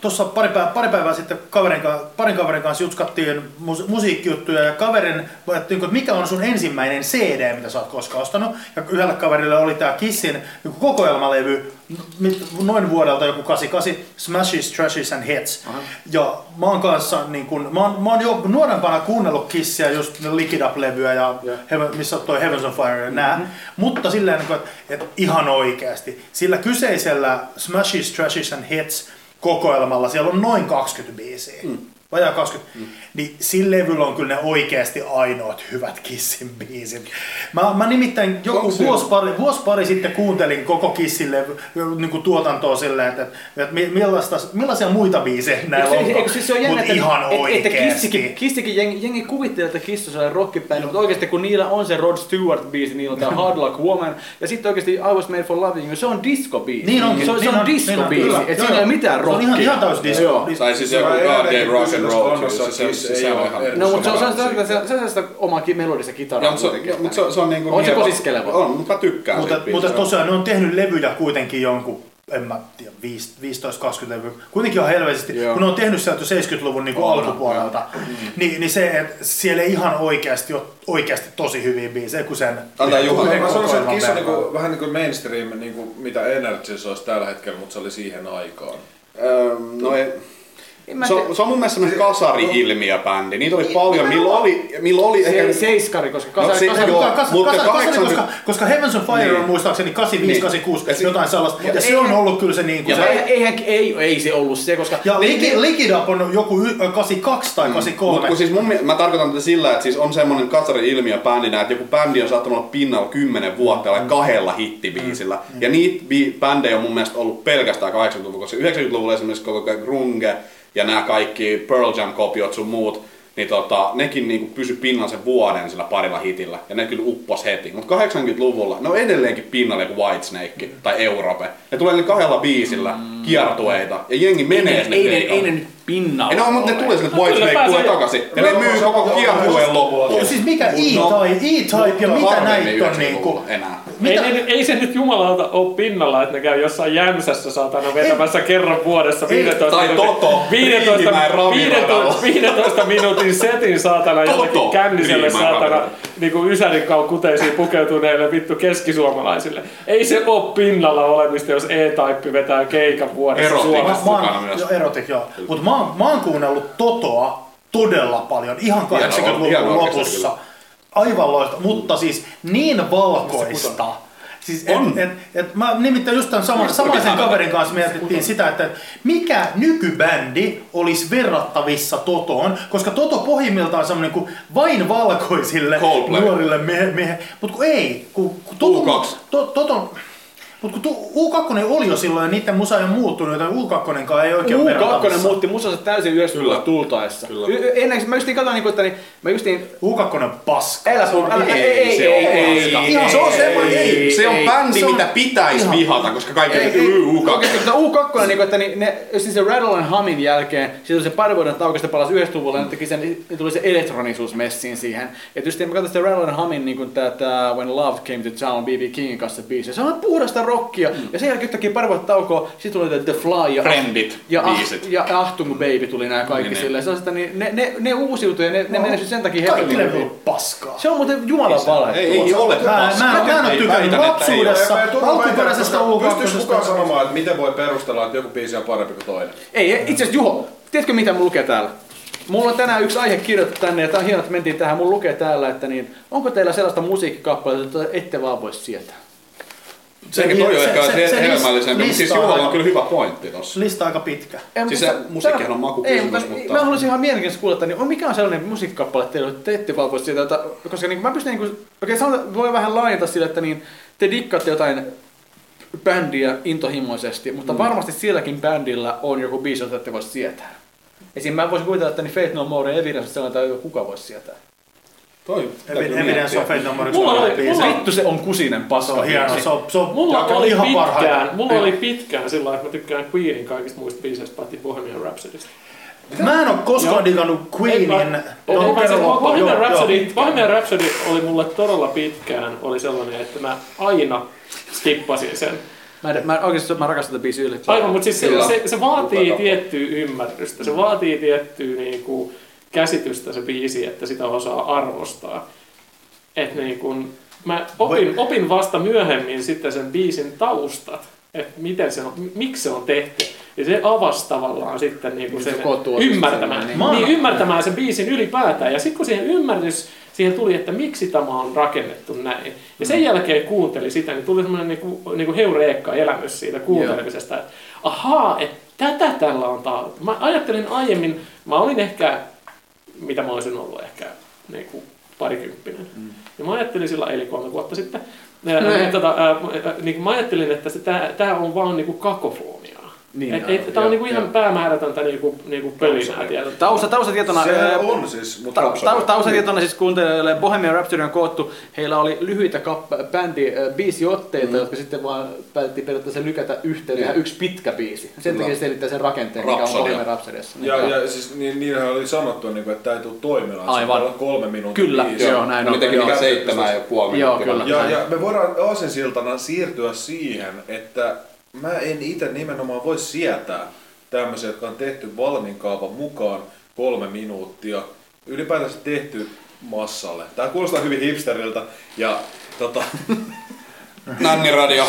Tuossa pari, päivää, pari päivää sitten kaverin, ka- parin kaverin kanssa jutskattiin mus, musiikkijuttuja ja kaverin vaattiin, että mikä on sun ensimmäinen CD, mitä sä oot koskaan ostanut. Ja yhdellä kaverilla oli tää Kissin joku kokoelmalevy mit- noin vuodelta joku 88, Smashes, Trashes and Hits. Ja mä oon kanssa, niin kun, mä, oon, mä oon jo nuorempana kuunnellut Kissia, just ne Lick It Up-levyä ja Heaven, missä on toi Heavens on Fire ja nää. Mutta silleen, niin kun, että et ihan oikeasti, sillä kyseisellä Smashes, Trashes and Hits kokoelmalla, siellä on noin 20 biisiä. Mm. Vajaa 20. Mm. Niin sillä levyllä on kyllä ne oikeasti ainoat hyvät Kissin biisit. Mä, mä nimittäin joku vuosi pari, vuosi pari sitten kuuntelin koko Kissin levy, niin kuin tuotantoa silleen, että, että mi- millaista, millaisia muita biisejä näillä Eikö se- on. eikö siis se on jännä, Mut että, ihan että, että oikeasti. kissikin, kissikin jengi, jengi kuvittelee, että Kiss on sellainen rockibändi, mutta oikeasti kun niillä on se Rod Stewart-biisi, niillä on tämä Hard Luck Woman, ja sitten oikeasti I Was Made for Loving You, se on disco-biisi. Niin onkin, Se on, niin se on on, disco-biisi, niin on, että kyllä. siinä ei ole mitään Se on rockia. ihan- ihan täys disco- Joo. disco- Tai siis joku Mä God Gave edelleenkin Rock and kysymys Roll. on, Se- se- että se- Se on ei ihan... ole No, mutta se on sama sellaista, asia. se on sellaista omaa ki- melodista Ja, kitaraa. mutta se, ja, mutta se, se on niinku... On se nieva- kosiskeleva. On, mutta mä tykkään Mutta, siitä mutta biisistä. tosiaan ne on tehnyt levyjä kuitenkin jonkun, en mä tiedä, viis- 15-20 levyä, kuitenkin ihan helvetisti, Joo. kun ne on tehnyt sieltä jo 70-luvun niin On, alkupuolelta, niin, niin se, että siellä ei ihan oikeasti ole oikeasti tosi hyviä biisejä, kun sen... Antaa Juha. yhden Mä sanoisin, että kokoelman Kiss on verran. niinku, vähän niinku mainstream, niinku, mitä Energy se olisi tällä hetkellä, mutta se oli siihen aikaan. Öö, no ei... En mä Se tiedä. Niin. on, se on mun mielestä semmoinen kasari-ilmiöbändi. Niitä oli paljon. Millä oli, millä oli Se ehkä... ei seiskari, koska kasari, No se- kasari, joo. Kas- kas- Mutta kas- kasari, 80 koska, koska Heavens on Fire on muistaakseni 85, Niin. 86, Ja se- jotain sellaista. Ja, se on ollut kyllä se niin ja kuin Niin, se... eihän, eihän, ei, ei se ollut se, koska... ja Lick It- Lick It Up on joku y- 82 Mm. tai Mut 83. kun siis mun, mie- mä tarkoitan tätä sillä, että siis on semmoinen kasari-ilmiö bändinä, että joku bändi on saattanut olla pinnalla 10 vuotta Mm. jollain kahdella hittibiisillä. Ja niitä bi- bändejä on mun mielestä ollut pelkästään 80-luvulla, koska 90-luvulla esimerkiksi koko ajan grunge ja nämä kaikki Pearl Jam-kopiot sun muut, niin tota, nekin niinku pysy pinnalla sen vuoden sillä parilla hitillä, ja ne kyllä uppos heti. Mutta 80-luvulla ne on edelleenkin pinnalla joku Whitesnake tai Europe. Ne tulee niillä kahdella biisillä kiertueita, ja jengi menee Mm. ei, sinne ei, ne, keikalle. ei ne nyt pinnalla Ei, no, mutta ne tulee sieltä No, White kyllä Snake tulee pääsee- takaisin. Ja ne myy koko kiertueen loppuun. Ja siis mikä E-Type, no, E-Type ja mitä näitä on niinku... enää. Mitä? Ei, ei, ei, se nyt jumalauta ole pinnalla, että ne käy jossain jämsässä saatana vetämässä kerran vuodessa 15, Tai Toto, 15, Riihimäen raviradalla. 15, 15 minuutin setin saatana Toto, jollekin känniselle Riihimäen saatana raviradalla. niin kuin Ysärin kuteisiin pukeutuneille vittu keskisuomalaisille. Ei se ole pinnalla olemista, jos E-Type vetää keikan vuodessa Erotiikka. Suomessa. Mä, mä mukana oon, myös. joo, erotik, joo. Mut mä, oon- mä oon kuunnellut Totoa todella paljon, ihan Hienoa, 80-luvun hienoa lopussa. Aivan loista, mutta siis niin valkoista. Siis On. et, et, et, mä nimittäin just tämän saman, samaisen kaverin kanssa mietittiin sitä, että mikä nykybändi olisi verrattavissa Totoon, koska Toto pohjimmiltaan on semmoinen kuin vain valkoisille Coldplay. nuorille miehe, miehe. mutta kun ei, kun, kun Toton, U2. to, Toton, mutta kun tu- U2 oli jo silloin ja niitten musa ei ole muuttunut, joten U2 ei oikein ole U2 verrattavissa. muutti musansa täysin yhdessä tultaessa. Y- y- Ennen mä justiin katsoin, niinku, että niin, mä justiin... U2 on paska. Älä sun, älä, ei, ei, se on ei, ei, paska. ei, Ihan Se on semmoinen, ei, ei, se on ei. bändi, Se on- mitä pitäis vihata, koska kaikki on U2. Oikeesti, mutta U2, niinku, että niin, ne, siis se Rattle and Humin jälkeen, siitä oli se pari vuoden tauko, sitten palasi yhdessä luvulla, ja teki sen, niin tuli se elektronisuus messiin siihen. Et just niin, mä katsoin sitä Rattle and Humin, niinku tää, tää When Love Came to Town, B.B. Kingin kanssa se biisi. Se on puhdasta rockia, ja sen jälkeen yhtäkkiä pari vuotta taukoa, sit tuli The Fly ja Friendit ja, ah, biisit. ja Achtung Baby tuli nämä kaikki Niin, silleen. Se on sitä, niin ne, ne, ne uusiutui ja ne, ne menesivät sen takia Kaikki helvetin levy hyvin. on paskaa. Se on muuten jumalan valhe. Ei, ei ole Mä, mä, mä, en ole tykännyt lapsuudessa, alkuperäisestä Pystyykö kukaan U2. sanomaan, että miten voi perustella, että joku biisi on parempi kuin toinen? Ei, ei itse asiassa Juho, tiedätkö mitä mulla lukee täällä? Mulla on tänään yksi aihe kirjoitettu tänne, ja tää on hienoa, että mentiin tähän. Mun lukee täällä, että niin, onko teillä sellaista musiikkikappaletta, jota ette vaan voi sietää? Sekin toi on se- ehkä se- se, se lis- helmällisempi, mutta siis lista on Juhalla on aika- kyllä hyvä pointti tossa. Lista aika pitkä. En, Siis se musiikkihan on makukysymys, ei, mutta, mutta- mutta... Mä haluaisin ihan mielenkiintoista kuulla, että niin, on- mikä on sellainen musiikkikappale teillä, että te ette vaan voi sieltä, jota- koska niin, mä pystyn, niin kuin, okei, sanotaan, voi vähän laajentaa sille, että niin, te dikkaatte jotain bändiä intohimoisesti, mutta mm. varmasti sielläkin bändillä on joku biisi, jota ette voi sietää. Esim. mä voisin kuvitella, että niin Faith No More ja Evidence on sellainen, jota kuka voi sietää. Toi Evi- Evidence on Fate No More Mulla oli- biisi. mulla- Vittu se on kusinen Se paska. on hieno. Se on, se on Mulla joka- oli, ihan pitkään, parhaita. mulla oli pitkään sillä lailla, että mä tykkään Queenin kaikista muista biiseistä, paitsi Bohemian Rhapsodista. Mä en oo koskaan digannut Queenin. Don't Ei, vaan se- Care About- Bohemian joo, Rhapsody, joo. Bohemian Rhapsody oli mulle todella pitkään oli sellainen, että mä aina skippasin sen. Mä, en- mä, oikeasti, mä rakastan tätä biisiä yli. Aivan, mutta siis se, Kyllä. se, se vaatii Kuka tiettyä ymmärrystä, se vaatii tiettyä niinku, käsitystä se biisi, että sitä osaa arvostaa. Et niinku, mä opin, opin vasta myöhemmin sitten sen biisin taustat, että miten se on, m- miksi se on tehty. Ja se avasi tavallaan sitten niinku Niin se sen kotoa se ymmärtämään, sellainen, niin, ymmärtämään sen biisin ylipäätään. Ja sitten kun siihen ymmärrys, siihen tuli, että miksi tämä on rakennettu näin. Ja Mm. sen jälkeen kuunteli sitä, niin tuli semmoinen niinku, niinku heureekka elämys siitä kuuntelemisesta. Että ahaa, että tätä tällä on taustalla. Mä ajattelin aiemmin, mä olin ehkä, mitä mä olisin ollut ehkä, niinku parikymppinen. Ja mä ajattelin silloin, eli kolme vuotta sitten, ää, Mm. tota, ää, ää, niin mä ajattelin, että tämä on vaan niinku kakofoniaa. Niin, et, aivan, et, tämä joo, on niinku ihan joo. päämäärätöntä niinku, niinku pölinää tietyllä Tausta, taustatietona... Se ää, on siis, mutta Ta- ta- Taustatietona siis kuuntelijoille Bohemian Rhapsody on koottu, heillä oli lyhyitä kappa- bändi, äh, biisiotteita, mm. jotka sitten vaan päätettiin periaatteessa lykätä yhteen, ihan yksi pitkä biisi. Sen takia se selittää sen rakenteen, mikä on Rhapsodia. Bohemian Rhapsodissa. Ja, ja siis niin, niinhän oli sanottu, niin kuin, että tämä ei tule toimimaan. että se Aivan. pitää olla kolme minuuttia. Kyllä, biisi. Joo, näin Oli on. teki Joo. niitä seitsemän ja puoli Joo, minuuttia. kyllä. Ja, Näin. ja me voidaan aasinsiltana siirtyä siihen, että mä en itse nimenomaan voi sietää tämmöisiä, jotka on tehty valmiin kaavan mukaan kolme minuuttia. Ylipäätänsä tehty massalle. Tää kuulostaa hyvin hipsteriltä ja tota, (laughs) Nänniradio.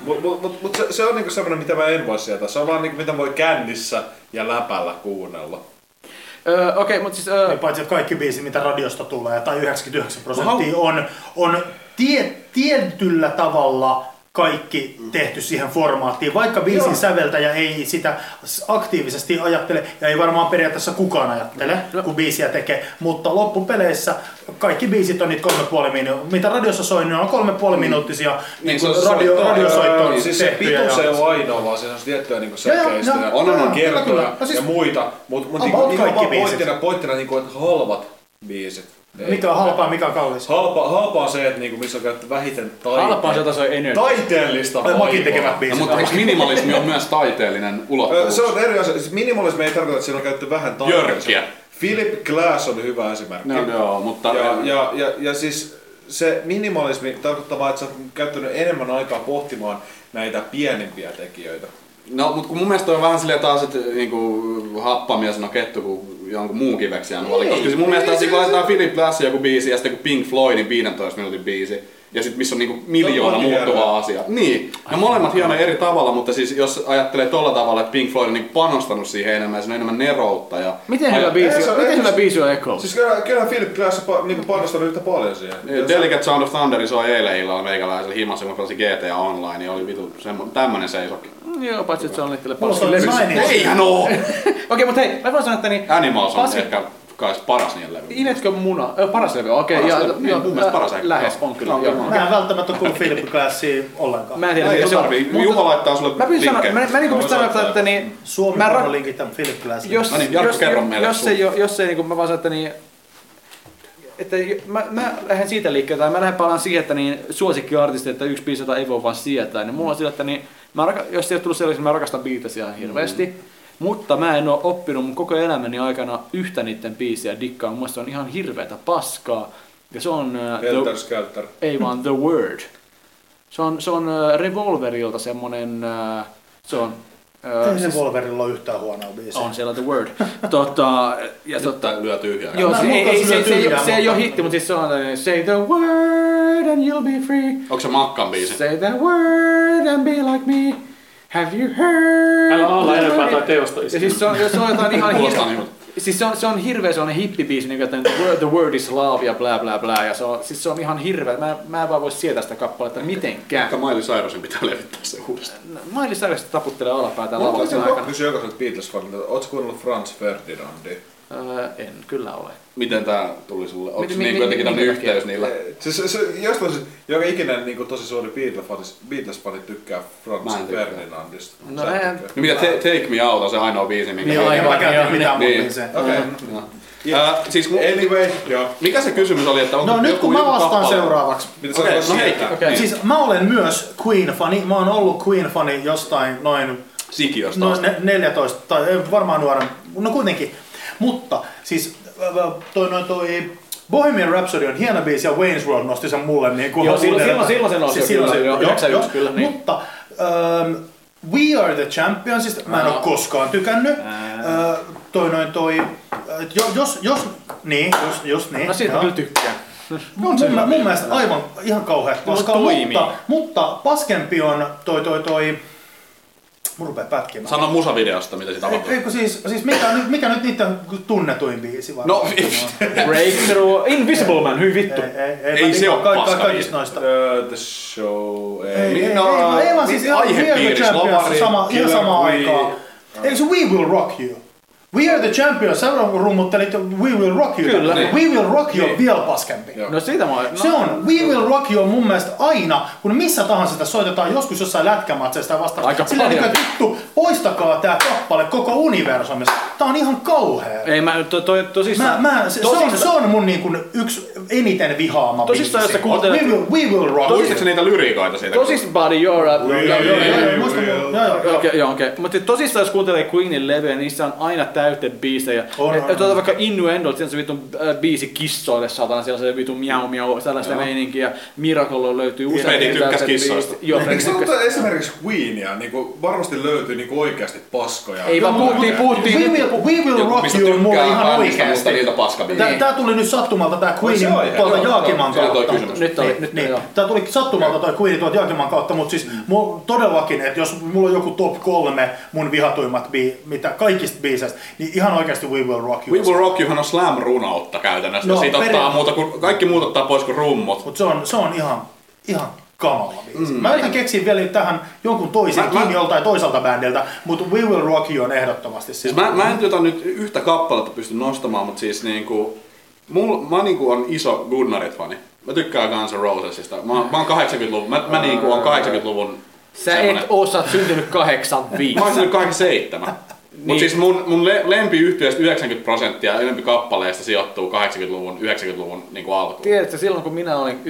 mut, mut, mut, mut se, se, on niinku semmonen, mitä mä en voi sietää. Se on vaan niinku, mitä voi kännissä ja läpällä kuunnella. Öö, Okei, okay, mutta siis... Öö, Ja Paitsi että kaikki biisi, mitä radiosta tulee, tai 99 prosenttia, on, on tie, tietyllä tavalla kaikki tehty siihen formaattiin, vaikka biisin Joo. säveltäjä ei sitä s- aktiivisesti ajattele, ja ei varmaan periaatteessa kukaan ajattele, kun biisiä tekee, mutta loppupeleissä kaikki biisit on niitä 3,5 minuuttia. Mitä radiossa soi, niin ne on 3,5 minuuttisia niin se kuin on radio, soittoa. radiosoittoon Öö, siis se tehtyjä pituus ei ja- ole ainoa, vaan siinä on tiettyä niinku Joo, joo, säkeistä joo, ja on, joo, on kyllä, kyllä. kertoja No siis- ja muita. Mut, mut About niinku, ihan kaikki vaan biisit. pointtina, pointtina niinku, että halvat biisit. Ei. Mikä on halpaa, mikä on kallis. Halpa, halpa on se, että niinku, missä on käytetty vähiten taite- Halpaa sieltä soi energia. taiteellista Tai makin vaivaa. tekemät No, biisit. mutta eikö minimalismi on myös taiteellinen Öö, ulottuvuus? Se on eri asia. Siis Minimalismi ei tarkoita, että siinä on käytetty vähän Jörkiä. Philip Glass on hyvä esimerkki. No, joo, mutta... Ja, ja, ja, ja siis se minimalismi tarkoittaa vaan, että sä oot käyttänyt enemmän aikaa pohtimaan näitä pienimpiä tekijöitä. No, mutta kun mun mielestä on vähän silleen taas, että niinku, happamies on kettu, kun jonkun muun kiveksiään vali. Koska Niin. se mun mielestä taas, kun laitetaan Philip Glass joku biisi ja sitten kun Pink Floydin 15 minuutin biisi, ja sitten missä on niinku miljoona Totta, muuttuvaa hienoa. asiaa. Niin, ja molemmat hienoja eri tavalla, mutta siis jos ajattelee tolla tavalla, että Pink Floyd on niinku panostanut siihen enemmän, ja siinä on enemmän neroutta. Ja... miten hyvä Ai- ei, biisi on, se on- miten ei, hyvä siis- biisi on Echo? Siis kyllä, kyllä Philip Glass on pa- niinku panostanut yhtä paljon siihen. Delicate Sound of Thunder soi eilen illalla meikäläisellä himassa, kun mä pelasin GTA Online, ja oli vitu semmoinen, tämmönen seisokki. Mm, Joo, paitsi että se on niille Mulla paljon. soi nainen. Eihän oo! Okei, mutta hei, mä voin sanoa, että niin... Animals on Pasi- ehkä kai paras niiden levy. Inetkö muna? Ö, paras levy, okei. Paras ja- levy, niin, joo, mun mielestä lä- paras ehkä. Lähes Joo. on kyllä, Joo, joo. kyllä. Mä en välttämättä ole kuullut Philip Glassia ollenkaan. Mä en tiedä, Ei, mikä ei se on. tarvii. Mutta- Juha laittaa sulle Mä pystyn sanoa, linkkejä. mä, mä niinku pystyn sanoa, että, että niin... Suomi mä mä ra- ra- linkin tämän Philip Glassin. jos, No niin, Jarkko, jos, kerro jos, meille jos, sun. ei, oo- jos ei, niin kuin mä vaan sanon, että niin, että jo- mä, mä lähden siitä liikkeelle, tai mä lähden palaan siihen, että niin suosikkiartisti, että yksi biisi, jota ei voi vaan sietää, niin mulla on sillä, että niin, mä raka- jos se ei ole tullut selväksi, mä rakastan biitasiä ihan hirveästi, mutta mä en oo oppinut mun koko elämäni aikana yhtä niiden biisiä dikkaa, mun mielestä se on ihan hirveätä paskaa, ja se on... ää, Helter Skelter. ei vaan The Word. Se on, se on äh, Revolverilta semmonen, äh, se on... äh, Ei se Wolverilla ole yhtään huonoa biisiä. on siellä The Word. (laughs) Tota, ja totta, Totta, lyö tyhjää. joo, Mä se, ei, mukaan ei, se, syö se, ei, tyhjää, se ei mutta- ole hitti, mutta siis se on tällainen Say the word and you'll be free. Onko se Makkan biisi? Say the word and be like me. Have you heard? Älä olla the enempää word? tai teosta Ja siis se on, jos se on jotain (laughs) ihan Kuulostaa hirveä. niiltä. siis se on, se on hirveä sellainen hippibiisi, niin kuin, että the word, the word is love ja bla bla bla. Ja se on, siis se on ihan hirveä. Mä, mä en vaan voi sietää sitä kappaletta mitenkään. Ehkä Miley Cyrusin pitää levittää se uudestaan. Miley Cyrus taputtelee alapäätään Mä lavalla sen voisin aikana. kysy jokaiselta Beatles-fanilta, ootko kuunnellut Franz Ferdinandi? Öö, en kyllä ole. Miten tää tuli sulle? Onko Miten- niinku mi- mi- jotenkin tämmönen minkä takia? yhteys niillä? Eh, Se, se, se, jostain se, joka ikinen niin tosi suuri Beatles-fani, Beatles-fani tykkää Franz Mä en tykkää. Ferdinandista. No Sä et en. tykkää. No mitä Te- Take Me Out on se ainoa biisi, minkä... Niin aivan, Mä käytin joo, mitään niin. muuta kuin sen. Okei. Joo. Ää, siis mu- Anyway, joo. mikä se kysymys oli, että onko No nyt joku- kun mä joku vastaan kappale? seuraavaksi. Mitä sä Okei, okay, no Heikki. Okei. Niin, Siis mä olen myös Queen-fani. Mä oon ollut Queen-fani jostain noin Sikiöstä No, noin asti. No, ne- 14, tai ei, varmaan nuoren, no kuitenkin. Mutta siis äh, toi, noin toi Bohemian Rhapsody on hieno biisi ja Wayne's World nosti sen mulle. Niin kuin Joo, silloin- silloin- silloin sen nosti kyllä, joo, joo, 91 joo. kyllä, niin. Mutta ähm, We Are The Champions, siis mä en ole koskaan tykännyt. Äh, toi noin toi, äh, jo- jos, jos, niin, jos, jos niin. No siitä joo. kyllä tykkään. Mun, mun, mun mielestä aivan ihan kauhea koska, toimii. mutta, mutta paskempi on toi toi toi... Mun rupee pätkimään. Sano musavideosta, mitä se Ei- tapahtui. Eikö siis, siis mikä, nyt- mikä nyt niiden tunnetuin biisi vai? No, Breakthrough. Invisible Man, hyvin vittu. ei, ei, ei, Ei mä se niinku oo kaik- paska kaikista biisi. noista. Uh, the show, ei. Ei, ei, no, ei, vaan- ei, vaan mit- siis ihan We Are The aihepiirissä, Champions Lovari, sama, ihan Killer samaan We- aikaan. Eikö se We Will Rock You? We Are The Champions, sä rummuttelit We Will Rock You. Kyllä. We Will Rock You on vielä paskempi. No siitä mä oon. Se on, We Will Rock You on mun mielestä aina, kun missä tahansa sitä soitetaan, joskus jossain lätkämatseissa tai vastaan. Aika Sillä paljon. niin vittu, poistakaa tää kappale koko universumista. Tää on ihan kauhea. No, Ei mä, to, to, Mä, tosissaan. mä, se, se, on, tosissaan- se on mun niin kuin, yksi eniten vihaama Tosissaan, biisi. jos sä kuuntelet- We will, we will rock Muistatko niitä lyriikoita siitä? Tosissaan, buddy, you're up. Joo, joo, joo, We joo, muista will. mun- joo, joo, Okei, joo. okay, joo, okei. Okay. Mutta tosissaan jos kuuntelee Queenin levyä, niissä on aina täyte biisejä. On, Et- et on, on. Tuota vaikka Innuendo, siinä on se vitun äh, biisi kissoille satana, siellä on se vitun miau miau, sellaista meininkiä. Miracolo löytyy usein. tykkäs kissoista. Joo, Fredi Eikö se tykkäs. ole esimerkiksi Queenia? Niin kuin varmasti löytyy niin kuin oikeasti paskoja. Ei vaan puhuttiin, puhuttiin. We will, we will Joku, rock mistä you on mulle tykkää ihan bändistä, mutta oikeesti. niiltä paskabiisi. Tää, tää tuli nyt sattumalta tää se on Queenin ihan- tuolta joo, Jaakiman se oli toi kautta. kysymys. Nyt oli, Niin, nyt niin. joo. Tää tuli sattumalta toi Queeni tuolta Jaakiman kautta, mutta siis mu- todellakin, että jos mulla on joku top kolme mun vihatuimmat bi- mitä kaikista biiseistä, niin ihan oikeasti We Will Rock You. We Will Rock Youhan on slam-runoutta käytännössä. No, No, Siitä ottaa perin- muuta kuin, kaikki muut ottaa pois kuin rummut. Mutta se on, se on ihan, ihan kamala biisi. Mm, mä yritän keksiä vielä tähän jonkun toisen Mä- mä, kiinni mä- joltain toiselta bändiltä, mutta We Will Rock You on ehdottomasti Siis siis mä, mä en jota nyt yhtä kappaletta pysty nostamaan, mutta siis niinku... Mul, mä niinku on iso Gunnarit-fani. Mä tykkään Guns N' Rosesista. Mä, oon- mä oon 80-luvun, mä, mä niinku on 80-luvun Sä et oo, sä oot syntynyt 85. Mä oon syntynyt 87. Mut Niin. siis mun, mun le- lempiyhtiöistä 90 prosenttia enempi kappaleista sijoittuu 80-luvun, 90-luvun niinku alkuun. Tiedätkö, silloin kun minä olin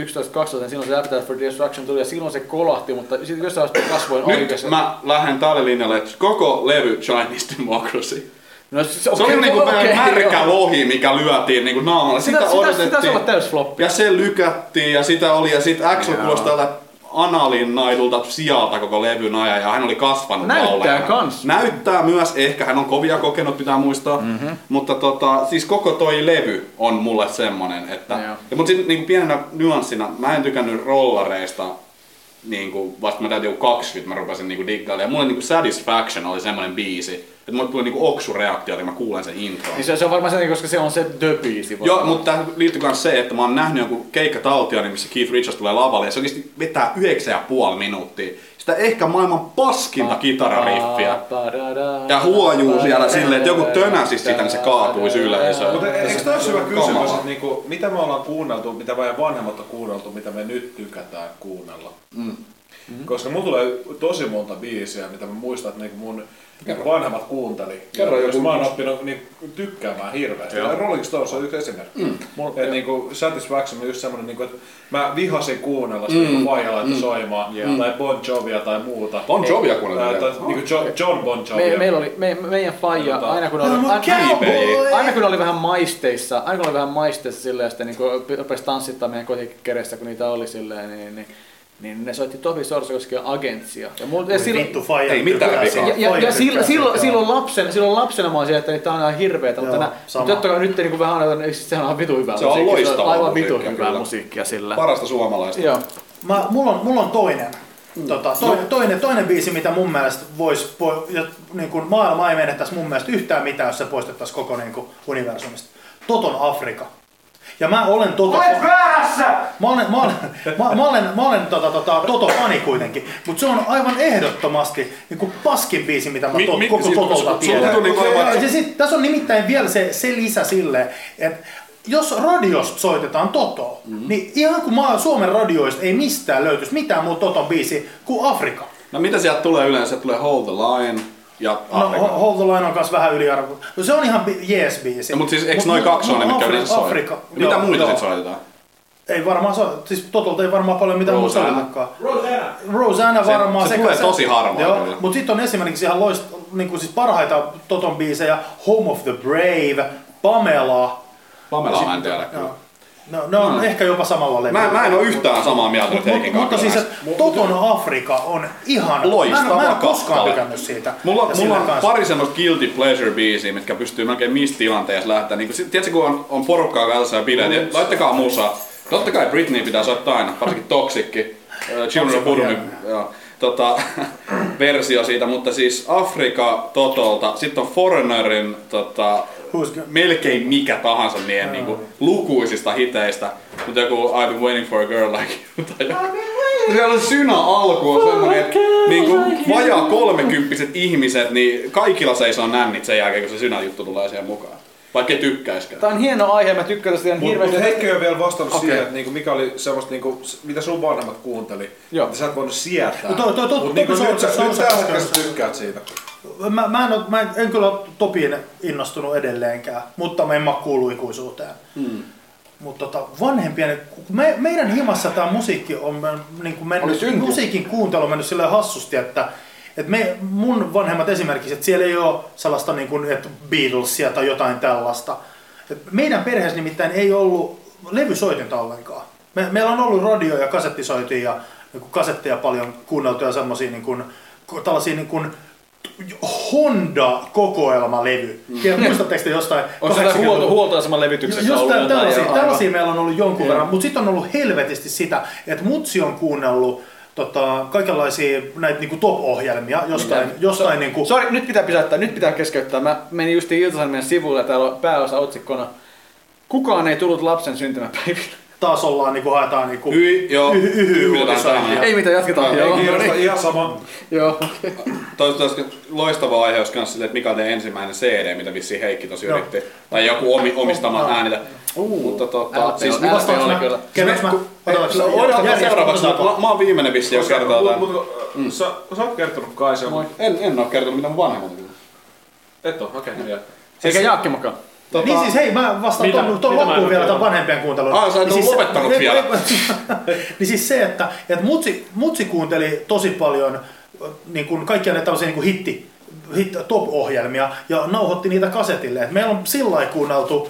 11-12, niin silloin se Appetite for Destruction tuli ja silloin se kolahti, mutta sitten jossain vaiheessa kasvoin Nyt oikeassa. mä lähden tälle linjalle, että koko levy Chinese Democracy. No, se, Se okei, oli niinku okei, okay, märkä joo. lohi, mikä lyötiin niinku naamalla. Sitä, Sitä, sitä sitä, sitä, se odotettiin. olla täys floppi. ja se lykättiin ja sitä oli ja sit Axel kuulosti tältä analin naidulta sijalta koko levyn ajan ja hän oli kasvanut Näyttää laulajana. kans. Näyttää myös, ehkä hän on kovia kokenut, pitää muistaa. Mhm. Mm-hmm. Mutta tota, siis koko toi levy on mulle semmonen, että... Joo. Ja mut sit niinku pienenä nyanssina, mä en tykännyt rollareista niinku, vasta mä täytin joku 20, mä rupesin niinku diggailemaan. Ja mulle niinku Satisfaction oli semmonen biisi, että mulle tuli niinku oksureaktio, että mä kuulen sen intron. Niin se, se on varmaan sen, koska se on se the biisi. Joo, mutta tähän liittyy myös se, että mä oon nähnyt joku keikkataltio, missä Keith Richards tulee lavalle ja se oikeasti vetää 9,5 minuuttia. Sitä ehkä maailman paskinta Ah. kitarariffiä. Ah, Ja huojuu siellä silleen, että joku tönäsis sitä, niin se kaatuisi yleisöön. Mutta eikö tämä ole hyvä kysymys, Kamala. että niinku, mitä me ollaan kuunneltu, mitä meidän vanhemmat on kuunneltu, mitä me nyt tykätään kuunnella? Koska mulla tulee tosi monta biisiä, mitä mä muistan, että niinku mun vanhemmat kuunteli. Kerro Ja joku jos mä oon oppinut niin, tykkäämään hirveästi. Ja Rolling Stones on yksi esimerkki. Mm. Mulla, et, niinku, Satisfaction on just semmonen, niinku, että mä vihasin kuunnella sitä, mm. kun faija laittoi soimaan. Tai Bon Jovia tai muuta. Bon Jovia Tai, kuunnellaan. tai niinku John, John Bon Jovia. Me, meillä oli, me, meidän faija, Katsotaan. aina kun oli, I'm a aina, cowboy! aina kun oli vähän maisteissa, aina kun oli vähän maisteissa silleen, ja sitten niin rupesi tanssittaa meidän kotikereissä, kun niitä oli silleen, niin, niin, niin ne soitti Topi Sorsakoskian agentsia. Ja, mul, ja, Voi silloin, vittu, faija ei mitään tykkää vikaa. siitä. ja, ja, Faija ja silloin, tykkää silloin, siitä, joo. silloin, lapsena, silloin lapsena mä oon siellä, että tämä on ihan hirveetä, mutta, Joo, nää, sama. mutta totta kai nyt niin kuin vähän aina, niin siis sehän on vitu hyvää Se on musiikkia, loistavaa aivan vitu musiikkia, hyvää kyllä. musiikkia sillä. Parasta suomalaista. Joo. Mä, mulla, on, mulla on toinen. Tota, to, toinen, toinen biisi, mitä mun mielestä vois, po, ja, niin kuin maailma ei menettäisi mun mielestä yhtään mitään, jos se poistettaisiin koko niin kuin, universumista. Toton Afrika. Ja mä olen Toto... Olet väärässä! Mä olen, mä olen, mä, mä olen, mä olen tota, tota, Toto fani kuitenkin, mutta se on aivan ehdottomasti niin kuin paskin biisi, mitä mä Mi- to, mi- koko siis- Totolta sulla tiedän. tuntuu niinku aivan, Ja että- se sit, tässä on nimittäin vielä se, se lisä silleen, että jos radiosta soitetaan Toto, Mm. mm-hmm. niin ihan kuin maa, Suomen radioista ei mistään löytyisi mitään muuta Toton biisi kuin Afrika. No mitä sieltä tulee yleensä? Sieltä Tulee Hold the Line ja No, Afrika. Ho- Hold the Line on kanssa vähän yliarvo. No se on ihan bi- jees biisi. No, mutta siis eiks noi kaksi ole ne, mitkä yleensä Afrika, soitetaan? no, Afrika. Ja Mitä Joo, muita joo. sit soitetaan? Ei varmaan so- siis Totolta ei varmaan paljon mitään muuta Rosanna. soitetakaan. Rosanna. Rosanna varmaan. se tulee tosi harvoin kyllä. Joo, mutta sitten on esimerkiksi ihan loist, niin kuin siis parhaita Toton biisejä. Home of the Brave, Pamela. Pamela mä en tiedä. kyllä. Joo. No, ne on ehkä jopa samalla levyllä. Mä, mä en oo yhtään samaa mieltä nyt Heikin Mut, mutta kanssa. siis, että Toton Afrika on ihan... Loistava mä en, mä en koskaan kappale. tykännyt siitä. Mulla, Ja mulla sillä on kanssa. pari semmoista guilty pleasure biisiä, mitkä pystyy melkein missä tilanteessa lähteä. Niin, tiedätkö, kun on, on porukkaa kanssa ja bileet, Mm. niin laittakaa musaa. Totta kai Britney pitää soittaa aina, varsinkin Toxikki, äh, Children of Bodom, joo, tota, (laughs) versio siitä, mutta siis Afrika Totolta, sitten on Foreignerin tota, Who's go- melkein mikä tahansa niiden niin lukuisista hiteistä, mutta joku I've been waiting for a girl like you tai joku. Siellä on synä alku on semmonen, että niinku vajaa kolmekymppiset ihmiset, niin kaikilla seisoo nännit sen jälkeen, kun se synä juttu tulee siihen mukaan. Vaikka ei tykkäiskään. Tää on hieno aihe, mä tykkään tästä ihan Mutta mut hirveästi. Heikki ei ole vielä vastannut Okei. okay. siihen, että niinku, mikä oli semmoista, niinku, s- mitä sun vanhemmat kuunteli. Joo. Joo. Sä et voinut sietää. No toi- toi- toi- Mut niinku, toi- nyt toi- sä, toi- nyt toi- tällä toi- hetkellä sä toi- tykkäät siitä. Mä, mä, en, oo- mä en, en kyllä Topiin innostunut edelleenkään, mutta mä en mä kuulu ikuisuuteen. Mm. Mutta tota, vanhempien, kun me, meidän himassa tämä musiikki on men- niin kuin Oli mennyt, syntynyt. musiikin kuuntelu on mennyt silleen hassusti, että et me, mun vanhemmat esimerkiksi, että siellä ei ole sellaista niin kuin, että Beatlesia tai jotain tällaista. Et meidän perheessä nimittäin ei ollut levysoitinta ollenkaan. Me, meillä on ollut radio ja kasettisoitin ja niin kuin kasetteja paljon kuunneltu ja semmoisia niin kuin, ko- tällaisia niin kuin Honda-kokoelmalevy. Mm. Muistatteko te jostain? Onko se jotain 80-luvun- huolto, huoltoaseman levytyksessä Just ollut tä- jotain? tällaisia, Joo, tällaisia aivan. meillä on ollut jonkun Joo. verran, mutta sitten on ollut helvetisti sitä, että mutsi on kuunnellut tota, kaikenlaisia näitä niinku top-ohjelmia jostain, Mitä? jostain niinku, Sori, nyt pitää pysäyttää, nyt pitää keskeyttää. Mä menin justiin Ilta-Sanomien sivuille ja täällä on pääosa otsikkona. Kukaan ei tullut lapsen syntymäpäiville. taas ollaan niinku, haetaan niinku, Hyi, joo, yhy- yhy- yhytetään uutisointia. tähän. Ei mitään, jatketaan. Ei Joo, Kiinnostaa no niin. ihan sama. Joo. Toivottavasti loistava aihe olisi myös silleen, että mikä on teidän ensimmäinen CD, mitä vissiin Heikki tosi Joo. yritti. Tai joku omi, omistama Joo. äänitä. Mutta tota, LP siis on, LP vastaanko on mä? kyllä. Kerroks mä? Otetaan- Odotapa järjestys- seuraavaksi. otetaan- Mä, mä oon viimeinen vissi, joka kertoo Mut- tämän. mut, ö, Sä, sä oot kertonut kai sen, mut En, en oo kertonut mitä mun vanhemmat on. et oo, okei. hyvä. Eikä Jaakki mukaan. Tota, Niin siis hei, mä vastaan Mitä? tuon, tuon Mitä mä en loppuun ole vielä tämän tiennyt? vanhempien kuuntelun. Ai, sä et ole lopettanut vielä. niin siis se, että, että mutsi, mutsi kuunteli tosi paljon äh, niin kuin kaikkia näitä tämmöisiä niin kuin hitti, hit, top-ohjelmia ja nauhoitti niitä kasetille. Et meillä on sillä lailla kuunneltu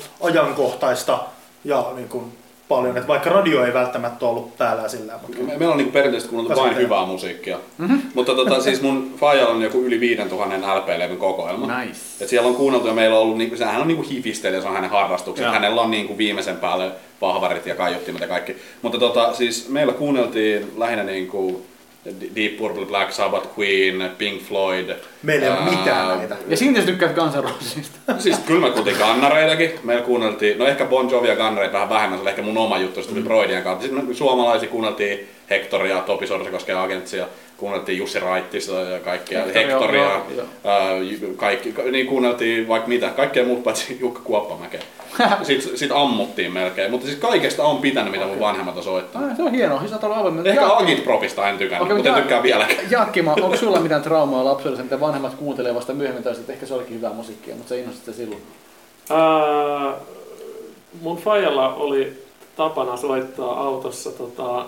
ajankohtaista ja niin kuin paljon, että vaikka radio ei välttämättä ollut päällä sillä tavalla. Me- Meillä on niinku perinteisesti kuunneltu vain Kasetteja. hyvää musiikkia. Mhm. Mm-hmm. Mutta tota, siis mun faijalla on joku yli 5000 LP-levyn kokoelma. Nice. Et siellä on kuunneltu ja meillä on ollut, niinku, sehän on niinku hifistelijä, se on hänen harrastuksensa. Joo. Hänellä on niinku viimeisen päälle pahvarit ja kaiuttimet ja kaikki. Mutta tota, siis meillä kuunneltiin lähinnä niinku D- Deep Purple, Black Sabbath, Queen, Pink Floyd. Meillä ei ole ää, mitään näitä. Ja silti sä tykkäät Guns N' Rosesista. Siis kyllä me kuultiin kannareitakin. Meillä kuunneltiin, no ehkä Bon Jovi ja kannareita vähän vähemmän, se oli ehkä mun oma juttu, se Mm. tuli Broidien kautta. Sitten me suomalaisia kuunneltiin Hectoria, Topi Sorsikosken agentsia, kuunneltiin Jussi Raittista ja kaikkia, Hectoria, Hectoria, joo, joo. ää, j- kaikki, ka- niin kuunneltiin vaikka mitä, kaikkea muuta paitsi Jukka (laughs) Kuoppamäkeä. Sitten sit ammuttiin melkein, mutta siis kaikesta on pitänyt, mitä mun vanhemmat on soittanut. Ai, se on hienoa, siis sä oot ollut avoimen. Ehkä Jaakki- Agit Propista en tykännyt, Okei, okay, mutta en mutta- tykkää vieläkään. Jaakkima, onko sulla mitään traumaa lapsuudessa, mitä vanhemmat kuuntelee vasta myöhemmin tai että ehkä se olikin hyvää musiikkia, mutta se innosti sitä silloin. Ää, mun faijalla oli tapana soittaa autossa tota,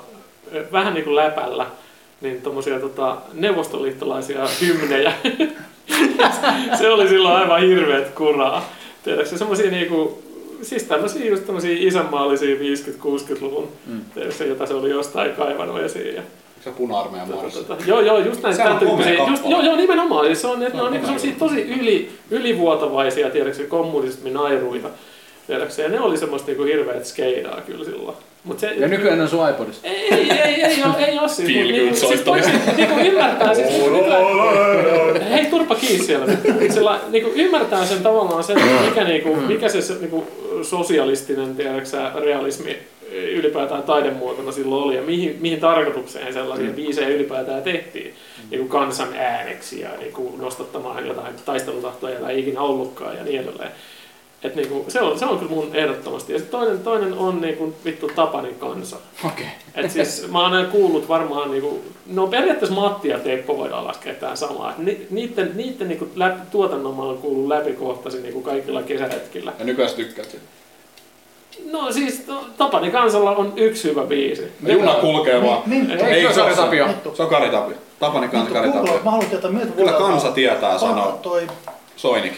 vähän niin kuin läpällä niin tommosia tota, neuvostoliittolaisia hymnejä. (laughs) se oli silloin aivan hirveet kuraa. Tiedätkö semmosia niinku, siis tämmösiä just tämmösiä isänmaallisia 50-60-luvun, mm. tiedätkö, jota se oli jostain kaivannut esiin. Ja Se puna-armeijan Tota, muodossa. tota, Joo, joo, just näitä Sehän tämän on tyyppisiä. komea Just, kappale. joo, joo, nimenomaan. niinku Siis se on, että ne on, niin, se on tosi yli, ylivuotavaisia, tiedätkö, kommunismin nairuita. tiedäksä. Ja ne oli semmoista niinku hirveet skeidaa kyllä silloin. Mut se, Ja nykyään ne on sun iPodissa. ei, ei, ei, ei, oo- ei oo siis. Feel mut good niinku- siis soittaminen. voisi niinku ymmärtää siis. nykyään- Hei, turpa kiinni siellä. Sillä niinku ymmärtää sen tavallaan sen, että mikä, niinku, mikä se, se niinku sosialistinen, tiedäksä, realismi ylipäätään taidemuotona silloin oli ja mihin, mihin tarkoitukseen sellaisia biisejä ylipäätään tehtiin niin kuin kansan ääneksi ja niin kuin nostattamaan jotain taistelutahtoja, jota ei ikinä ollutkaan ja niin edelleen. Et niin kuin, se, on, se on kyllä mun ehdottomasti. Ja sit toinen, toinen on niin kuin, vittu Tapanin kansa. Okei. Et siis mä oon aina kuullut varmaan, niinku, no periaatteessa Matti ja Teppo voidaan laskea tähän samaan. Ni, niiden niiden niinku läpi, tuotannon mä oon kuullut läpikohtaisin niinku kaikilla kesähetkillä. Ja nykyään sä tykkäät siitä. No siis no, Tapani Kansalla on yksi hyvä biisi. Ja Juna kulkee vaan. Niin, Ei, Eikö se ole ole se. Tapio? vittu. Se on Kari Tapio. Tapani kanssa Kari Vittu, Google, mä Tapio. haluan tietää, miltä Kyllä vuodelta kansa on- tietää on sanoa. toi, Soinik.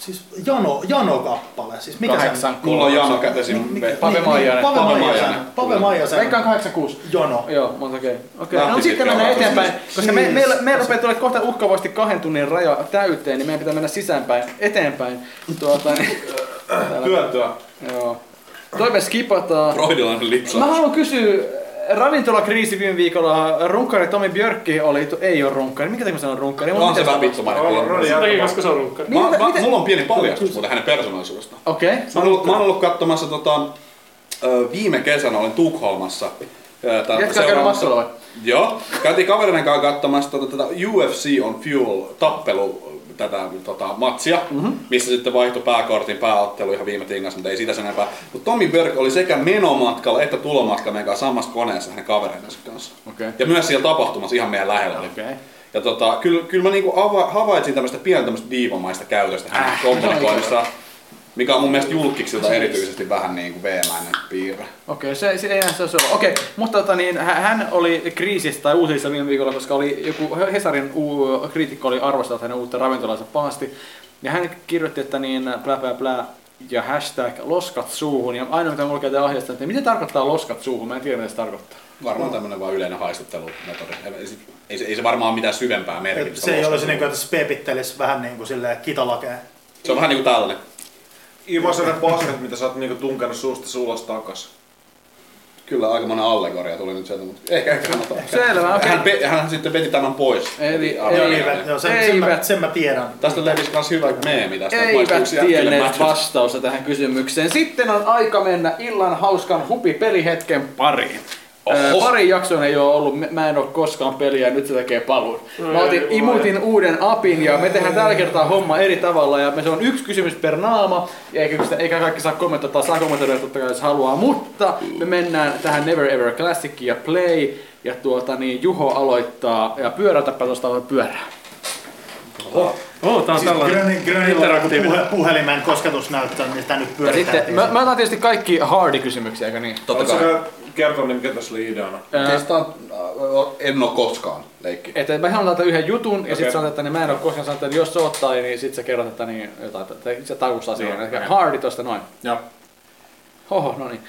siis Jano, Jano-kappale, siis mikä se Kahdeksan. on? Mulla on Jano kätesin. Mikä- Pave niin, niin, Maijanen. Pave Pave Maijasen. Maijanen. Pave Maijasen. Veikkaan 86. Jono. Joo, monta okei. Lähti Okei, siis- no sitten pitkä mennään ratkaisu. eteenpäin, koska me, meillä, meillä rupeaa tulla kohta uhkaavasti kahden tunnin raja täyteen, niin meidän pitää mennä sisäänpäin, eteenpäin. Tuota, niin, (laughs) Työtöä. joo. Toive skipataan. Freudilainen lipsa. Mä haluan kysyä, ravintolakriisi viime viikolla, runkari Tomi Björkki oli, tu- ei ole runkari, mikä takia mä sanon runkari? Mulla On se vähän mitään vittumari. Sen takia, koska se on runkkari. Mitä- Mä- mä- mitä- Mulla on pieni paljastus muuten hänen persoonallisuudestaan. Okei. Mä oon ollut, mä oon ollut katsomassa tota, ö, viime kesänä olin Tukholmassa. ö, tää- Jätkä käydä seuraamassa- massolla vai? Joo. Käytiin kavereiden kanssa katsomassa tota, tätä UFC on Fuel tappelu tätä tota, matsia, Mhm. mm-hmm. missä sitten vaihtoi pääkortin pääottelu ihan viime tingassa, mutta ei sitä sen enempää. Mutta Tommy Berg oli sekä menomatkalla että tulomatkalla meidän kanssa samassa koneessa hänen kavereidensa kanssa. Okei. Ja myös siellä tapahtumassa ihan meidän lähellä. oli. Okei. Ja tota, kyllä, kyllä mä niinku ava- havaitsin tämmöistä pientä tämmöistä diivamaista käytöstä hänen Äh. kommunikoinnissaan, mikä on mun mielestä julkiksilta erityisesti vähän niinku veemäinen piirre. Okei, se, se ei enää se ole. Okei, mutta tota, niin, hä- hän oli kriisissä tai uusissa viime viikolla, koska oli joku Hesarin uu, kriitikko oli arvostellut hänen uutta ravintolansa pahasti. Ja hän kirjoitti, että niin plää plää plää ja hashtag loskat suuhun. Ja ainoa mitä mulla käy ohjeesta, että mitä tarkoittaa loskat suuhun? Mä en tiedä mitä se tarkoittaa. Varmaan tämmönen vaan yleinen haistattelumetodi. Ei, se- ei, se- ei se varmaan mitään syvempää Et merkitystä. Se ei ole olisi niinku, että se pepittelisi vähän niinku silleen kitalakeen. Se on vähän niinku tällainen. Ivo ne paskat, mitä sä oot niinku tunkenut suusta ulos takas. Kyllä aika monen allegoria tuli nyt sieltä, mutta ehkä ehkä kannattaa. Ehkä. Selvä, okei. Hän, pe- hän sitten veti tämän pois. Eli- Arvioidaan. eli- Eivät, joo, sen, Eivät. sen, mä, sen mä tiedän. Tästä levisi myös hyvä meemi tästä. Eivät Maistuuko tienneet jättilämättä? vastausta tähän kysymykseen. Sitten on aika mennä illan hauskan hupi pelihetken pariin. Öö, Pari jakson ei ole ollut, mä- mä en ole koskaan peliä ja nyt se tekee paluun. Mä otin No Ei voi. imutin uuden apin ja me tehdään tällä kertaa homma eri tavalla ja me se on yksi kysymys per naama. Ja eikä, sitä- eikä kaikki saa kommentoida, saa kommentoida totta kai jos haluaa, mutta me mennään tähän Never Ever Classic ja Play. Ja tuota niin, Juho aloittaa ja pyörätäpä tuosta pyörää. Oo, tää on Grönin, tällainen Grönillä on joku interaktiivinen. Siis puhe, puhelimen kosketusnäyttö, niin sitä nyt Ja pyöritään. sitten, mä, mä otan tietysti kaikki hardi kysymyksiä, eikö niin? Totta Oletko kai. sä kertonut, mikä tässä oli ideana? Oikeastaan äh, en oo koskaan leikki. Että mä sanon täältä yhden jutun ja sitten Okei. sanotaan, että niin mä en ole koskaan sanonut, että jos se ottaa, niin sitten sä kerrot, että niin jotain, että sä takustaa siihen. Eli hardi tosta noin. Joo. Hoho, no niin.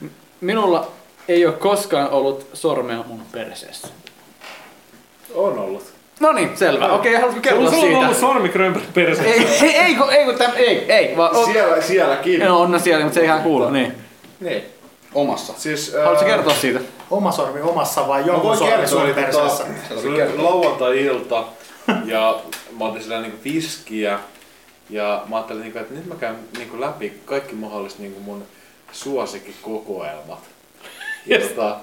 M- Minulla ei ole koskaan ollut sormea mun perseessä. On ollut. No niin, selvä. Okei, haluatko kertoa Sulla sulla on siitä? ollut sormi Grönberg perse. Ei, ei, ei, kun- ei, kun täm, ei, ei, vaan on, Siellä, sielläkin. no, on no siellä, mutta se ei ihan kuulu. Niin. Niin. Omassa. Siis, Haluatko kertoa siitä? Oma sormi omassa vai Mä jonkun voin sormi kertoa, sun että perseessä? tota, se oli lauantai-ilta ja mä otin sillä niinku viskiä ja mä ajattelin, niinku, että nyt mä käyn niinku läpi kaikki mahdolliset niinku mun suosikkikokoelmat. Ja tota, sit Siis mä ajattelin,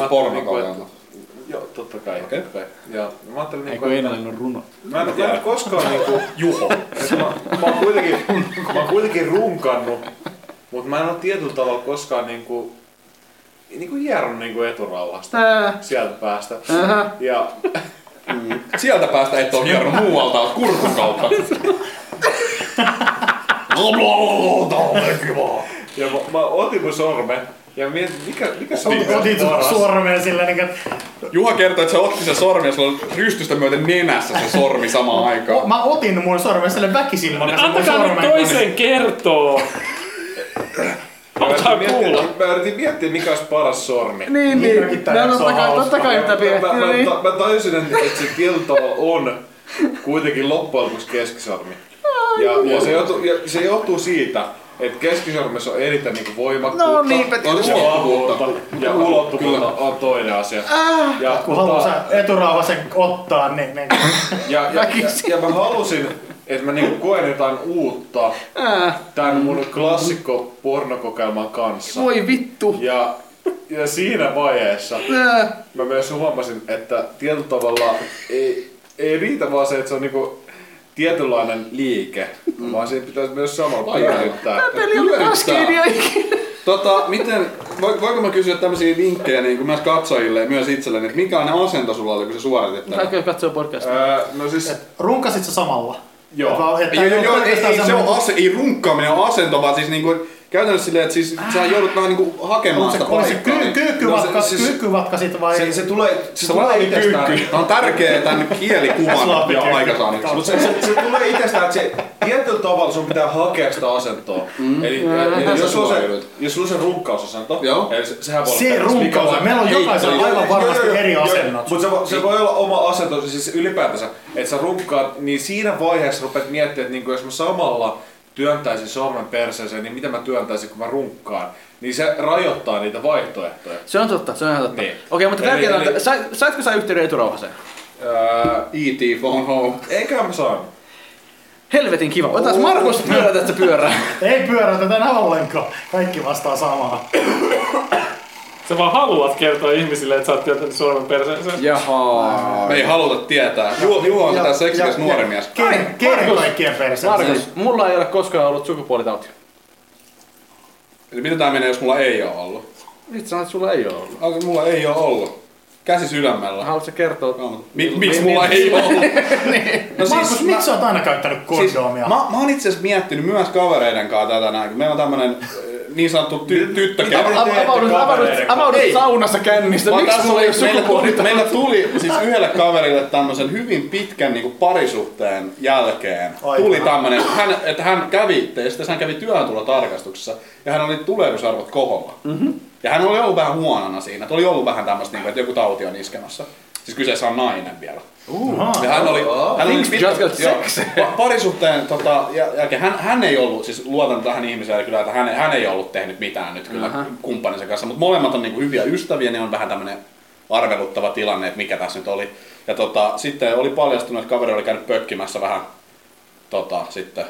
niinku, pornokokoelmat. että- Joo, totta kai. Okei. totta kai. Ja mä ajattelin, Ei, niinku, kun että- Einalin on runo. Mä en, mä en koskaan niinku... Juho. Mä, mä, oon kuitenkin, mä oon kuitenkin runkannut, mutta mä en oo tietyllä tavalla koskaan niinku... Niinku hieron niinku eturauhasta. Tää. Sieltä päästä. Ähä. Ja Sieltä päästä et oo hieronut muualta, oot kurkun (laughs) kautta. Ja mä, mä otin mun sormen ja mietin, mikä, mikä se Otit- Otit sun sormen sillä niin Juha kertoi, että se otti sen sormi ja sulla on rystystä myöten nenässä se sormi samaan aikaan. Mä otin mun sormen sille väkisin mä sen No, mun Niin, Antakaa nyt sormen. toisen kertoa. Antaa kuulla. Mä yritin miettiä, mikä olisi paras sormi. Niin, niin. Minäkin No, tänään totta saan kai, totta hauskaa. kai mitä mä, piehtii. mä, niin. mä, mä tajusin, että, että se kilto on niin. kuitenkin loppujen lopuksi keskisormi. Ja, ja, se johtuu, ja se johtuu siitä, että keskisormessa on erittäin niinku voimakkuutta. niinku No niinpä ja tietysti. vahvuutta. Ja kyllä. ulottuvuutta on toinen asia. Ja, tota- Kun haluaa se eturauha sen ottaa, niin, niin ja, ja, ja, ja mä halusin, että mä niinku koen jotain uutta Ää, tämän mun klassikko pornokokeilman kanssa. voi vittu. Ja, ja siinä vaiheessa Ää, mä myös huomasin, että tietyllä tavalla ei, ei riitä vaan se, että se on niinku tietynlainen liike, vaan siihen pitäisi myös samalla pyörittää. peli oli paskeenia ikinä. Tota, miten, voi- voinko mä kysyä tämmöisiä vinkkejä niin kuin myös katsojille ja myös itselleni, että mikä on ne asento sulla oli, kun se suoritetaan? Kaikki katsoo podcastia. Öö, no siis, runkasit sä samalla? Joo. Et vaan- että Joo, joo, joo, ei, pelkästään ei, se semmoinen- on ase, ei runkkaaminen on asento, vaan siis niinku, käytännössä silleen, että siis sä joudut vähän niinku hakemaan Oliko se, sitä oliko se paikkaa. kyy, kyykkyvatka, No se- siis- kyykkyvatka sit vai? Se, se tulee, se, Se tulee laadi itsestään. Tämä on tärkeä tämän kielikuvan (laughs) Slaavi ja kyykky. aikasaanniksi. Mut se, se, se tulee itsestään, että se tietyllä tavalla sun pitää hakea sitä asentoa. Mm. Eli, eli, Tähän jos, sä sulla on se, suojelut. jos sulla on se runkkausasento, Joo. eli se, sehän voi se periaatteessa mikä runkaus, vaan. meillä on jokaisella aivan varmasti eri asennot. Mutta se, vo- se voi olla oma asento, siis ylipäätänsä, että sä runkkaat, niin siinä vaiheessa rupeat miettimään, että niinku jos mä samalla työntäisin sormen perseeseen, niin mitä mä työntäisin, kun mä runkkaan. Niin se rajoittaa niitä vaihtoehtoja. Se on totta, se on ihan totta. Niin. Okei, mutta Eli- tärkeintä on, eli- että sai- saitko sä yhteyden eturauhaseen? Öö, E.T. E Phone Home. eikä mä saanut. Helvetin kiva. Otas Markus pyörä tästä pyörää. Ei pyörätä tänä ollenkaan. Kaikki vastaa samaa. Sä vaan haluat kertoa ihmisille, että sä oot työntänyt sormen perseensä. Jaha. Me ei haluta tietää. Juo, Juho on tää seksikäs nuori mies. Keren, keren kaikkien perseeseen. Niin. Markus, mulla ei ole koskaan ollut sukupuolitauti. Eli miten tää menee, jos mulla ei oo ollut? Vitsi sanoit, että sulla ei ole ollut. Ah, Mulla ei oo ollut. Käsi sydämellä. Haluatko sä kertoa? Mi- miksi mulla ei oo ollut? No siis Markus, miksi sä oot aina käyttänyt Siis, kondoomia? mä, mä oon itse asiassa miettinyt myös kavereiden kanssa tätä näin. kun Meillä on tämmönen äh, niin sanottu ty- tyttökerho. Av- Avaudut, avaudut, avaudut saunassa kännistä. Vaan Siis Miksi tässä sulla ei ole oli- meillä, tuli, sukupuolitauti? meillä tuli siis yhdelle kaverille tämmöisen hyvin pitkän niin kuin parisuhteen jälkeen. Aivan. Tuli tämmönen, hän, että hän kävi, ja sitten hän kävi työhöntulotarkastuksessa ja hän oli tulehdusarvot koholla. Mhm. Mm-hmm. Ja hän oli ollut vähän huonona siinä, että oli ollut vähän tämmöistä, niin kuin, että joku tauti on iskemässä. Siis kyseessä on nainen vielä. Ahaa. Ja hän oli, hän oli Things just got joo, sexy. pa- parisuhteen tota, jäl- jälkeen, hän, hän ei ollut, siis luotan tähän ihmiseen kyllä, että hän, hän ei ollut tehnyt mitään nyt kyllä Aha. kumppaninsa kanssa, mutta molemmat on niinku hyviä ystäviä, niin on vähän tämmöinen arveluttava tilanne, että mikä tässä nyt oli. Ja tota, sitten oli paljastunut, että kaveri oli käynyt pökkimässä vähän tota, sitten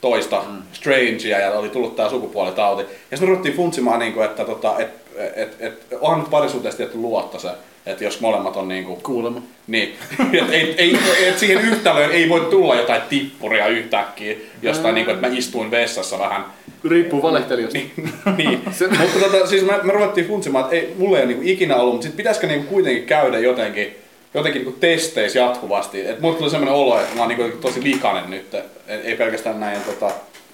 toista mm. strangea ja oli tullut tää sukupuolitauti. Ja sitten me ruvettiin funtsimaan, niin kuin, että tota, et, et, et, onhan nyt parisuhteessa tietty luotto se, että jos molemmat on niin kuin, Kuulemma. niin, (laughs) et, ei, ei, et siihen yhtälöön ei voi tulla jotain tippuria yhtäkkiä jostain, niin kuin, että mä istuin vessassa vähän. Riippuu valehtelijasta. (laughs) niin. Mutta tota, siis me, me ruvettiin funtsimaan, että ei, mulla ei ole niinku ikinä ollut, mutta sit pitäisikö niinku kuitenkin käydä jotenkin, jotenkin niinku testeissä jatkuvasti. Et mulla tuli sellainen olo, että mä oon niinku tosi likainen nyt, et ei pelkästään näin tota,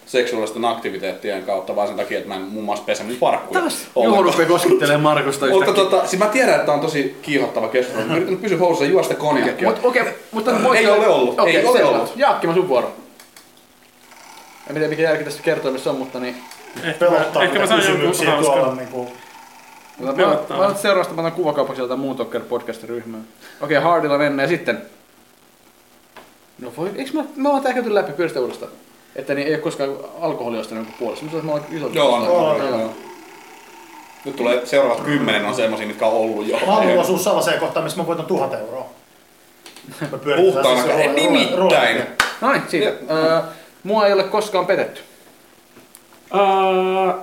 seksuaalisten aktiviteettien kautta, vaan sen takia, että mä en muun muassa pesä mun parkkuja. Taas Juho ollenkaan. rupeaa koskettelemaan Markusta Mutta yhtäkkiä. tota, siis mä tiedän, että tää on tosi kiihottava keskustelu. Mä yritän pysyä housussa ja juosta konjakkia. Mut okei, mutta Ei ole ollut, Okei, ei ole selvä. ollut. Jaakki, mä sun vuoro. En tiedä mikä järki tästä kertoimessa on, mutta niin. Ehkä mä, Pelottaa ehkä mä niitä saan jonkun kysymyksiä tuolla. hauskan. Niinku. Mä, mä, Pelottaa. mä otan seuraavasta mä otan kuvakaupaksi jotain muun Talker podcast-ryhmää. Okei, Hardilla mennään ja sitten. No voi, eiks mä, mä oon tää käyty läpi pyöristä uudestaan. Että niin ei oo koskaan alkoholia ostanut jonkun puolesta. Mutta mä oon iso. Joo, no. on. Joo, joo, joo. Nyt tulee seuraavat kymmenen on semmosia, mitkä on ollut jo. Mä haluan osua sellaiseen kohtaan, missä mä voitan tuhat euroa. Mä pyöritän Puhtaana tässä ei rooli- rooli- nimittäin. rooli- No niin, siitä. Öö, mua ei ole koskaan petetty. Ää,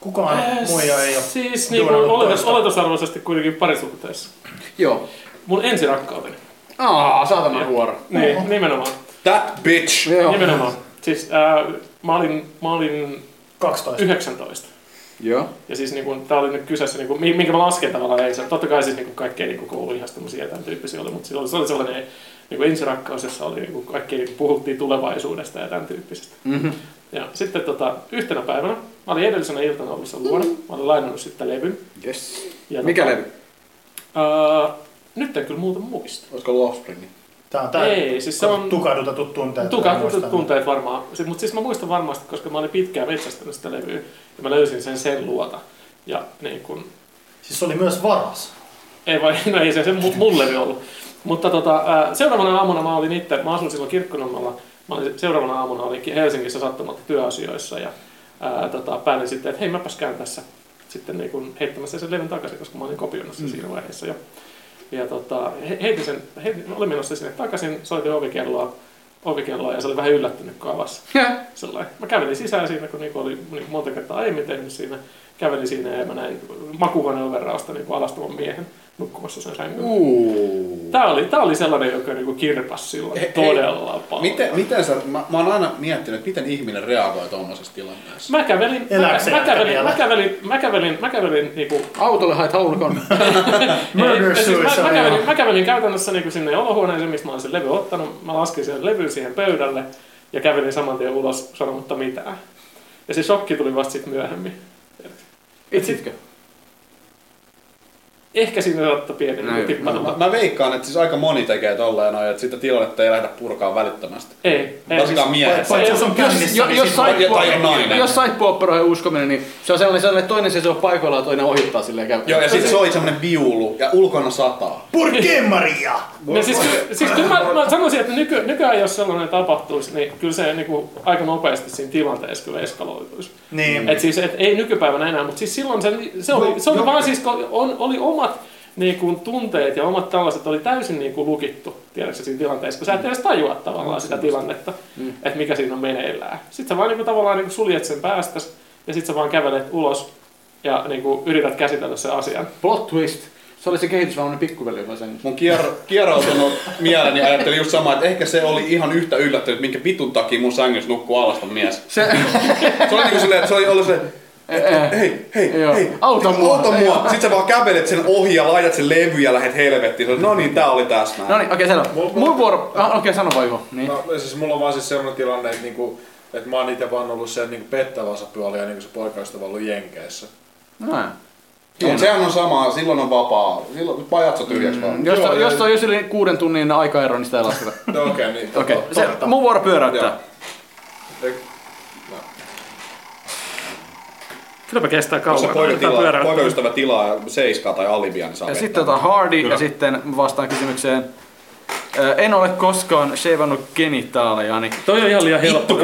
Kukaan muija ei ole. Siis duunannut niinku oletus, toista. oletusarvoisesti kuitenkin parisuhteessa. Joo. Mun ensirakkauteni. Aa, saatana huoro. Niin, nimenomaan. That bitch! Joo. Nimenomaan. Siis ää, mä, olin, mä olin 12. 19. Joo. Ja siis niinku, tää oli nyt kyseessä, niinku, mi- minkä mä lasken tavallaan ensin. Totta kai siis niinku, kaikkea niinku, kouluihastumisia ja tämän tyyppisiä oli, mutta se oli, se oli sellainen niinku, ensirakkaus, jossa oli, niinku, kaikki niinku, puhuttiin tulevaisuudesta ja tämän tyyppisestä. Mhm. Ja sitten tota, yhtenä päivänä, mä olin edellisenä iltana ollut sen luona, Mm-hmm. mä olin lainannut sitten levyn. Yes. Ja Mikä tota, levy? Ää, nyt en kyllä muuta muista. Olisiko ollut Offspringi? Tää on tää. Ei, siis se on... Tukahdutetut tunteet. Tukahdutetut tunteet varmaan. Mutta siis mä muistan varmasti, koska mä olin pitkään metsästänyt sitä levyä ja mä löysin sen sen luota. Ja niin kun, Siis se oli myös varas. ei vai, (laughs) no ei se, se mu- mun levy ollut. Mutta tota, ää, seuraavana aamuna mä olin itse, mä asuin silloin kirkkonummalla Mä olin, seuraavana aamuna olinkin Helsingissä sattumalta työasioissa ja ää, tota, päätin sitten, että hei mäpäs käyn tässä sitten niin kuin heittämässä sen levyn takaisin, koska mä olin kopioinnassa mm. siinä vaiheessa. Ja, ja tota, he- heitin sen, heitin, olin menossa sinne takaisin, soitin ovikelloa, ovikelloa ja se oli vähän yllättynyt kun avasi. Sellainen. Mä kävelin sisään siinä, kun niinku oli niinku monta kertaa aiemmin tehnyt siinä. Kävelin siinä ja mä näin niin makuuhuoneen verrausta niinku alastuvan miehen nukkumassa sen sängyllä. Tää oli, tää oli sellainen, joka niinku kirpas silloin Ei- todella paljon. Miten, miten sä, mä, mä oon aina miettinyt, että miten ihminen reagoi tuommoisessa tilanteessa. Mä kävelin, mä, Elääksä mä, kävelin, vielä? mä kävelin, mä kävelin, mä kävelin niinku... Autolle haet haulukon. Murder ei, siis mä, mä, suicide, kävelin, joo. mä kävelin käytännössä niinku sinne olohuoneeseen, mistä mä olin sen levy ottanut. Mä laskin sen levyn siihen pöydälle ja kävelin saman tien ulos sanomatta mitään. Ja se shokki tuli vasta sit myöhemmin. Itsitkö? Ehkä siinä saattaa pieni Näin, no, tippa Mä, tulla. mä veikkaan, että siis aika moni tekee tolleen noin, että sitä tilannetta ei lähdetä purkaa välittömästi. Ei, ei. siis Varsinkaan miehet. Paitsi jos on kännissä, Jos, niin jos sit voi- saippua- tai on nainen. jos saippuopperoihin uskominen, niin se on sellainen, sellainen että toinen se on paikoillaan, toinen ohittaa silleen käy. Joo, ja sit soi semmonen viulu ja ulkona sataa. Purkeen Maria! No siis, ky- siis kyllä mä, mä sanoisin, että nyky, nykyään jos sellainen tapahtuisi, niin kyllä se niin kuin, aika nopeasti siinä tilanteessa kyllä eskaloituisi. Niin. Et siis, et ei nykypäivänä enää, mutta siis silloin se, se oli, se oli vaan siis, kun on, oli omat niin kuin, tunteet ja omat tällaiset oli täysin niin kuin, lukittu tiedätkö, siinä tilanteessa, kun sä et edes tajua tavallaan sitä tilannetta, että mikä siinä on meneillään. Sitten sä vaan niin kuin, tavallaan niin kuin, suljet sen päästäs ja sitten sä vaan kävelet ulos ja niin kuin, yrität käsitellä sen asian. Plot twist. Se oli se kehitysvammainen pikkuveli, joka sen... Mun kier- kieroutunut mieleni ajatteli just samaa, että ehkä se oli ihan yhtä yllättynyt, minkä vitun takia mun sängyssä nukkuu alasta mies. Se, Se oli niinku silleen, että se oli ollut se, Eh, Eh, hei, hei, Joo. hei, Auta niinku, mua. auta mua. Sit sä vaan kävelet sen ohi ja laitat sen levy ja lähet helvettiin. Se oli, No niin, tää oli tässä no näin. niin, okei, selvä. Mun vuoro... Ah, Okei, sano vaan Juho. Niin. No, siis mulla on vaan siis semmoinen tilanne, että niinku, että mä oon itse vaan ollut sen niinku pettävasapuoli ja niinku se poikaystävä ollut Jenkeissä. No Näin. Mut sehän on sama, silloin on vapaa. Silloin pajatso tyhjäksi vaan. Mm, Jos, Joo, on, joo. jos on just yli kuuden tunnin aikaero, niin sitä ei (laughs) lasketa. No okei, okay, niin. Okei, tota, se mun vuoro pyöräyttää. Joo. Kylläpä kestää Jos kauan. se poika tilaa, poikaystävä tilaa seiskaa tai alibia, niin saa Ja vetää. sitten otan Hardy ja sitten vastaan kysymykseen. Ö, En ole koskaan seivannut genitaaliani. Toi on ihan liian helppo.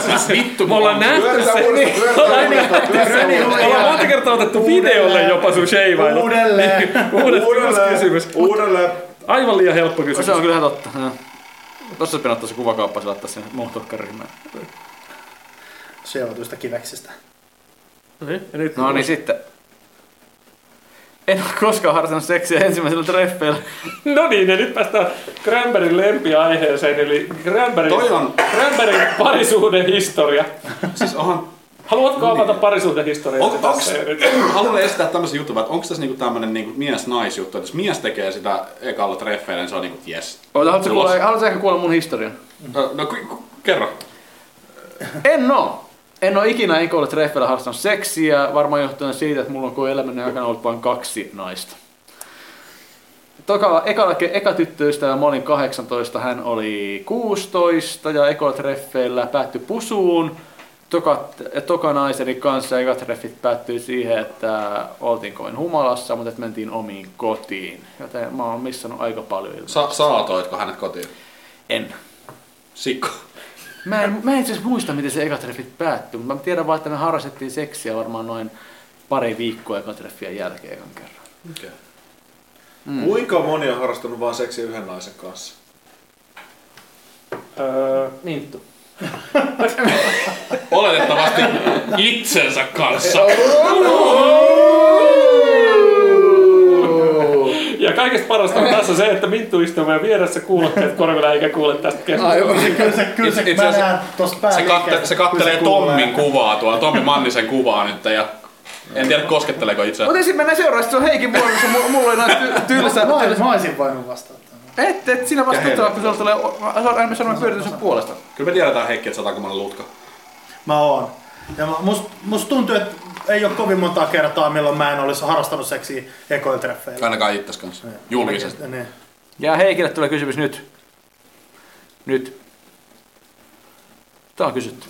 siis- Vittu, Me ollaan Niin. nähty Pyöritään se. uudestaan, pyöritään uudestaan, pyöritään Me uudestaan. ollaan monta kertaa otettu videolle jopa sun sheivailu. Uudelleen. Niin. Uudelleen. kysymys. Uudelleen. Aivan liian helppo kysymys. No Se on kyllä ihan totta. joo. Tossa pinottaa se kuvakaappa, se laittaa sinne muhtokkaryhmään. Se on tuosta kiveksestä. Niin, ja nyt No niin sitten. En ole koskaan harrastanut seksiä ensimmäisellä treffeillä. No niin, ja nyt päästään Granbergin lempiaiheeseen, eli Granbergin, Toi on- Granbergin parisuhdehistoria. Siis onhan Haluatko avata parisuhdehistoriaa? On, onks, haluan estää tämmöisen jutun, että onko tässä niinku tämmöinen niinku mies-naisjuttu, että jos mies tekee sitä ekalla treffeillä, niin se on niinku yes. Oota, haluatko Tulos. kuulla, haluatko ehkä kuulla mun historian? Ö, No ku- ku- kerro. En oo. En oo ikinä enkä ole treffeillä harrastanut seksiä, varmaan johtuen siitä, että mulla on koko elämäni aikana ollut vain kaksi naista. Toka, ekalla, ke- eka tyttöystävä, mä olin 18, hän oli 16 ja ekolla treffeillä päättyi pusuun. Toka, toka naiseni kanssa ekat treffit päättyi siihen, että oltiin kovin humalassa, mutta että mentiin omiin kotiin. Joten mä oon missannut aika paljon ilmaa. Sa- saatoitko hänet kotiin? En. Sikko. Mä en, mä en itse asiassa muista, miten se ekatreffit päättyi, mutta mä tiedän vaan, että me harrastettiin seksiä varmaan noin pari viikkoa ekatreffien jälkeen ekan kerran. Mm. Kuinka moni on harrastanut vaan seksiä yhden naisen kanssa? Öö, Minttu. Oletettavasti itsensä kanssa. Ja kaikesta parasta on tässä se, että Minttu istuu meidän vieressä kuulokkeet korvilla eikä kuule tästä keskustelua. Kyllä se, kyllä se, Itse mä asiassa näen tosta Se, katte- pääliikkeestä. se kattelee Kyllä se kuulee. Tommin kuvaa tuolla, Tommi Mannisen kuvaa nyt ja en tiedä kosketteleeko itseään. Mutta ensin mennään seuraavaksi, se on Heikin vuorossa, mu- mulla oli näin ty- tylsä. Mä, tylsä- mä olisin voinut vastata. Et, et sinä vastuuttaa, kun sulla tulee, sä oot aina sanoa pyörityksen puolesta. Kyllä me tiedetään Heikki, että sataako lutka. Mä oon. Ja mä, must, must tuntuu, että ei ole kovin monta kertaa, milloin mä en olisi harrastanut seksiä ekoilla treffeillä. Ainakaan itses kanssa. Julkisesti. Niin. Ja Heikille tulee kysymys nyt. Nyt. Tää on kysytty.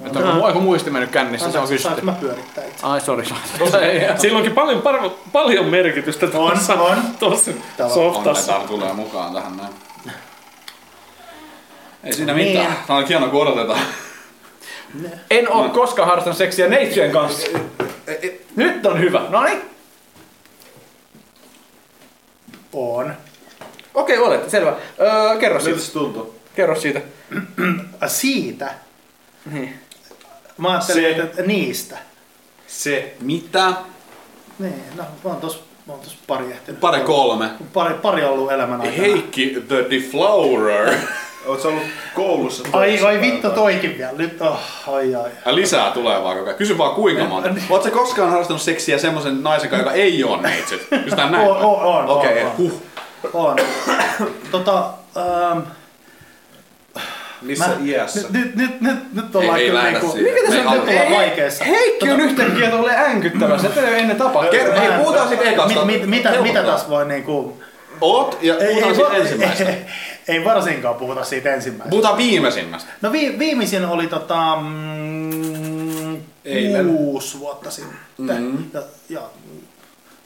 Nyt onko, onko muisti mennyt kännissä, se on Anteeksi, saanko kysytty. mä pyörittää itse? Ai, sori. Sillä onkin paljon, parvo, paljon merkitystä tuossa, on. tuossa Täällä on. softassa. Annetaan tulee mukaan tähän näin. Ei siinä Niin. mitään. Tää on hieno, kun odotetaan. En oo koskaan harrastanut seksiä neitsyjen kanssa. Nyt on hyvä. No niin. On. Okei, olet. Selvä. Öö, kerro siitä. Miltä se tuntuu? Kerro siitä. Ä, Äh, Siitä. Niin. Mä ajattelin, Se. että- että niistä. Se. Mitä? Niin, no mä oon tos, mä oon tos pari ehtinyt. Pare kolme. Pari, pari ollut elämän aikana. Heikki the Deflowerer. Oot sä ollut koulussa? Ai, ai vittu toikin vielä. Nyt, oh, ai ai. Lisää tulee vaan koko ajan. Kysy vaan Niin. kuinka monta. Oot sä koskaan harrastanut seksiä semmoisen naisen kanssa, joka ei oo neitsyt? Kysytään (laughs) näin. On, on, on, Okei, on, on. huh. On. Tota, ähm, Missä Mä- iässä? Nyt, nyt, nyt, nyt, nyt ollaan Ei- ei kyllä lähdä niinku... siihen. Mikä tässä Me nyt ollaan vaikeessa? Heikki on yhtäkkiä tolleen änkyttävässä. Tätä ei ole ennen tapahtunut. Kerro, hei, puhutaan sit ekasta. Mit, mit, mitä, mitä Helpottaa. tässä voi niinku... Oot ja puhutaan va- siitä ensimmäisestä. ei, (laughs) ei varsinkaan puhuta siitä ensimmäisestä. Puhutaan viimeisimmästä. No vi, viimeisin oli tota... Mm, Eilen. kuusi vuotta sitten. Ja, ja,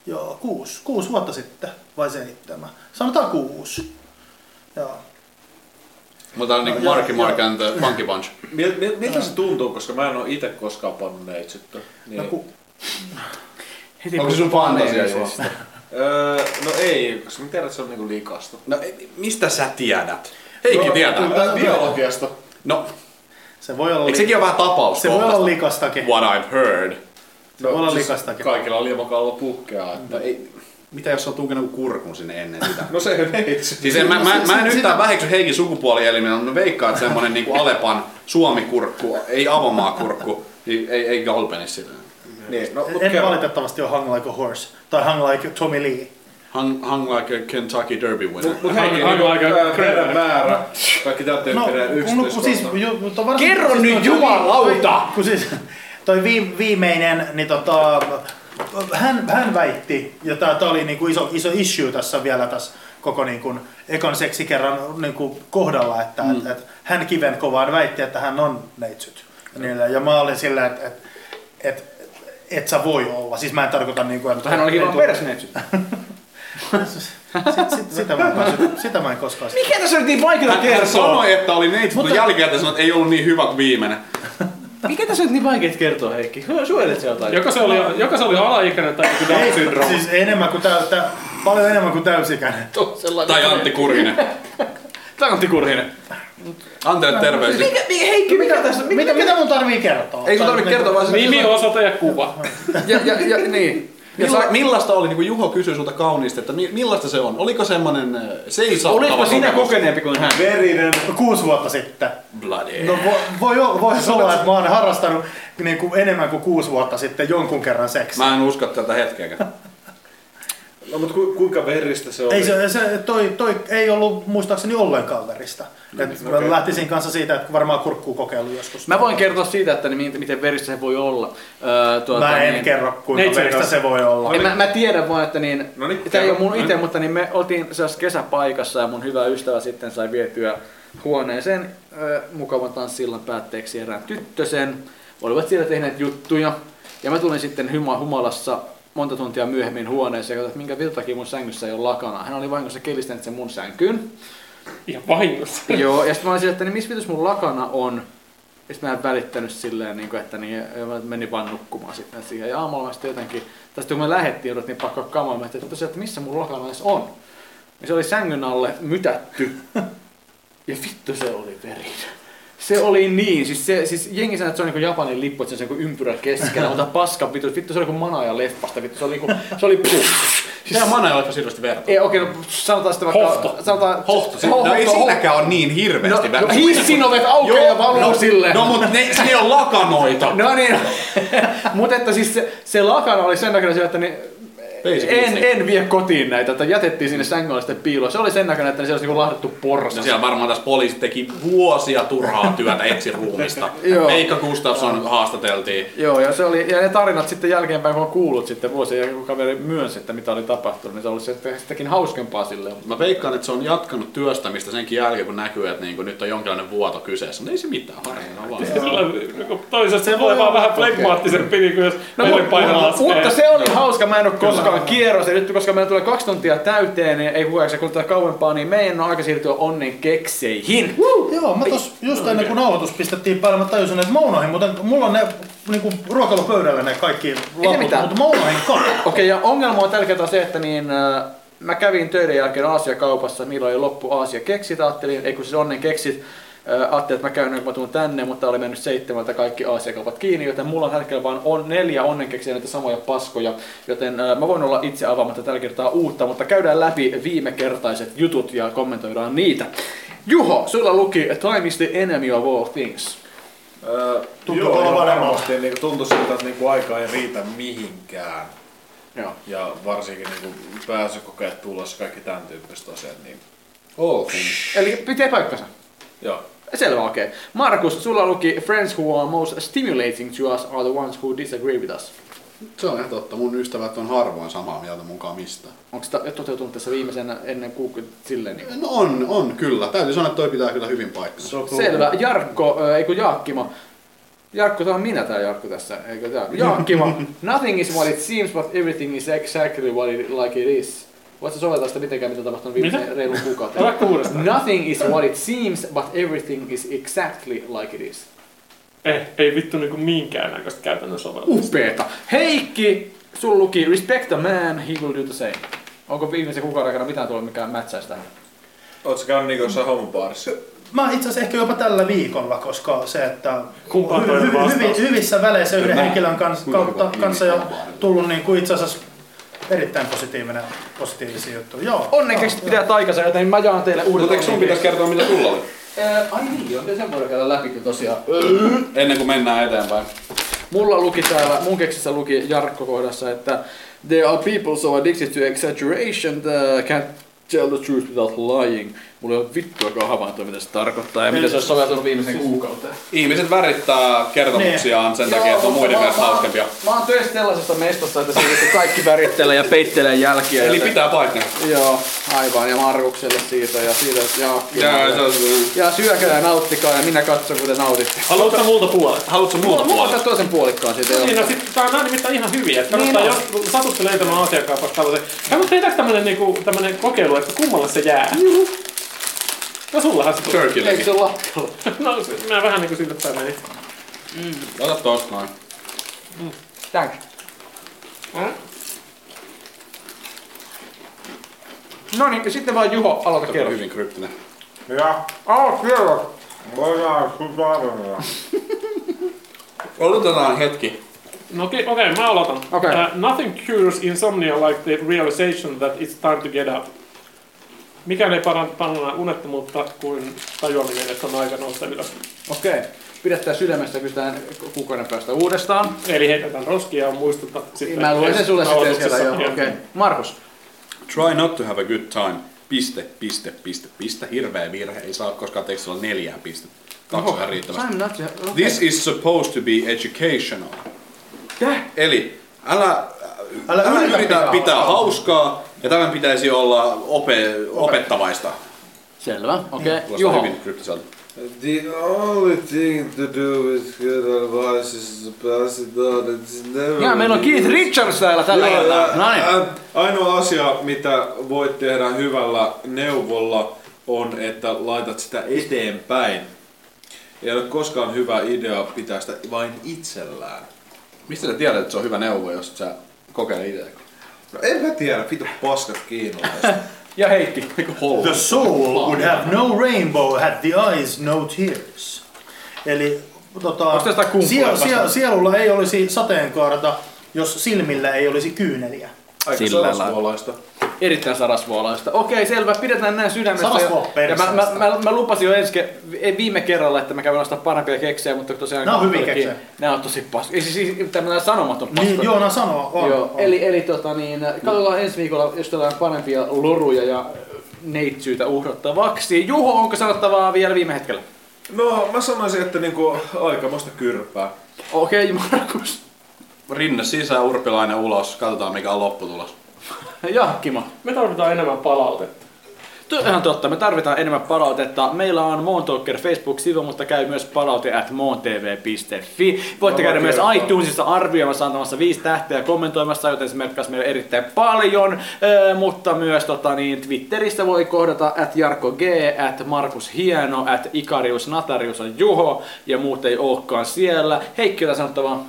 joo, kuusi, kuusi vuotta sitten. Vai seitsemän. Sanotaan kuusi. Joo. Mutta tää on niinku Joo, Marki joo. Niin, Mark and the Funky Bunch. Mil, mil, miltä se tuntuu, koska mä en oo itse koskaan pannut neitsyttä. Niin. Äh. No, ku, Onko se sun fantasia Juha? Öö, no ei, koska mä tiedän, että se on niinku likasta. No ei- mistä sä tiedät? Heikki tietää. Tää biologiasta. No, se voi olla, eikö li, sekin ole vähän tapaus? se voi olla likastakin. What I've heard. Se No, voi olla siis- likastakin. Kaikilla on liemakalla puhkeaa. Että... No, Ei, mitä jos sä oot tunkenut kurkun sinne ennen sitä? No se (laughs) ei neitsyt. Siis en, mä, mä, mä en yhtään väheksy Heikin sukupuolielimiä, mutta mä veikkaan, että semmonen niinku Alepan suomikurkku, ei avomaakurkku, niin ei, ei galpeni sitä. Niin, no mut En kerro. valitettavasti ole Hung Like a Horse tai Hung Like Tommy Lee. Hang, hang like a Kentucky Derby winner. Mut, mut hei, Aika- niinku aika- tää veren määrä. Kaikki täytyy No, tehdä kun- kun siis, yksityiskohtaa. ju, mutta varsin, Kerro siis nyt, toi- jumalauta! Kun siis toi vi, viimeinen, niin tota, hän, hän väitti, ja tää, tää oli niinku iso, iso issue tässä vielä tässä koko niinku ekan seksikerran niinku kohdalla, että mm. et, et, hän kiven kovaan väitti, että hän on neitsyt. Ja, niillä, ja mä olin silleen, että et, et, et sä voi olla. Siis mä en tarkoita niinku, että... Hän olikin vaan persneitsyt. sit, sit, sitä, mä en, päässyt- sitä mä en koskaan... Mikä tässä nyt niin vaikeaa Hän kertoa? sanoi, että oli neitsyt, mutta jälkeen hän sanoi, että ei ollut niin hyvä kuin viimeinen. Mikä tässä nyt niin vaikeaa kertoa, Heikki? Suojelet sä jotain? Joko se oli, joko se oli alaikäinen tai joku Down syndrooma. Siis enemmän kuin täy, tä, paljon enemmän kuin täysikäinen. Tai Antti Kurinen. (laughs) Tantti Kurhinen. Antele terveisiä. Mikä, mikä, Heikki, mikä tässä? Mikä, Mitä, mitä mun tarvii kertoa? Ei sun tarvitse kertoa, vaan se... Nimi, osoite ja kuva. Ja, ja, ja, niin. Ja Milla, sa- millaista oli, niin kuin Juho kysyi sulta kauniisti, että mi, millaista se on? Oliko semmonen äh, seisahtava Olispa sinä kokemus? kokeneempi kuin hän? Verinen. Kuusi vuotta sitten. Bloody. No voi, voi, olla- voi olla, että mä oon harrastanut niin kuin enemmän kuin kuusi vuotta sitten jonkun kerran seksiä. Mä en usko tätä hetkeäkään. No mut ku, kuinka veristä se oli? Ei se, se, toi, toi ei ollut muistaakseni ollenkaan veristä. Et mä okei. lähtisin kanssa siitä, että varmaan kurkkuu kokeilu joskus. No niin, Mä voin kertoa siitä, että niin, miten veristä se voi olla. Öö, tuota, mä en niin, kerro, kuinka Neitsyydessä. veristä se voi olla. En, mä, mä tiedän vaan, että niin, No niin, tämä ei ole kerro. mun itse, mutta niin me oltiin sellaisessa kesäpaikassa ja mun hyvä ystävä sitten sai vietyä huoneeseen ö, mukavan tanssillan päätteeksi erään tyttösen. Olivat siellä tehneet juttuja ja mä tulin sitten hyma humalassa monta tuntia myöhemmin huoneeseen ja katsoin, että minkä vitun takia mun sängyssä ei ole lakana. Hän oli vahingossa kelistänyt sen mun sänkyyn. Ihan vahingossa. Joo, ja sitten mä olin silleen, että niin missä vitus mun lakana on. Ja sitten mä en välittänyt silleen, niin kuin, että niin, ja mä menin vaan nukkumaan sitten siihen. Ja aamulla mä sitten jotenkin, tästä kun me lähettiin, jouduttiin pakkaa kamaa, mä ajattelin, että tosiaan, että missä mun lakana edes on. Ja se oli sängyn alle (laughs) mytätty. Ja vittu se oli verinen. Se oli niin, siis, se, siis jengi sanoi, että se on niin kuin Japanin lippu, että se on niin kuin ympyrä keskellä, mutta paska vittu, vittu se oli kuin manaja leffasta, vittu se oli niin kuin, se oli Siis... (laughs) Sehän Manaja olipa hirveästi verta. Ei okei, no sanotaan sitten vaikka... Hohto. Sanotaan, Hohto. Se, no, Hohto, ei hohto. silläkään ole niin hirveästi No, verta. no hissin ovet aukeaa ja valuu no, sille. No mut ne, ne on (laughs) lakanoita. No niin, mutta että siis se, se lakana oli sen näköinen, että niin, Ei se en, kuulosti. en vie kotiin näitä, että jätettiin sinne sängylle sitten piiloon. Se oli sen näköinen, että se olisi niinku lahdattu No porsas. siellä varmaan tässä poliisi teki vuosia turhaa työtä (laughs) etsiruumista. Joo. Veikka Gustafsson haastateltiin. Joo, ja, se oli, ja ne tarinat sitten jälkeenpäin, kun on kuullut sitten vuosien jälkeen, kun kaveri myönsi, että mitä oli tapahtunut, niin se oli sitten- sittenkin hauskempaa No, silleen. Mä veikkaan, että se on jatkanut työstämistä senkin jälkeen, kun näkyy, että niinku nyt on jonkinlainen vuoto kyseessä. Mutta ei se mitään harjoittaa vaan. Sillä- niinku Toisaalta se voi vaan vähän flegmaattisempi, niin kuin jos no, meille painellaan mutta se oli hauska, mä en ole koskaan seuraava kierros. Ja nyt koska meillä tulee kaksi tuntia täyteen, niin ei huojaksi kuluttaa kauempaa, niin meidän on aika siirtyä onnen kekseihin. Joo, mä tos just ennen kuin nauhoitus pistettiin päälle, mä tajusin, että mä unohdin, mutta mulla on ne niinku ruokailupöydällä ne kaikki laput, mitään. mutta mä unohdin kaksi. Okei, ja ongelma on tällä kertaa se, että niin, äh, mä kävin töiden jälkeen Aasia-kaupassa, milloin oli loppu Aasia keksit, ajattelin, ei kun siis onnen keksit, äh, ajattelin, että mä käyn, kun mä tuun tänne, mutta oli mennyt seitsemältä kaikki Aasia-kaupat kiinni, joten mulla on tällä hetkellä vaan on neljä onnenkeksiä näitä samoja paskoja, joten äh, mä voin olla itse avaamatta tällä kertaa uutta, mutta käydään läpi viime kertaiset jutut ja kommentoidaan niitä. Juho, sulla luki Time is the enemy of all things. Tuntuu tuolla valemmalta. Niin, tuntui siltä, että niinku aikaa ei riitä mihinkään. Joo. Ja varsinkin niinku pääsykokeet tulossa, kaikki tämän tyyppiset asiat. Niin, Eli pitää paikkansa. joo. Selvä, okei. Okay. Markus, sulla luki Friends who are most stimulating to us are the ones who disagree with us. Se on ihan totta. Mun ystävät on harvoin samaa mieltä mukaan mistä. Onko tämä toteutunut tässä viimeisenä ennen kuukautta silleen? Niin? No on, on kyllä. Täytyy sanoa, että toi pitää kyllä hyvin paikkansa. Sopu. Selvä. Jarkko, äh, ei kun Jaakkimo. Jarkko, tämä on minä tämä Jarkko tässä, eikö tämä? Jaakkimo, (laughs) nothing is what it seems, but everything is exactly what it, like it is. Voitko soveltaa sitä mitenkään, mitä on tapahtunut viimeisen Mitä? reilun kuukautta? Oletko uudestaan? Nothing is what it seems, but everything is exactly like it is. Ei, ei vittu niinku minkään näköistä käytännön sovellusta. Upeeta. Heikki, sun luki Respect a man, he will do the same. Onko viimeisen kuukauden aikana mitään tullut, mikä mätsäisi tähän? Oot sä käynyt niinku jossain homobaarissa? Mä itse asiassa ehkä jopa tällä viikolla, koska se, että Kumpaan hy- toinen hy- vastaus? hyvi- hyvissä väleissä yhden henkilön kanssa, Kuinka kautta, hyvä kanssa jo ihminen on. tullut niin kuin itse asiassa erittäin positiivinen, positiivisia juttuja. Joo. Onneksi Joo, pitää taikansa, joten mä jaan teille uudet Mutta eikö No sun pitäisi kertoa, mitä sulla oli? Ää, ai niin, joo, sen voidaan käydä läpi kyllä tosiaan. Ennen kuin mennään eteenpäin. Mulla luki täällä, mun keksissä luki Jarkko kohdassa, että There are people so addicted to exaggeration that can't tell the truth without lying. Mulla ei ole vittuakaan havaintoa, mitä se tarkoittaa ja mitä se olisi soveltunut viimeisen kuukauteen. Ihmiset värittää kertomuksiaan sen takia, että on muiden mielestä hauskempia. Mä oon töissä sellaisessa mestassa, että siinä vittu kaikki värittelee ja peittelee jälkiä. Eli joten- pitää paikkansa. Joo, aivan. Ja Markukselle siitä ja siitä Jaakkille. Jaa, se on- ja syökää ja nauttikaa ja minä katson, kun te nautitte. Haluatko multa puolet? Haluatko Mulla, muuta mulla on puolta? tää toisen puolikkaan siitä. joo. Niin, no sit, tää on nää nimittäin ihan hyviä, että kannattaa Niin niin, jos satutte löytämään asiakkaapasta tämmöisen. Ja mutta tehdäänkö tämmönen, niinku, tämmönen kokeilu, että kummalle se jää? No sullahan se tuli. Eikö Turkillekin. se ole lahjalla? (laughs) No se- mä vähän niinku siltä tää meni. Ota tosta noin. Thanks. Hm? No niin, sitten vaan Juho, aloita Tämä on kerran. hyvin kryptinen. Ja, Aloita kerran. voidaan sun varmella. Odotetaan hetki. No okei, okay, okay, mä aloitan. Okei. Uh, nothing cures insomnia like the realization that it's time to get up. Mikään ei paran- paranna unettomuutta kuin tajuaminen, että on aika nousta ylös. Okei. Pidetään sydämestä, kysytään kuukauden päästä uudestaan. Eli heitetään roskia ja muistuta sitten. Mä luen sen sulle sitten nauhoituksessa. siellä jo. Okei. Markus. Try not to have a good time. Piste, piste, piste, piste. Hirveä virhe. Ei saa koskaan tekstillä neljää piste. Kaksi on ihan riittävästi. Time not to- okei. This is supposed to be educational. Tää? Eli älä, Älä älä yritä yritä pitää pitää, hauskaa. Ja tämän pitäisi olla ope, opettavaista. Selvä, okei. Kuulostaa Juho. hyvin kryptiseltä. The only thing to do with good advice is to pass it on. It's never Jaa, meillä on Keith Richards täällä tällä Joo, hetkellä. No niin. ja, äh, Ainoa asia, mitä voit tehdä hyvällä neuvolla, on, että laitat sitä eteenpäin. Ei ole koskaan hyvä idea pitää sitä vain itsellään. Mistä sä tiedät, että se on hyvä neuvo, jos sä kokeilet itse? No en mä tiedä, vitu paskat kiinalaiset. Ja Heikki. The soul would have no rainbow had the eyes no tears. Eli tota, Onks tästä kumpua siel, vastaan? siel, sielulla ei olisi sateenkaarta, jos silmillä ei olisi kyyneliä. Niin Aika Sillä lailla. sarasvuolaista. Erittäin sarasvuolaista. Okei, selvä. Pidetään näin sydämessä. Sarasvuo Ja- ja mä, mä, perseestä. mä, mä, lupasin jo ensi ke- ei viime kerralla, että mä kävin ostaa parempia keksejä, mutta tosiaan... Nää on hyviä keksejä. Nämä on tosi paskoja. Siis, siis tämmöinen sanomaton paskoja. Niin Joona sanoo, on. Joo, on. eli, eli tota niin, katsotaan ensi viikolla, jos täällä on parempia loruja ja neitsyytä uhrattavaksi. Juho, onko sanottavaa vielä viime hetkellä? No mä sanoisin, että niinku aikamoista kyrpää. Okei, okay, Markus. (laughs) Rinne sisään, urpilainen ulos. Katsotaan, mikä on lopputulos. Jaakkimo. Me tarvitaan enemmän palautetta. To, ihan totta, me tarvitaan enemmän palautetta. Meillä on Moontalker Facebook-sivu, mutta käy myös palaute at moontv.fi. Voitte käydä myös iTunesissa arvioimassa, antamassa viisi tähteä ja kommentoimassa, joten se merkkasi meille erittäin paljon. Öö, mutta myös tota, niin, Twitterissä voi kohdata at Jarkko G, at Markus Hieno, at Ikarius Natarius on Juho ja muut ei olekaan siellä. Heikki, jotain sanottavaa?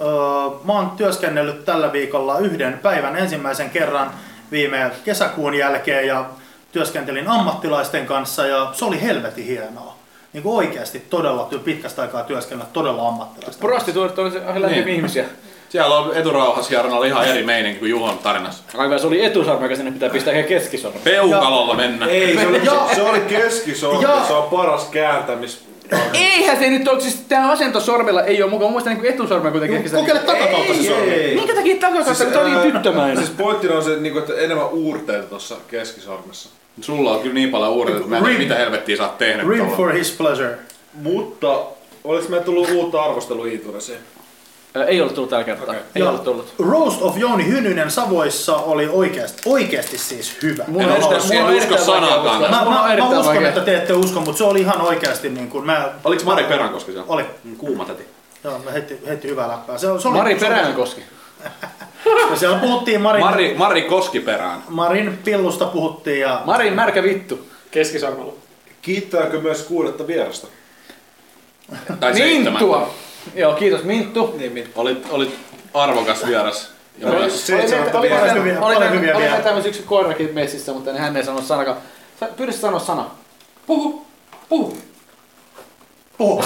Öö, mä oon työskennellyt tällä viikolla yhden päivän ensimmäisen kerran viime kesäkuun jälkeen ja työskentelin ammattilaisten kanssa ja se oli helvetin hienoa. Niin kuin oikeasti todella ty- pitkästä aikaa työskennellä todella ammattilaisten Prostituoidut on se- lähinnä Niin. ihmisiä. Siellä on eturauhas Jarno ihan eri meininki kuin Juhon tarinassa. Aivan, se oli etusormi, joka sinne pitää pistää ihan keskisormi. Peukalolla mennään. Ei, se oli, Ja- se oli keskisormi, Ja- se on paras kääntämis... Eihän se nyt ole, siis tää asento sormella ei ole mukaan, muistan niinku etusormen kuitenkin. ehkä kanssa. sitä- Kokeile Siis, takakautta se sormi. Minkä takia takakautta, kun tää on ää, niin tyttömäinen? Siis pointtina on se, niinku, että enemmän uurteita tuossa keskisormessa. Sulla on kyllä niin paljon uudet, että mä en tiedä mitä helvettiä sä oot tehnyt Rim tuolla. for his pleasure. Mutta olis me tullut uutta arvostelua Iituraseen? Ää, Ei ollut tullut tällä kertaa. Ei Joo. ollut tullut. Roast of Jouni Hynynen Savoissa oli oikeasti, oikeasti siis hyvä. Mulla En on usko- erittäin- en mulla on usko erittäin vaikea sanaakaan. uskoa. Mä, Mulla on mä, mä erittäin uskon, vaikea. että te ette usko, mutta se oli ihan oikeasti niin kuin mä... Oliks Mari Perankoski siellä? Mm, Oli. Kuuma täti. Joo, mä heitti, heitti hyvää läppää. Se, se oli, Mari se oli- Peräänkoski. Ja siellä puhuttiin Marin, Mari, Mari Koskiperään. Marin pillusta puhuttiin ja Marin märkä vittu. Keskisormella. Kiittääkö myös kuudetta vierasta? Tai seitsemän. Minttua. Joo, kiitos Minttu. Niin, mit. Olit, olit arvokas vieras. Ja myös Se, että meitä- sä oli meitä- vielä. Paljon hyviä- oli paljon meitä- hyviä oli vielä. meitä tämmöis yksi koirakin messissä, mutta niin hän ei sanonut sanakaan. Sä- Pyydä sanoa sana. Puhu. Puhu. puhu.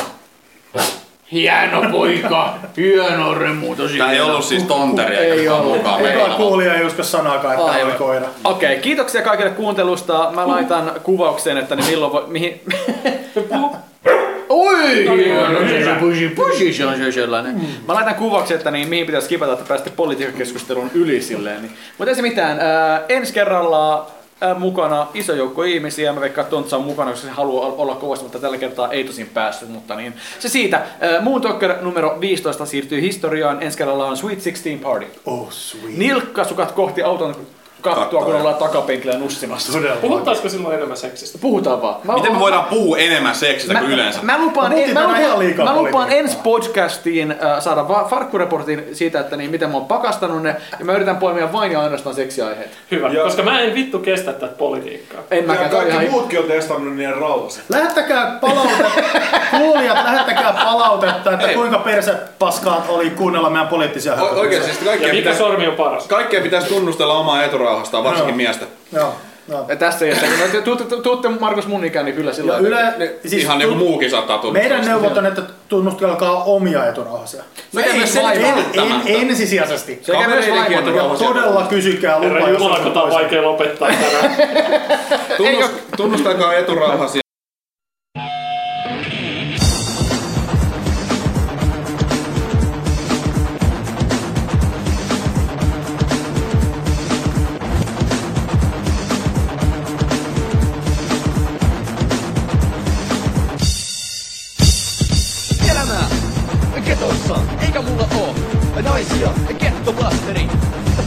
Hieno poika. Hieno remu. Tosi Tää ei ollut siis tonteria, Ei eikä ollut. mukaan Ei meillä. kai kuulija ei usko sanaakaan, että tämä Aivan. oli koira. Okei, okay, kiitoksia kaikille kuuntelusta. Mä laitan kuvaukseen, että niin milloin voi... Mihin... Oi! Pusi, pusi, se on se sellainen. Mm. Mä laitan kuvauksen, että niin, mihin pitäisi skipata, että päästä politiikkakeskusteluun yli silleen. Niin. Mutta ei se mitään. Ää, ensi kerralla ää, mukana iso joukko ihmisiä. Mä veikkaan, että Tontsa on mukana, koska se haluaa ol- olla kovasti, mutta tällä kertaa ei tosin päässyt. Mutta niin. Se siitä. Ää, Moon Talker numero 15 siirtyy historiaan. Ensi kerralla on Sweet 16 Party. Oh Niin, sweet. Nilkkasukat kohti auton kattoa, kun ollaan takapenkillä nussimassa. Todella. Puhuttaisiko silloin enemmän seksistä? Puhutaan vaan. Mä, Miten me voidaan puhua enemmän seksistä Mä, kuin yleensä? mä lupaan, Me en, puhuttiin mä tänään ihan lupaan, liikaa mä lupaan politiikkaa. ensi podcastiin äh, saada va- farkkureportin siitä, että niin, miten mä oon pakastanut ne, ja mä yritän poimia vain ja ainoastaan seksiaiheet. Hyvä, Joo. koska mä en vittu kestä tätä politiikkaa. En Ja mäkään, toi ihan... kaikki muutkin on testannut niiden rauhassa. Lähettäkää (laughs) palautetta, kuulijat, lähettäkää palautetta, että Hei. kuinka persepaskaa oli kuunnella meidän poliittisia O- oikeesti, siis Ja kaikkea mikä pitäisi, sormi on paras? kaikkea pitäisi tunnustella omaa eturauhastaan, varsinkin Joo. miestä. Joo, joo. Ja tässä ei ole. No, te- Tuutte, tu- tuutte Markus mun ikäni kyllä Ja sillä lailla. yle, siis Ihan tu- niinku muukin saattaa tulla. meidän neuvot on, että tunnustelkaa omia eturauhasia. Sekä ei, myös se- En, vaimo. en, ensisijaisesti. Sekä myös Kavereidenkin vaimo. on Ja todella kysykää Herra lupa, jos Jumala, kun tää on on vaikea lopettaa tänään. Tunnust, tunnustakaa eturauhasi elämää ketossa, eikä mulla oo naisia, kettoblasterin.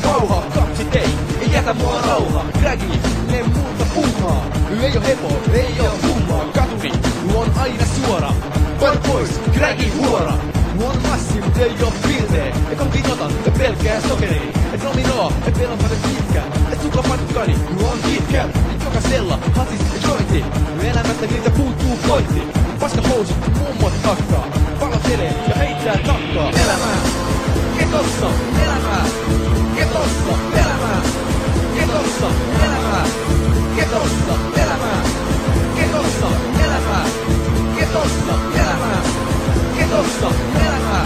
Kauha, kaksit ei, ei jätä mua rauhaa. Dragi, ne muuta puuhaa. Ei oo hepo, ei oo kummaa. Katuri, on aina suora. Pari pois, dragi huora. Nuo on massi, mut ei oo piltee. Ja kun kinotan, et pelkää sokeri. Et nominoo, et vielä on paljon pitkä. Et suka pakkani, nuo on pitkä. Jokaisella, hatis ja jointi. Elämästä niitä puuttuu pointti. Paska housut, mummot takkaa. Palotelee ja heittää takkaa. Elämää, ketossa, elämää. Ketossa, elämää. Ketossa, elämää. Ketossa, elämää. Ketossa, elämää. Ketossa, elämää. Ketossa, elämää.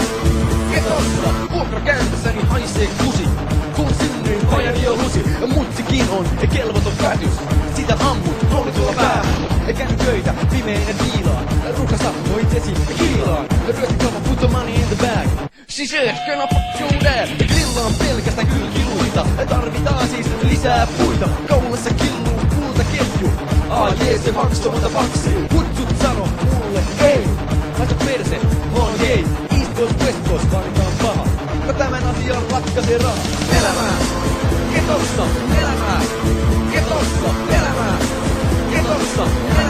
Ketossa, vuokrakäyntissäni niin haisee kusi. Kun synnyin pajani jo lusi, mutsikin on kelvoton päätys. Sitä ammut nollitulla päähän. Käyn töitä, pimeinen viilaan. Ruka sammoi tesi, kiilaan. Ryöstikaupa put the money in the bag. Siis ehkä napakkuuden. Grillaan pelkästä kylkiluita. Tarvitaan siis lisää puita. Kaulassa killuu kultaketju. Ah jee, se maksamata paksi. Kutsut sano mulle ei. Laita perse, mä oon gay. East Coast, West Coast, vaaditaan paha. Mä tämän asian ratkaisen rahaa. Elämää, ketossa, elämää, ketossa, elämää. Keto on?